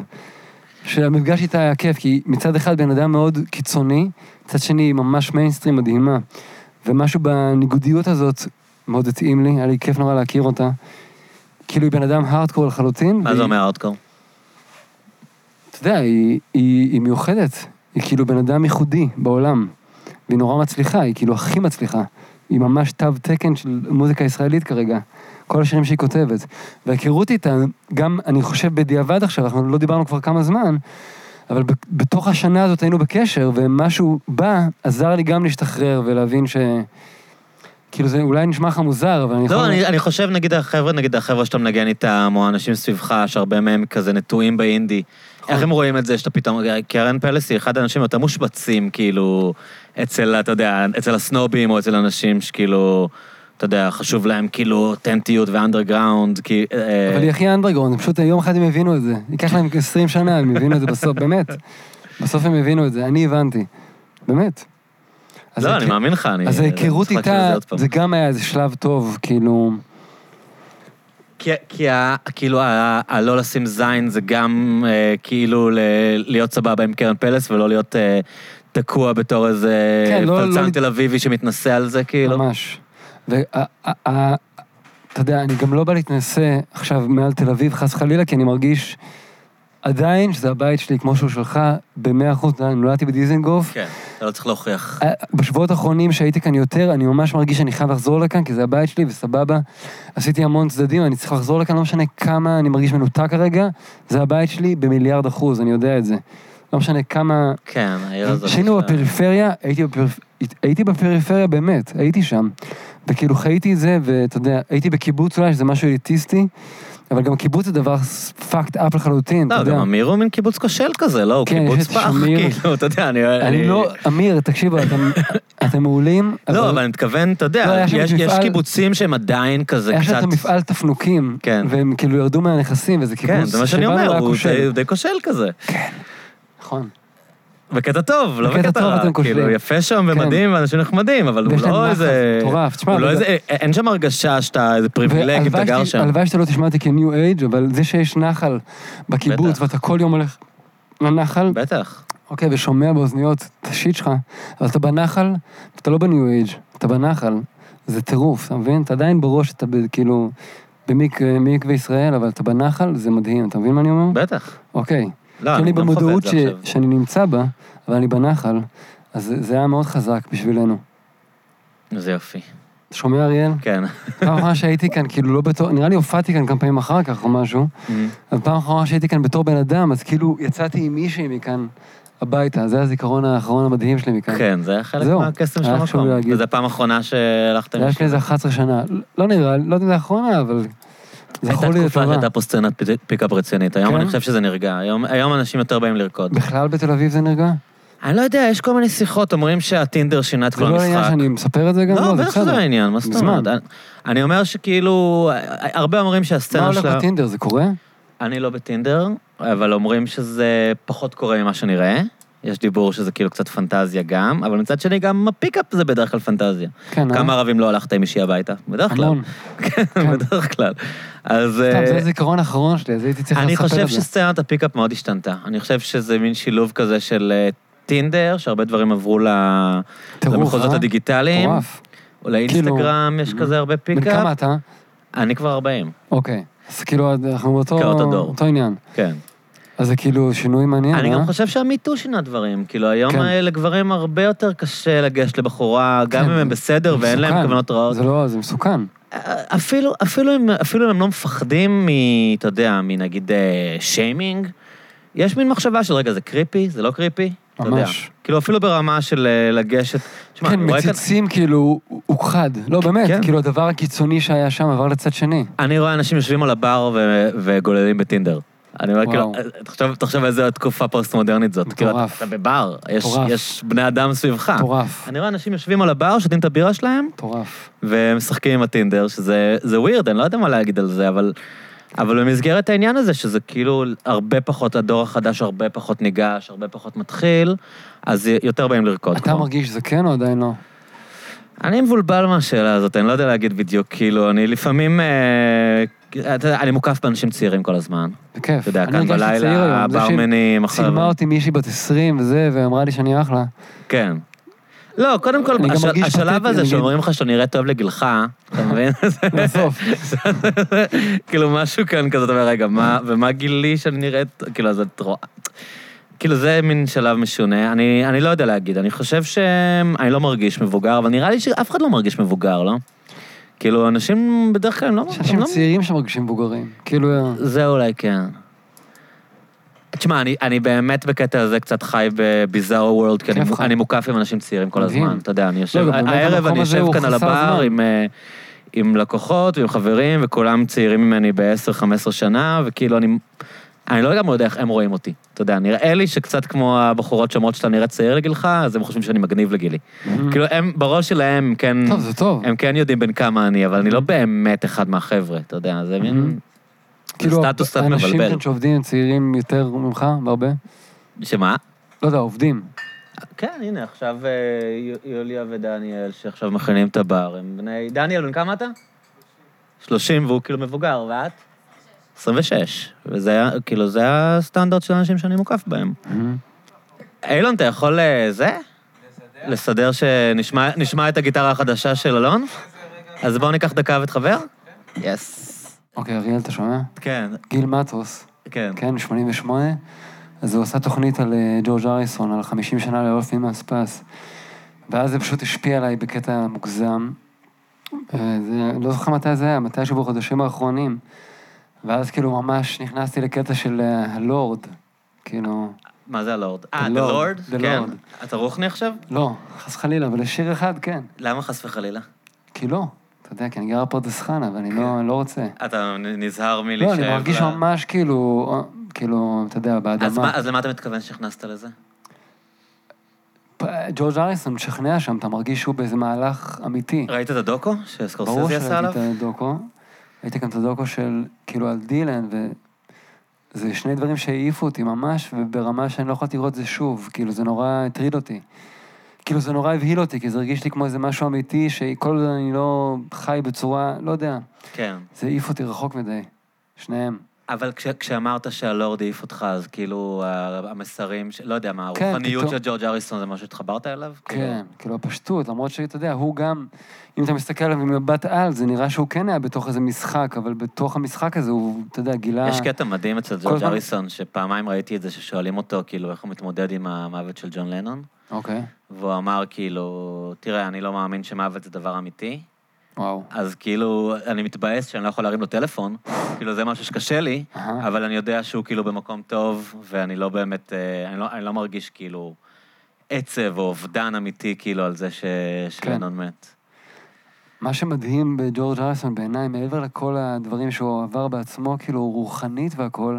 S1: שהמפגש איתה היה כיף, כי מצד אחד בן אדם מאוד קיצוני, מצד שני היא ממש מיינסטרים מדהימה. ומשהו בניגודיות הזאת מאוד התאים לי, היה לי כיף נורא להכיר אותה. כאילו היא בן אדם הארדקור לחלוטין.
S2: מה
S1: והיא-
S2: זה אומר הארדקור?
S1: אתה יודע, היא, היא, היא מיוחדת. היא כאילו בן אדם ייחודי בעולם. והיא נורא מצליחה, היא כאילו הכי מצליחה. היא ממש תו תקן של מוזיקה ישראלית כרגע. כל השירים שהיא כותבת. וההיכרות איתה, גם, אני חושב בדיעבד עכשיו, אנחנו לא דיברנו כבר כמה זמן, אבל ב- בתוך השנה הזאת היינו בקשר, ומשהו בא, עזר לי גם להשתחרר ולהבין ש... כאילו זה אולי נשמע לך מוזר, אבל אני יכול...
S2: לא, אני, אני חושב, נגיד החבר'ה, נגיד החבר'ה שאתה מנגן איתם, או האנשים סביבך, שהרבה מהם כזה נטועים באינדי.
S1: נכון.
S2: איך הם רואים את זה שאתה פתאום... אה, קרן פלס היא אחד האנשים היותר מושבצים, כאילו, אצל, אתה יודע, אצל הסנובים, או אצל אנשים שכאילו, אתה יודע, חשוב להם כאילו אותנטיות ואנדרגראונד, כי... אה,
S1: אבל היא הכי אנדרגרונד, פשוט יום אחד הם הבינו את זה. ייקח להם 20 שנה, הם הבינו את זה בסוף, באמת. בסוף הם הבינו את זה, אני הבנתי. באמת. אז
S2: לא,
S1: ההיכ-
S2: אני מאמין לך, אני...
S1: אז
S2: אני
S1: ההיכרות
S2: צחקתי על זה
S1: איתה,
S2: עוד פעם.
S1: זה גם היה איזה שלב טוב, כאילו...
S2: כי, כי ה, כאילו ה- הלא לשים זין זה גם אה, כאילו ל, להיות סבבה עם קרן פלס ולא להיות אה, תקוע בתור איזה
S1: כן, לא-
S2: פלצן
S1: לא-
S2: תל אביבי שמתנשא על זה כאילו.
S1: ממש. ואתה יודע, אני גם לא בא להתנשא עכשיו מעל תל אביב, חס וחלילה, כי אני מרגיש עדיין שזה הבית שלי כמו שהוא שלך, במאה אחוז, אתה יודע, נולדתי בדיזנגוף.
S2: כן, אתה לא צריך להוכיח.
S1: אה, בשבועות האחרונים שהייתי כאן יותר, אני ממש מרגיש שאני חייב לחזור לכאן, כי זה הבית שלי וסבבה. עשיתי המון צדדים, אני צריך לחזור לכאן, לא משנה כמה אני מרגיש מנותק כרגע, זה הבית שלי במיליארד אחוז, אני יודע את זה. לא משנה כמה...
S2: כן, העיר הזאת.
S1: כשהיינו
S2: יש לה-
S1: בפריפריה, הייתי, בפריפ... הייתי בפריפריה באמת, הייתי שם. וכאילו חייתי את זה, ואתה יודע, הייתי בקיבוץ אולי, שזה משהו אליטיסטי, אבל גם קיבוץ זה דבר פאקד אפ לחלוטין, אתה
S2: לא,
S1: יודע.
S2: גם אמיר הוא מין קיבוץ כושל כזה, לא? הוא
S1: כן, יש
S2: קיבוץ
S1: את
S2: פח,
S1: שמיר.
S2: כאילו, אתה יודע, אני...
S1: אני לא... אמיר, תקשיבו, אתם, אתם מעולים.
S2: לא, אבל אני מתכוון, אתה
S1: לא,
S2: יודע,
S1: היה שם
S2: יש יש
S1: מפעל-
S2: קיבוצים שהם עדיין כזה
S1: היה
S2: קצת...
S1: שם את המפעל תפנוקים,
S2: כן.
S1: והם כאילו ירדו מהנכסים, וזה קיבוץ
S2: כן, זה מה שאני
S1: שבנו
S2: אומר,
S1: היה
S2: הוא
S1: כושל.
S2: די- הוא די כושל כזה.
S1: נכון.
S2: בקטע טוב, לא
S1: בקטע
S2: בקטע
S1: טוב אתם
S2: רע.
S1: כושלים.
S2: כאילו, יפה שם
S1: כן.
S2: ומדהים, ואנשים נחמדים, אבל הוא
S1: ויש להם
S2: לא
S1: לחץ
S2: איזה...
S1: מטורף, תשמע,
S2: הוא לא
S1: אבל זה-
S2: איזה... אין שם הרגשה שאתה איזה פריבילג אם אתה
S1: והלוואי
S2: גר
S1: שאתה-
S2: שם.
S1: הלוואי שאתה לא תשמע אותי כניו אייג', אבל זה שיש נחל בקיבוץ,
S2: בטח.
S1: ואתה כל יום הולך לנחל,
S2: בטח.
S1: אוקיי, ושומע באוזניות את השיט שלך, אבל אתה בנחל, ואתה לא בניו אייג', אתה בנחל. זה טירוף, אתה מבין? אתה עדיין בראש, אתה ב- כאילו במקווה מקווה ישראל, אבל אתה בנחל, זה מדהים, אתה מבין מה אני אומר?
S2: בטח.
S1: אוקיי.
S2: לא,
S1: כי אני
S2: אני גם חווה את
S1: במודעות
S2: זה
S1: ש...
S2: עכשיו.
S1: שאני נמצא בה, אבל אני בנחל, אז זה- זה היה מאוד חזק בשבילנו.
S2: זה יופי.
S1: אתה שומע, אריאל?
S2: כן.
S1: פעם אחרונה שהייתי כאן, כאילו לא בתור, נראה לי הופעתי כאן כמה פעמים אחר כך או משהו, אבל פעם אחרונה שהייתי כאן בתור בן אדם, אז כאילו יצאתי עם מישהי מכאן הביתה, זה הזיכרון האחרון המדהים שלי מכאן.
S2: כן, זה היה חלק
S1: זהו,
S2: מהקסם של
S1: היה חשוב
S2: המקום.
S1: לי להגיד.
S2: וזו הפעם האחרונה שהלכתם...
S1: זה היה שלי איזה 11 שנה, לא נראה, לי, לא יודע אם זה האחרונה, אבל
S2: הייתה
S1: זכור לי
S2: תקופה
S1: לטובה.
S2: שהייתה פה סצנת פיק- פיקאפ רצינית. היום
S1: כן?
S2: אני חושב שזה נרגע. היום- היום אנשים יותר באים לרקוד.
S1: בכלל בתל אביב זה נרגע?
S2: אני לא יודע, יש כל מיני שיחות, אומרים שהטינדר שינה את כל
S1: זה
S2: המשחק.
S1: לא העניין שאני מספר את זה גם?
S2: לא,
S1: זה
S2: בטח שזה
S1: בסדר.
S2: העניין, מה זאת
S1: מזמן.
S2: אומרת? אני- אני אומר שכאילו, הרבה אומרים
S1: מה
S2: שהסצנה
S1: הולך
S2: שלה...
S1: בטינדר, זה קורה?
S2: אני לא בטינדר, אבל אומרים שזה פחות קורה ממה שנראה. יש דיבור שזה כאילו קצת פנטזיה גם, אבל מצד שני גם הפיקאפ זה בדרך כלל פנטזיה.
S1: כן, אה?
S2: כמה ערבים לא הלכת עם אישי הביתה? בדרך כלל.
S1: המון.
S2: כן, בדרך כלל. אז...
S1: סתם, זה
S2: אה,
S1: הזיכרון האחרון שלי, אז הייתי צריך
S2: אני
S1: לספר
S2: חושב
S1: את זה.
S2: שסצנת הפיקאפ מאוד השתנתה. אני חושב שזה מין שילוב כזה של אה, טינדר, שהרבה דברים עברו ל-
S1: טירוף,
S2: למחוזות
S1: אה?
S2: הדיגיטליים.
S1: מטורף.
S2: או לאינסטגרם יש
S1: Mhm.
S2: כזה הרבה
S1: בן
S2: פיקאפ.
S1: כמה אתה?
S2: אני כבר 40,
S1: אוקיי. אז כאילו, אנחנו באותו
S2: כן, אותו דור.
S1: אותו עניין.
S2: כן.
S1: אז זה כאילו שינוי מעניין, אה?
S2: אני גם חושב שהמיטו שינה דברים. כאילו, היום
S1: כן.
S2: אה, לגברים הרבה יותר קשה לגשת לבחורה, גם
S1: כן,
S2: אם הם
S1: זה-
S2: בסדר
S1: זה
S2: ואין להם
S1: מסוכן.
S2: כוונות רעות. אה,
S1: זה לא, זה מסוכן.
S2: אפילו, אפילו, אם, אפילו אם הם לא מפחדים מ... אתה יודע, מנגיד אה, שיימינג, יש מין מחשבה של רגע, זה קריפי, זה לא קריפי? אתה יודע.
S1: ממש.
S2: כאילו, אפילו ברמה של אה, לגשת... שמע,
S1: כן,
S2: אני רואה כאן-
S1: מציצים כאילו, הוא- הוא חד. לא,
S2: כן.
S1: באמת, כאילו הדבר הקיצוני שהיה שם עבר לצד שני.
S2: אני רואה אנשים יושבים על הבר ו- וגוללים בטינדר. אני אומר, כאילו,
S1: וואו.
S2: תחשוב, תחשוב איזה תקופה פוסט-מודרנית זאת. כאילו,
S1: מטורף.
S2: אתה בבר, יש,
S1: מטורף.
S2: יש בני אדם סביבך.
S1: מטורף,
S2: אה, אני רואה אנשים יושבים על הבר, שותים את הבירה שלהם,
S1: מטורף.
S2: ומשחקים עם הטינדר, שזה זה ווירד, אני לא יודע מה להגיד על זה, אבל... אבל במסגרת העניין הזה, שזה כאילו הרבה פחות, הדור החדש הרבה פחות ניגש, הרבה פחות מתחיל, אז יותר באים לרקוד.
S1: אתה
S2: כבר.
S1: מרגיש שזה כן או עדיין לא?
S2: אני מבולבל מהשאלה הזאת, אני לא יודע להגיד בדיוק, כאילו, אני לפעמים... אה, אתה יודע, אני מוקף באנשים צעירים כל הזמן.
S1: בכיף.
S2: אתה יודע,
S1: אני
S2: כאן
S1: הרגשתי צעיר
S2: בלילה,
S1: היום, זה שהיא
S2: הברמנים,
S1: צילמה אותי מישהי בת 20 וזה, ואמרה לי שאני אחלה.
S2: כן. לא, קודם כל,
S1: אני גם
S2: הש-
S1: מרגיש
S2: השלב
S1: פתטי,
S2: הזה
S1: נגיד.
S2: שאומרים לך שאתה נראה טוב לגילך, אתה מבין?
S1: בסוף.
S2: כאילו משהו כאן כזה, אתה אומר, רגע, מה, ומה גילי שאני נראית, כאילו, אז את רואה. כאילו, זה מין שלב משונה. אני, אני לא יודע להגיד, אני חושב ש... אני לא מרגיש מבוגר, אבל נראה לי שאף אחד לא מרגיש מבוגר, לא? כאילו, אנשים בדרך כלל הם לא...
S1: יש
S2: הם
S1: אנשים
S2: לא...
S1: צעירים שמרגישים מבוגרים. כאילו, אה,
S2: זה אולי כן. תשמע, אני, אני באמת בקטע הזה קצת חי בביזארו וורלד, כי אני,
S1: כיף לך.
S2: אני מוקף עם אנשים צעירים כל
S1: מדהים. לא,
S2: הזמן, אתה יודע, אני יושב,
S1: גם באמת
S2: הערב
S1: המקום
S2: אני
S1: הזה
S2: יושב
S1: הוא
S2: כאן על
S1: חסר
S2: הבר
S1: זמן.
S2: עם, אה, עם לקוחות ועם חברים, וכולם צעירים ממני ב-10-15 שנה, וכאילו אני, אני לא לגמרי יודע איך הם רואים אותי, אתה יודע, נראה לי שקצת כמו הבחורות שאומרות שאתה נראה צעיר לגילך, אז הם חושבים שאני מגניב לגילי. כאילו, הם, בראש שלהם הם כן,
S1: Mm. טוב, זה טוב.
S2: הם כן יודעים בן כמה אני, אבל אני לא באמת אחד מהחבר'ה, אתה יודע, זה מין...
S1: כאילו,
S2: סטטוס קצת
S1: האנשים
S2: מבלבל.
S1: כאן שעובדים הם צעירים יותר ממך, בהרבה?
S2: שמה?
S1: לא יודע, עובדים.
S2: כן, הנה, עכשיו אה, יו- יוליה ודניאל, שעכשיו מכינים את הבר, הם בני... דניאל, בן כמה אתה? 30, והוא כאילו מבוגר, ואת? 26. וזה היה, כאילו, זה הסטנדרט של האנשים שאני מוקף בהם. Mm-hmm. אילון, אתה יכול אה, זה? לסדר שנשמע נשמע את הגיטרה החדשה של אלון? אז בואו ניקח דקה ותחבר? יס.
S1: אוקיי, אריאל, אתה שומע?
S2: כן,
S1: גיל מטוס,
S2: כן.
S1: כן, 88, אז הוא עשה תוכנית על אה, ג'ורג' אריסון, על 50 שנה לאלף מימה ספאס. ואז זה פשוט השפיע עליי בקטע מוגזם. אה, זה, לא זוכר מתי זה היה, מתישהו בחודשים האחרונים. ואז כאילו ממש נכנסתי לקטע של אה, הלורד. כאילו,
S2: מה זה הלורד? אה,
S1: The
S2: The
S1: Lord,
S2: Lord?
S1: The
S2: כן.
S1: Lord.
S2: אתה רוחני עכשיו?
S1: לא, חס וחלילה, אבל לשיר אחד כן.
S2: למה חס וחלילה?
S1: כי לא, אתה יודע, כי אני גר בפרדס חנה,
S2: כן.
S1: ואני לא, לא רוצה.
S2: אתה נזהר מלהישאב.
S1: לא, אני מרגיש
S2: ל-
S1: ממש כאילו, אה, כאילו, אתה יודע,
S2: אז מה-
S1: באדמה.
S2: אז למה אתה מתכוון שהכנסת לזה?
S1: פ- ג'ורג' אריסון משכנע שם, אתה מרגיש שהוא באיזה מהלך אמיתי.
S2: ראית את הדוקו
S1: ברור
S2: שסקורסזי עשה עליו?
S1: שראיתי את הדוקו. ראיתי גם את הדוקו של, כאילו, על דילן, וזה שני דברים שהעיפו אותי ממש, וברמה שאני לא יכולתי לראות את זה שוב, כאילו, זה נורא הטריד אותי. כאילו, זה נורא הבהיל אותי, כי זה הרגיש לי כמו איזה משהו אמיתי, שכל עוד אני לא חי בצורה, לא יודע.
S2: כן.
S1: זה העיף אותי רחוק מדי, שניהם.
S2: אבל כש- כשאמרת שהלורד העיף אותך, אז כאילו ה- המסרים, ש- לא יודע מה,
S1: כן,
S2: הרוחניות
S1: פתאום-
S2: של ג'ורג' אריסון זה משהו שהתחברת אליו?
S1: כן, כאילו הפשטות, למרות שאתה יודע, הוא גם, אם אתה מסתכל עליו במבט על, זה נראה שהוא כן היה בתוך איזה משחק, אבל בתוך המשחק הזה הוא, אתה יודע, גילה...
S2: יש קטע מדהים אצל
S1: אה. כל
S2: ג'ורג'
S1: הזמן-
S2: אריסון, שפעמיים ראיתי את זה, ששואלים אותו, כאילו, איך הוא מתמודד עם המוות של ג'ון לנון,
S1: אוקיי,
S2: והוא אמר, כאילו, תראה, אני לא מאמין שמוות זה דבר אמיתי,
S1: וואו.
S2: אז כאילו, אני מתבאס שאני לא יכול להרים לו טלפון, כאילו, זה משהו שקשה לי,
S1: אהה.
S2: אבל אני יודע שהוא כאילו במקום טוב, ואני לא באמת, אה, אני לא, אני לא מרגיש כאילו עצב או אובדן אמיתי כאילו על זה ש... שלנון מת.
S1: מה שמדהים בג'ורג' אריסון בעיניי, מעבר לכל הדברים שהוא עבר בעצמו, כאילו רוחנית והכול,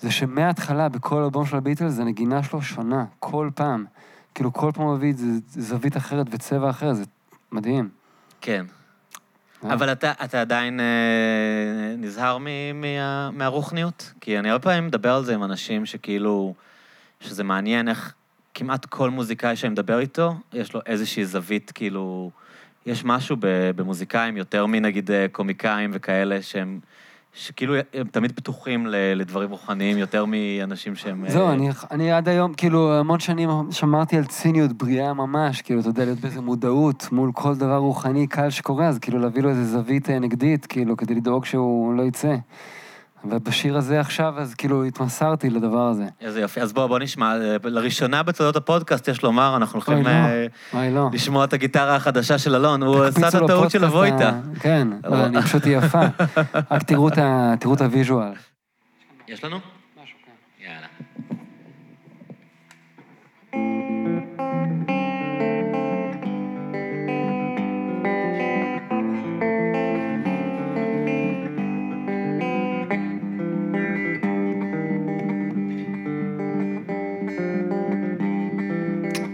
S1: זה שמההתחלה, בכל אלבום של הביטלס, הנגינה שלו שונה, כל פעם. כאילו, כל פעם הוא מביא איזה זווית אחרת וצבע אחר, זה מדהים.
S2: כן.
S1: אה?
S2: אבל אתה, אתה עדיין אה, נזהר מ- מה, מהרוחניות? כי אני הרבה פעמים מדבר על זה עם אנשים שכאילו, שזה מעניין איך כמעט כל מוזיקאי שאני מדבר איתו, יש לו איזושהי זווית, כאילו, יש משהו ב, במוזיקאים יותר מנגיד אה, קומיקאים וכאלה שהם... שכאילו הם תמיד פתוחים ל- לדברים רוחניים יותר מאנשים שהם... אה,
S1: זהו, אני, אני עד היום, כאילו, המון שנים שמרתי על ציניות בריאה ממש, כאילו, אתה יודע, להיות באיזה מודעות מול כל דבר רוחני קל שקורה, אז כאילו להביא לו איזה זווית אה, נגדית, כאילו, כדי לדאוג שהוא לא יצא. ובשיר הזה עכשיו, אז כאילו התמסרתי לדבר הזה.
S2: איזה יופי. אז בוא, בוא נשמע. אה, לראשונה בתולדות הפודקאסט, יש לומר, אנחנו הולכים
S1: אוי, לא.
S2: אה,
S1: אוי, לא.
S2: לשמוע את הגיטרה החדשה של אלון, הוא עשה את
S1: תקפיצו לו
S2: הטעות של
S1: פודקאסט
S2: לבוא
S1: ה-
S2: איתה.
S1: כן,
S2: אבל-
S1: אבל אני פשוט אהיה יפה. רק תראו את ה- תראו את הוויז'ואל.
S2: יש לנו? יאללה.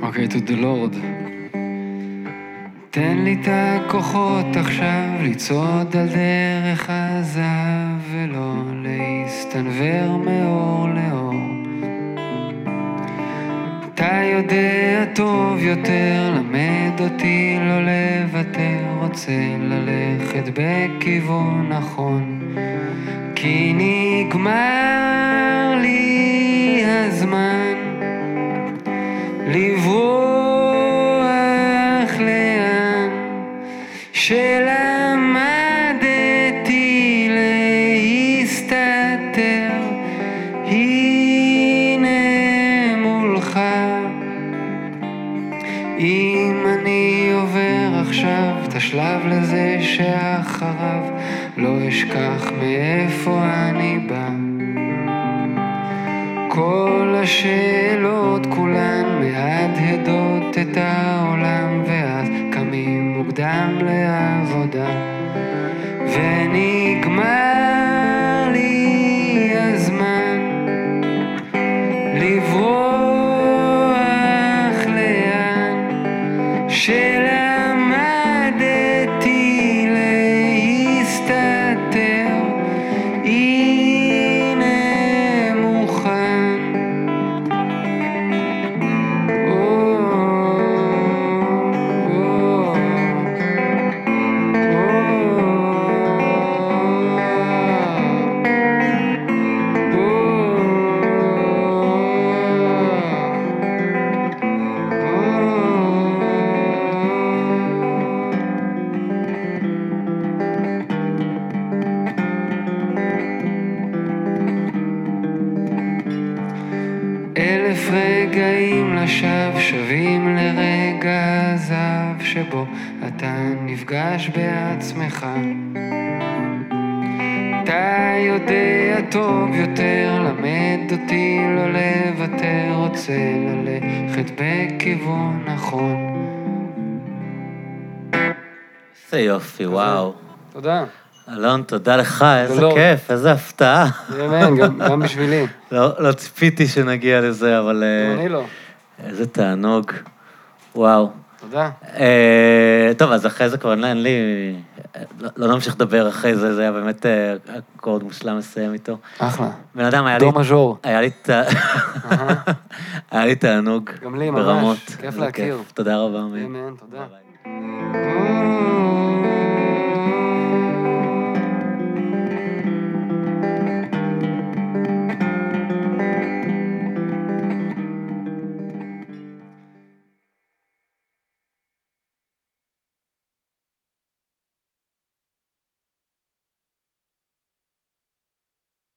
S1: אוקיי, to the Lord. תן לי את הכוחות עכשיו לצעוד על דרך הזהב ולא להסתנוור מאור לאור. אתה יודע טוב יותר, למד אותי לא לוותר, רוצה ללכת בכיוון נכון. כי נגמר לי הזמן. לברוח השלב לזה שאחריו לא אשכח מאיפה אני בא כל השאלות כולן מהדהדות את העולם ואז קמים מוקדם לעבודה ונגמר לי הזמן לברוח לאן שלמדתי להסתתר הנה מוכן או, או, או. אלף רגעים לשווא שווים לרגע הזהב שבו אתה נפגש בעצמך. אתה יודע טוב יותר, למד אותי לא לוותר, רוצה ללכת בכיוון נכון.
S2: איזה יופי, וואו.
S3: תודה.
S2: אלון, תודה לך, איזה
S3: גדול.
S2: כיף, איזה הפתעה.
S3: אמן, גם- גם בשבילי.
S2: לא לא ציפיתי שנגיע לזה, אבל אה,
S3: גם אני לא.
S2: איזה תענוג. וואו.
S3: תודה.
S2: אה, טוב, אז אחרי זה כבר אין לי- אין לי... לא- לא נמשיך לדבר אחרי זה, זה היה באמת אה, אקורד מושלם לסיים איתו.
S3: אחלה.
S2: בן אדם, היה לי...
S3: דו מז'ור.
S2: היה לי ת... היה לי תענוג.
S3: גם לי, ממש.
S2: ברמות.
S3: כיף
S2: איזה
S3: להכיר.
S2: תודה רבה, מאיר.
S3: אמן, תודה.
S2: ביי.
S1: Oh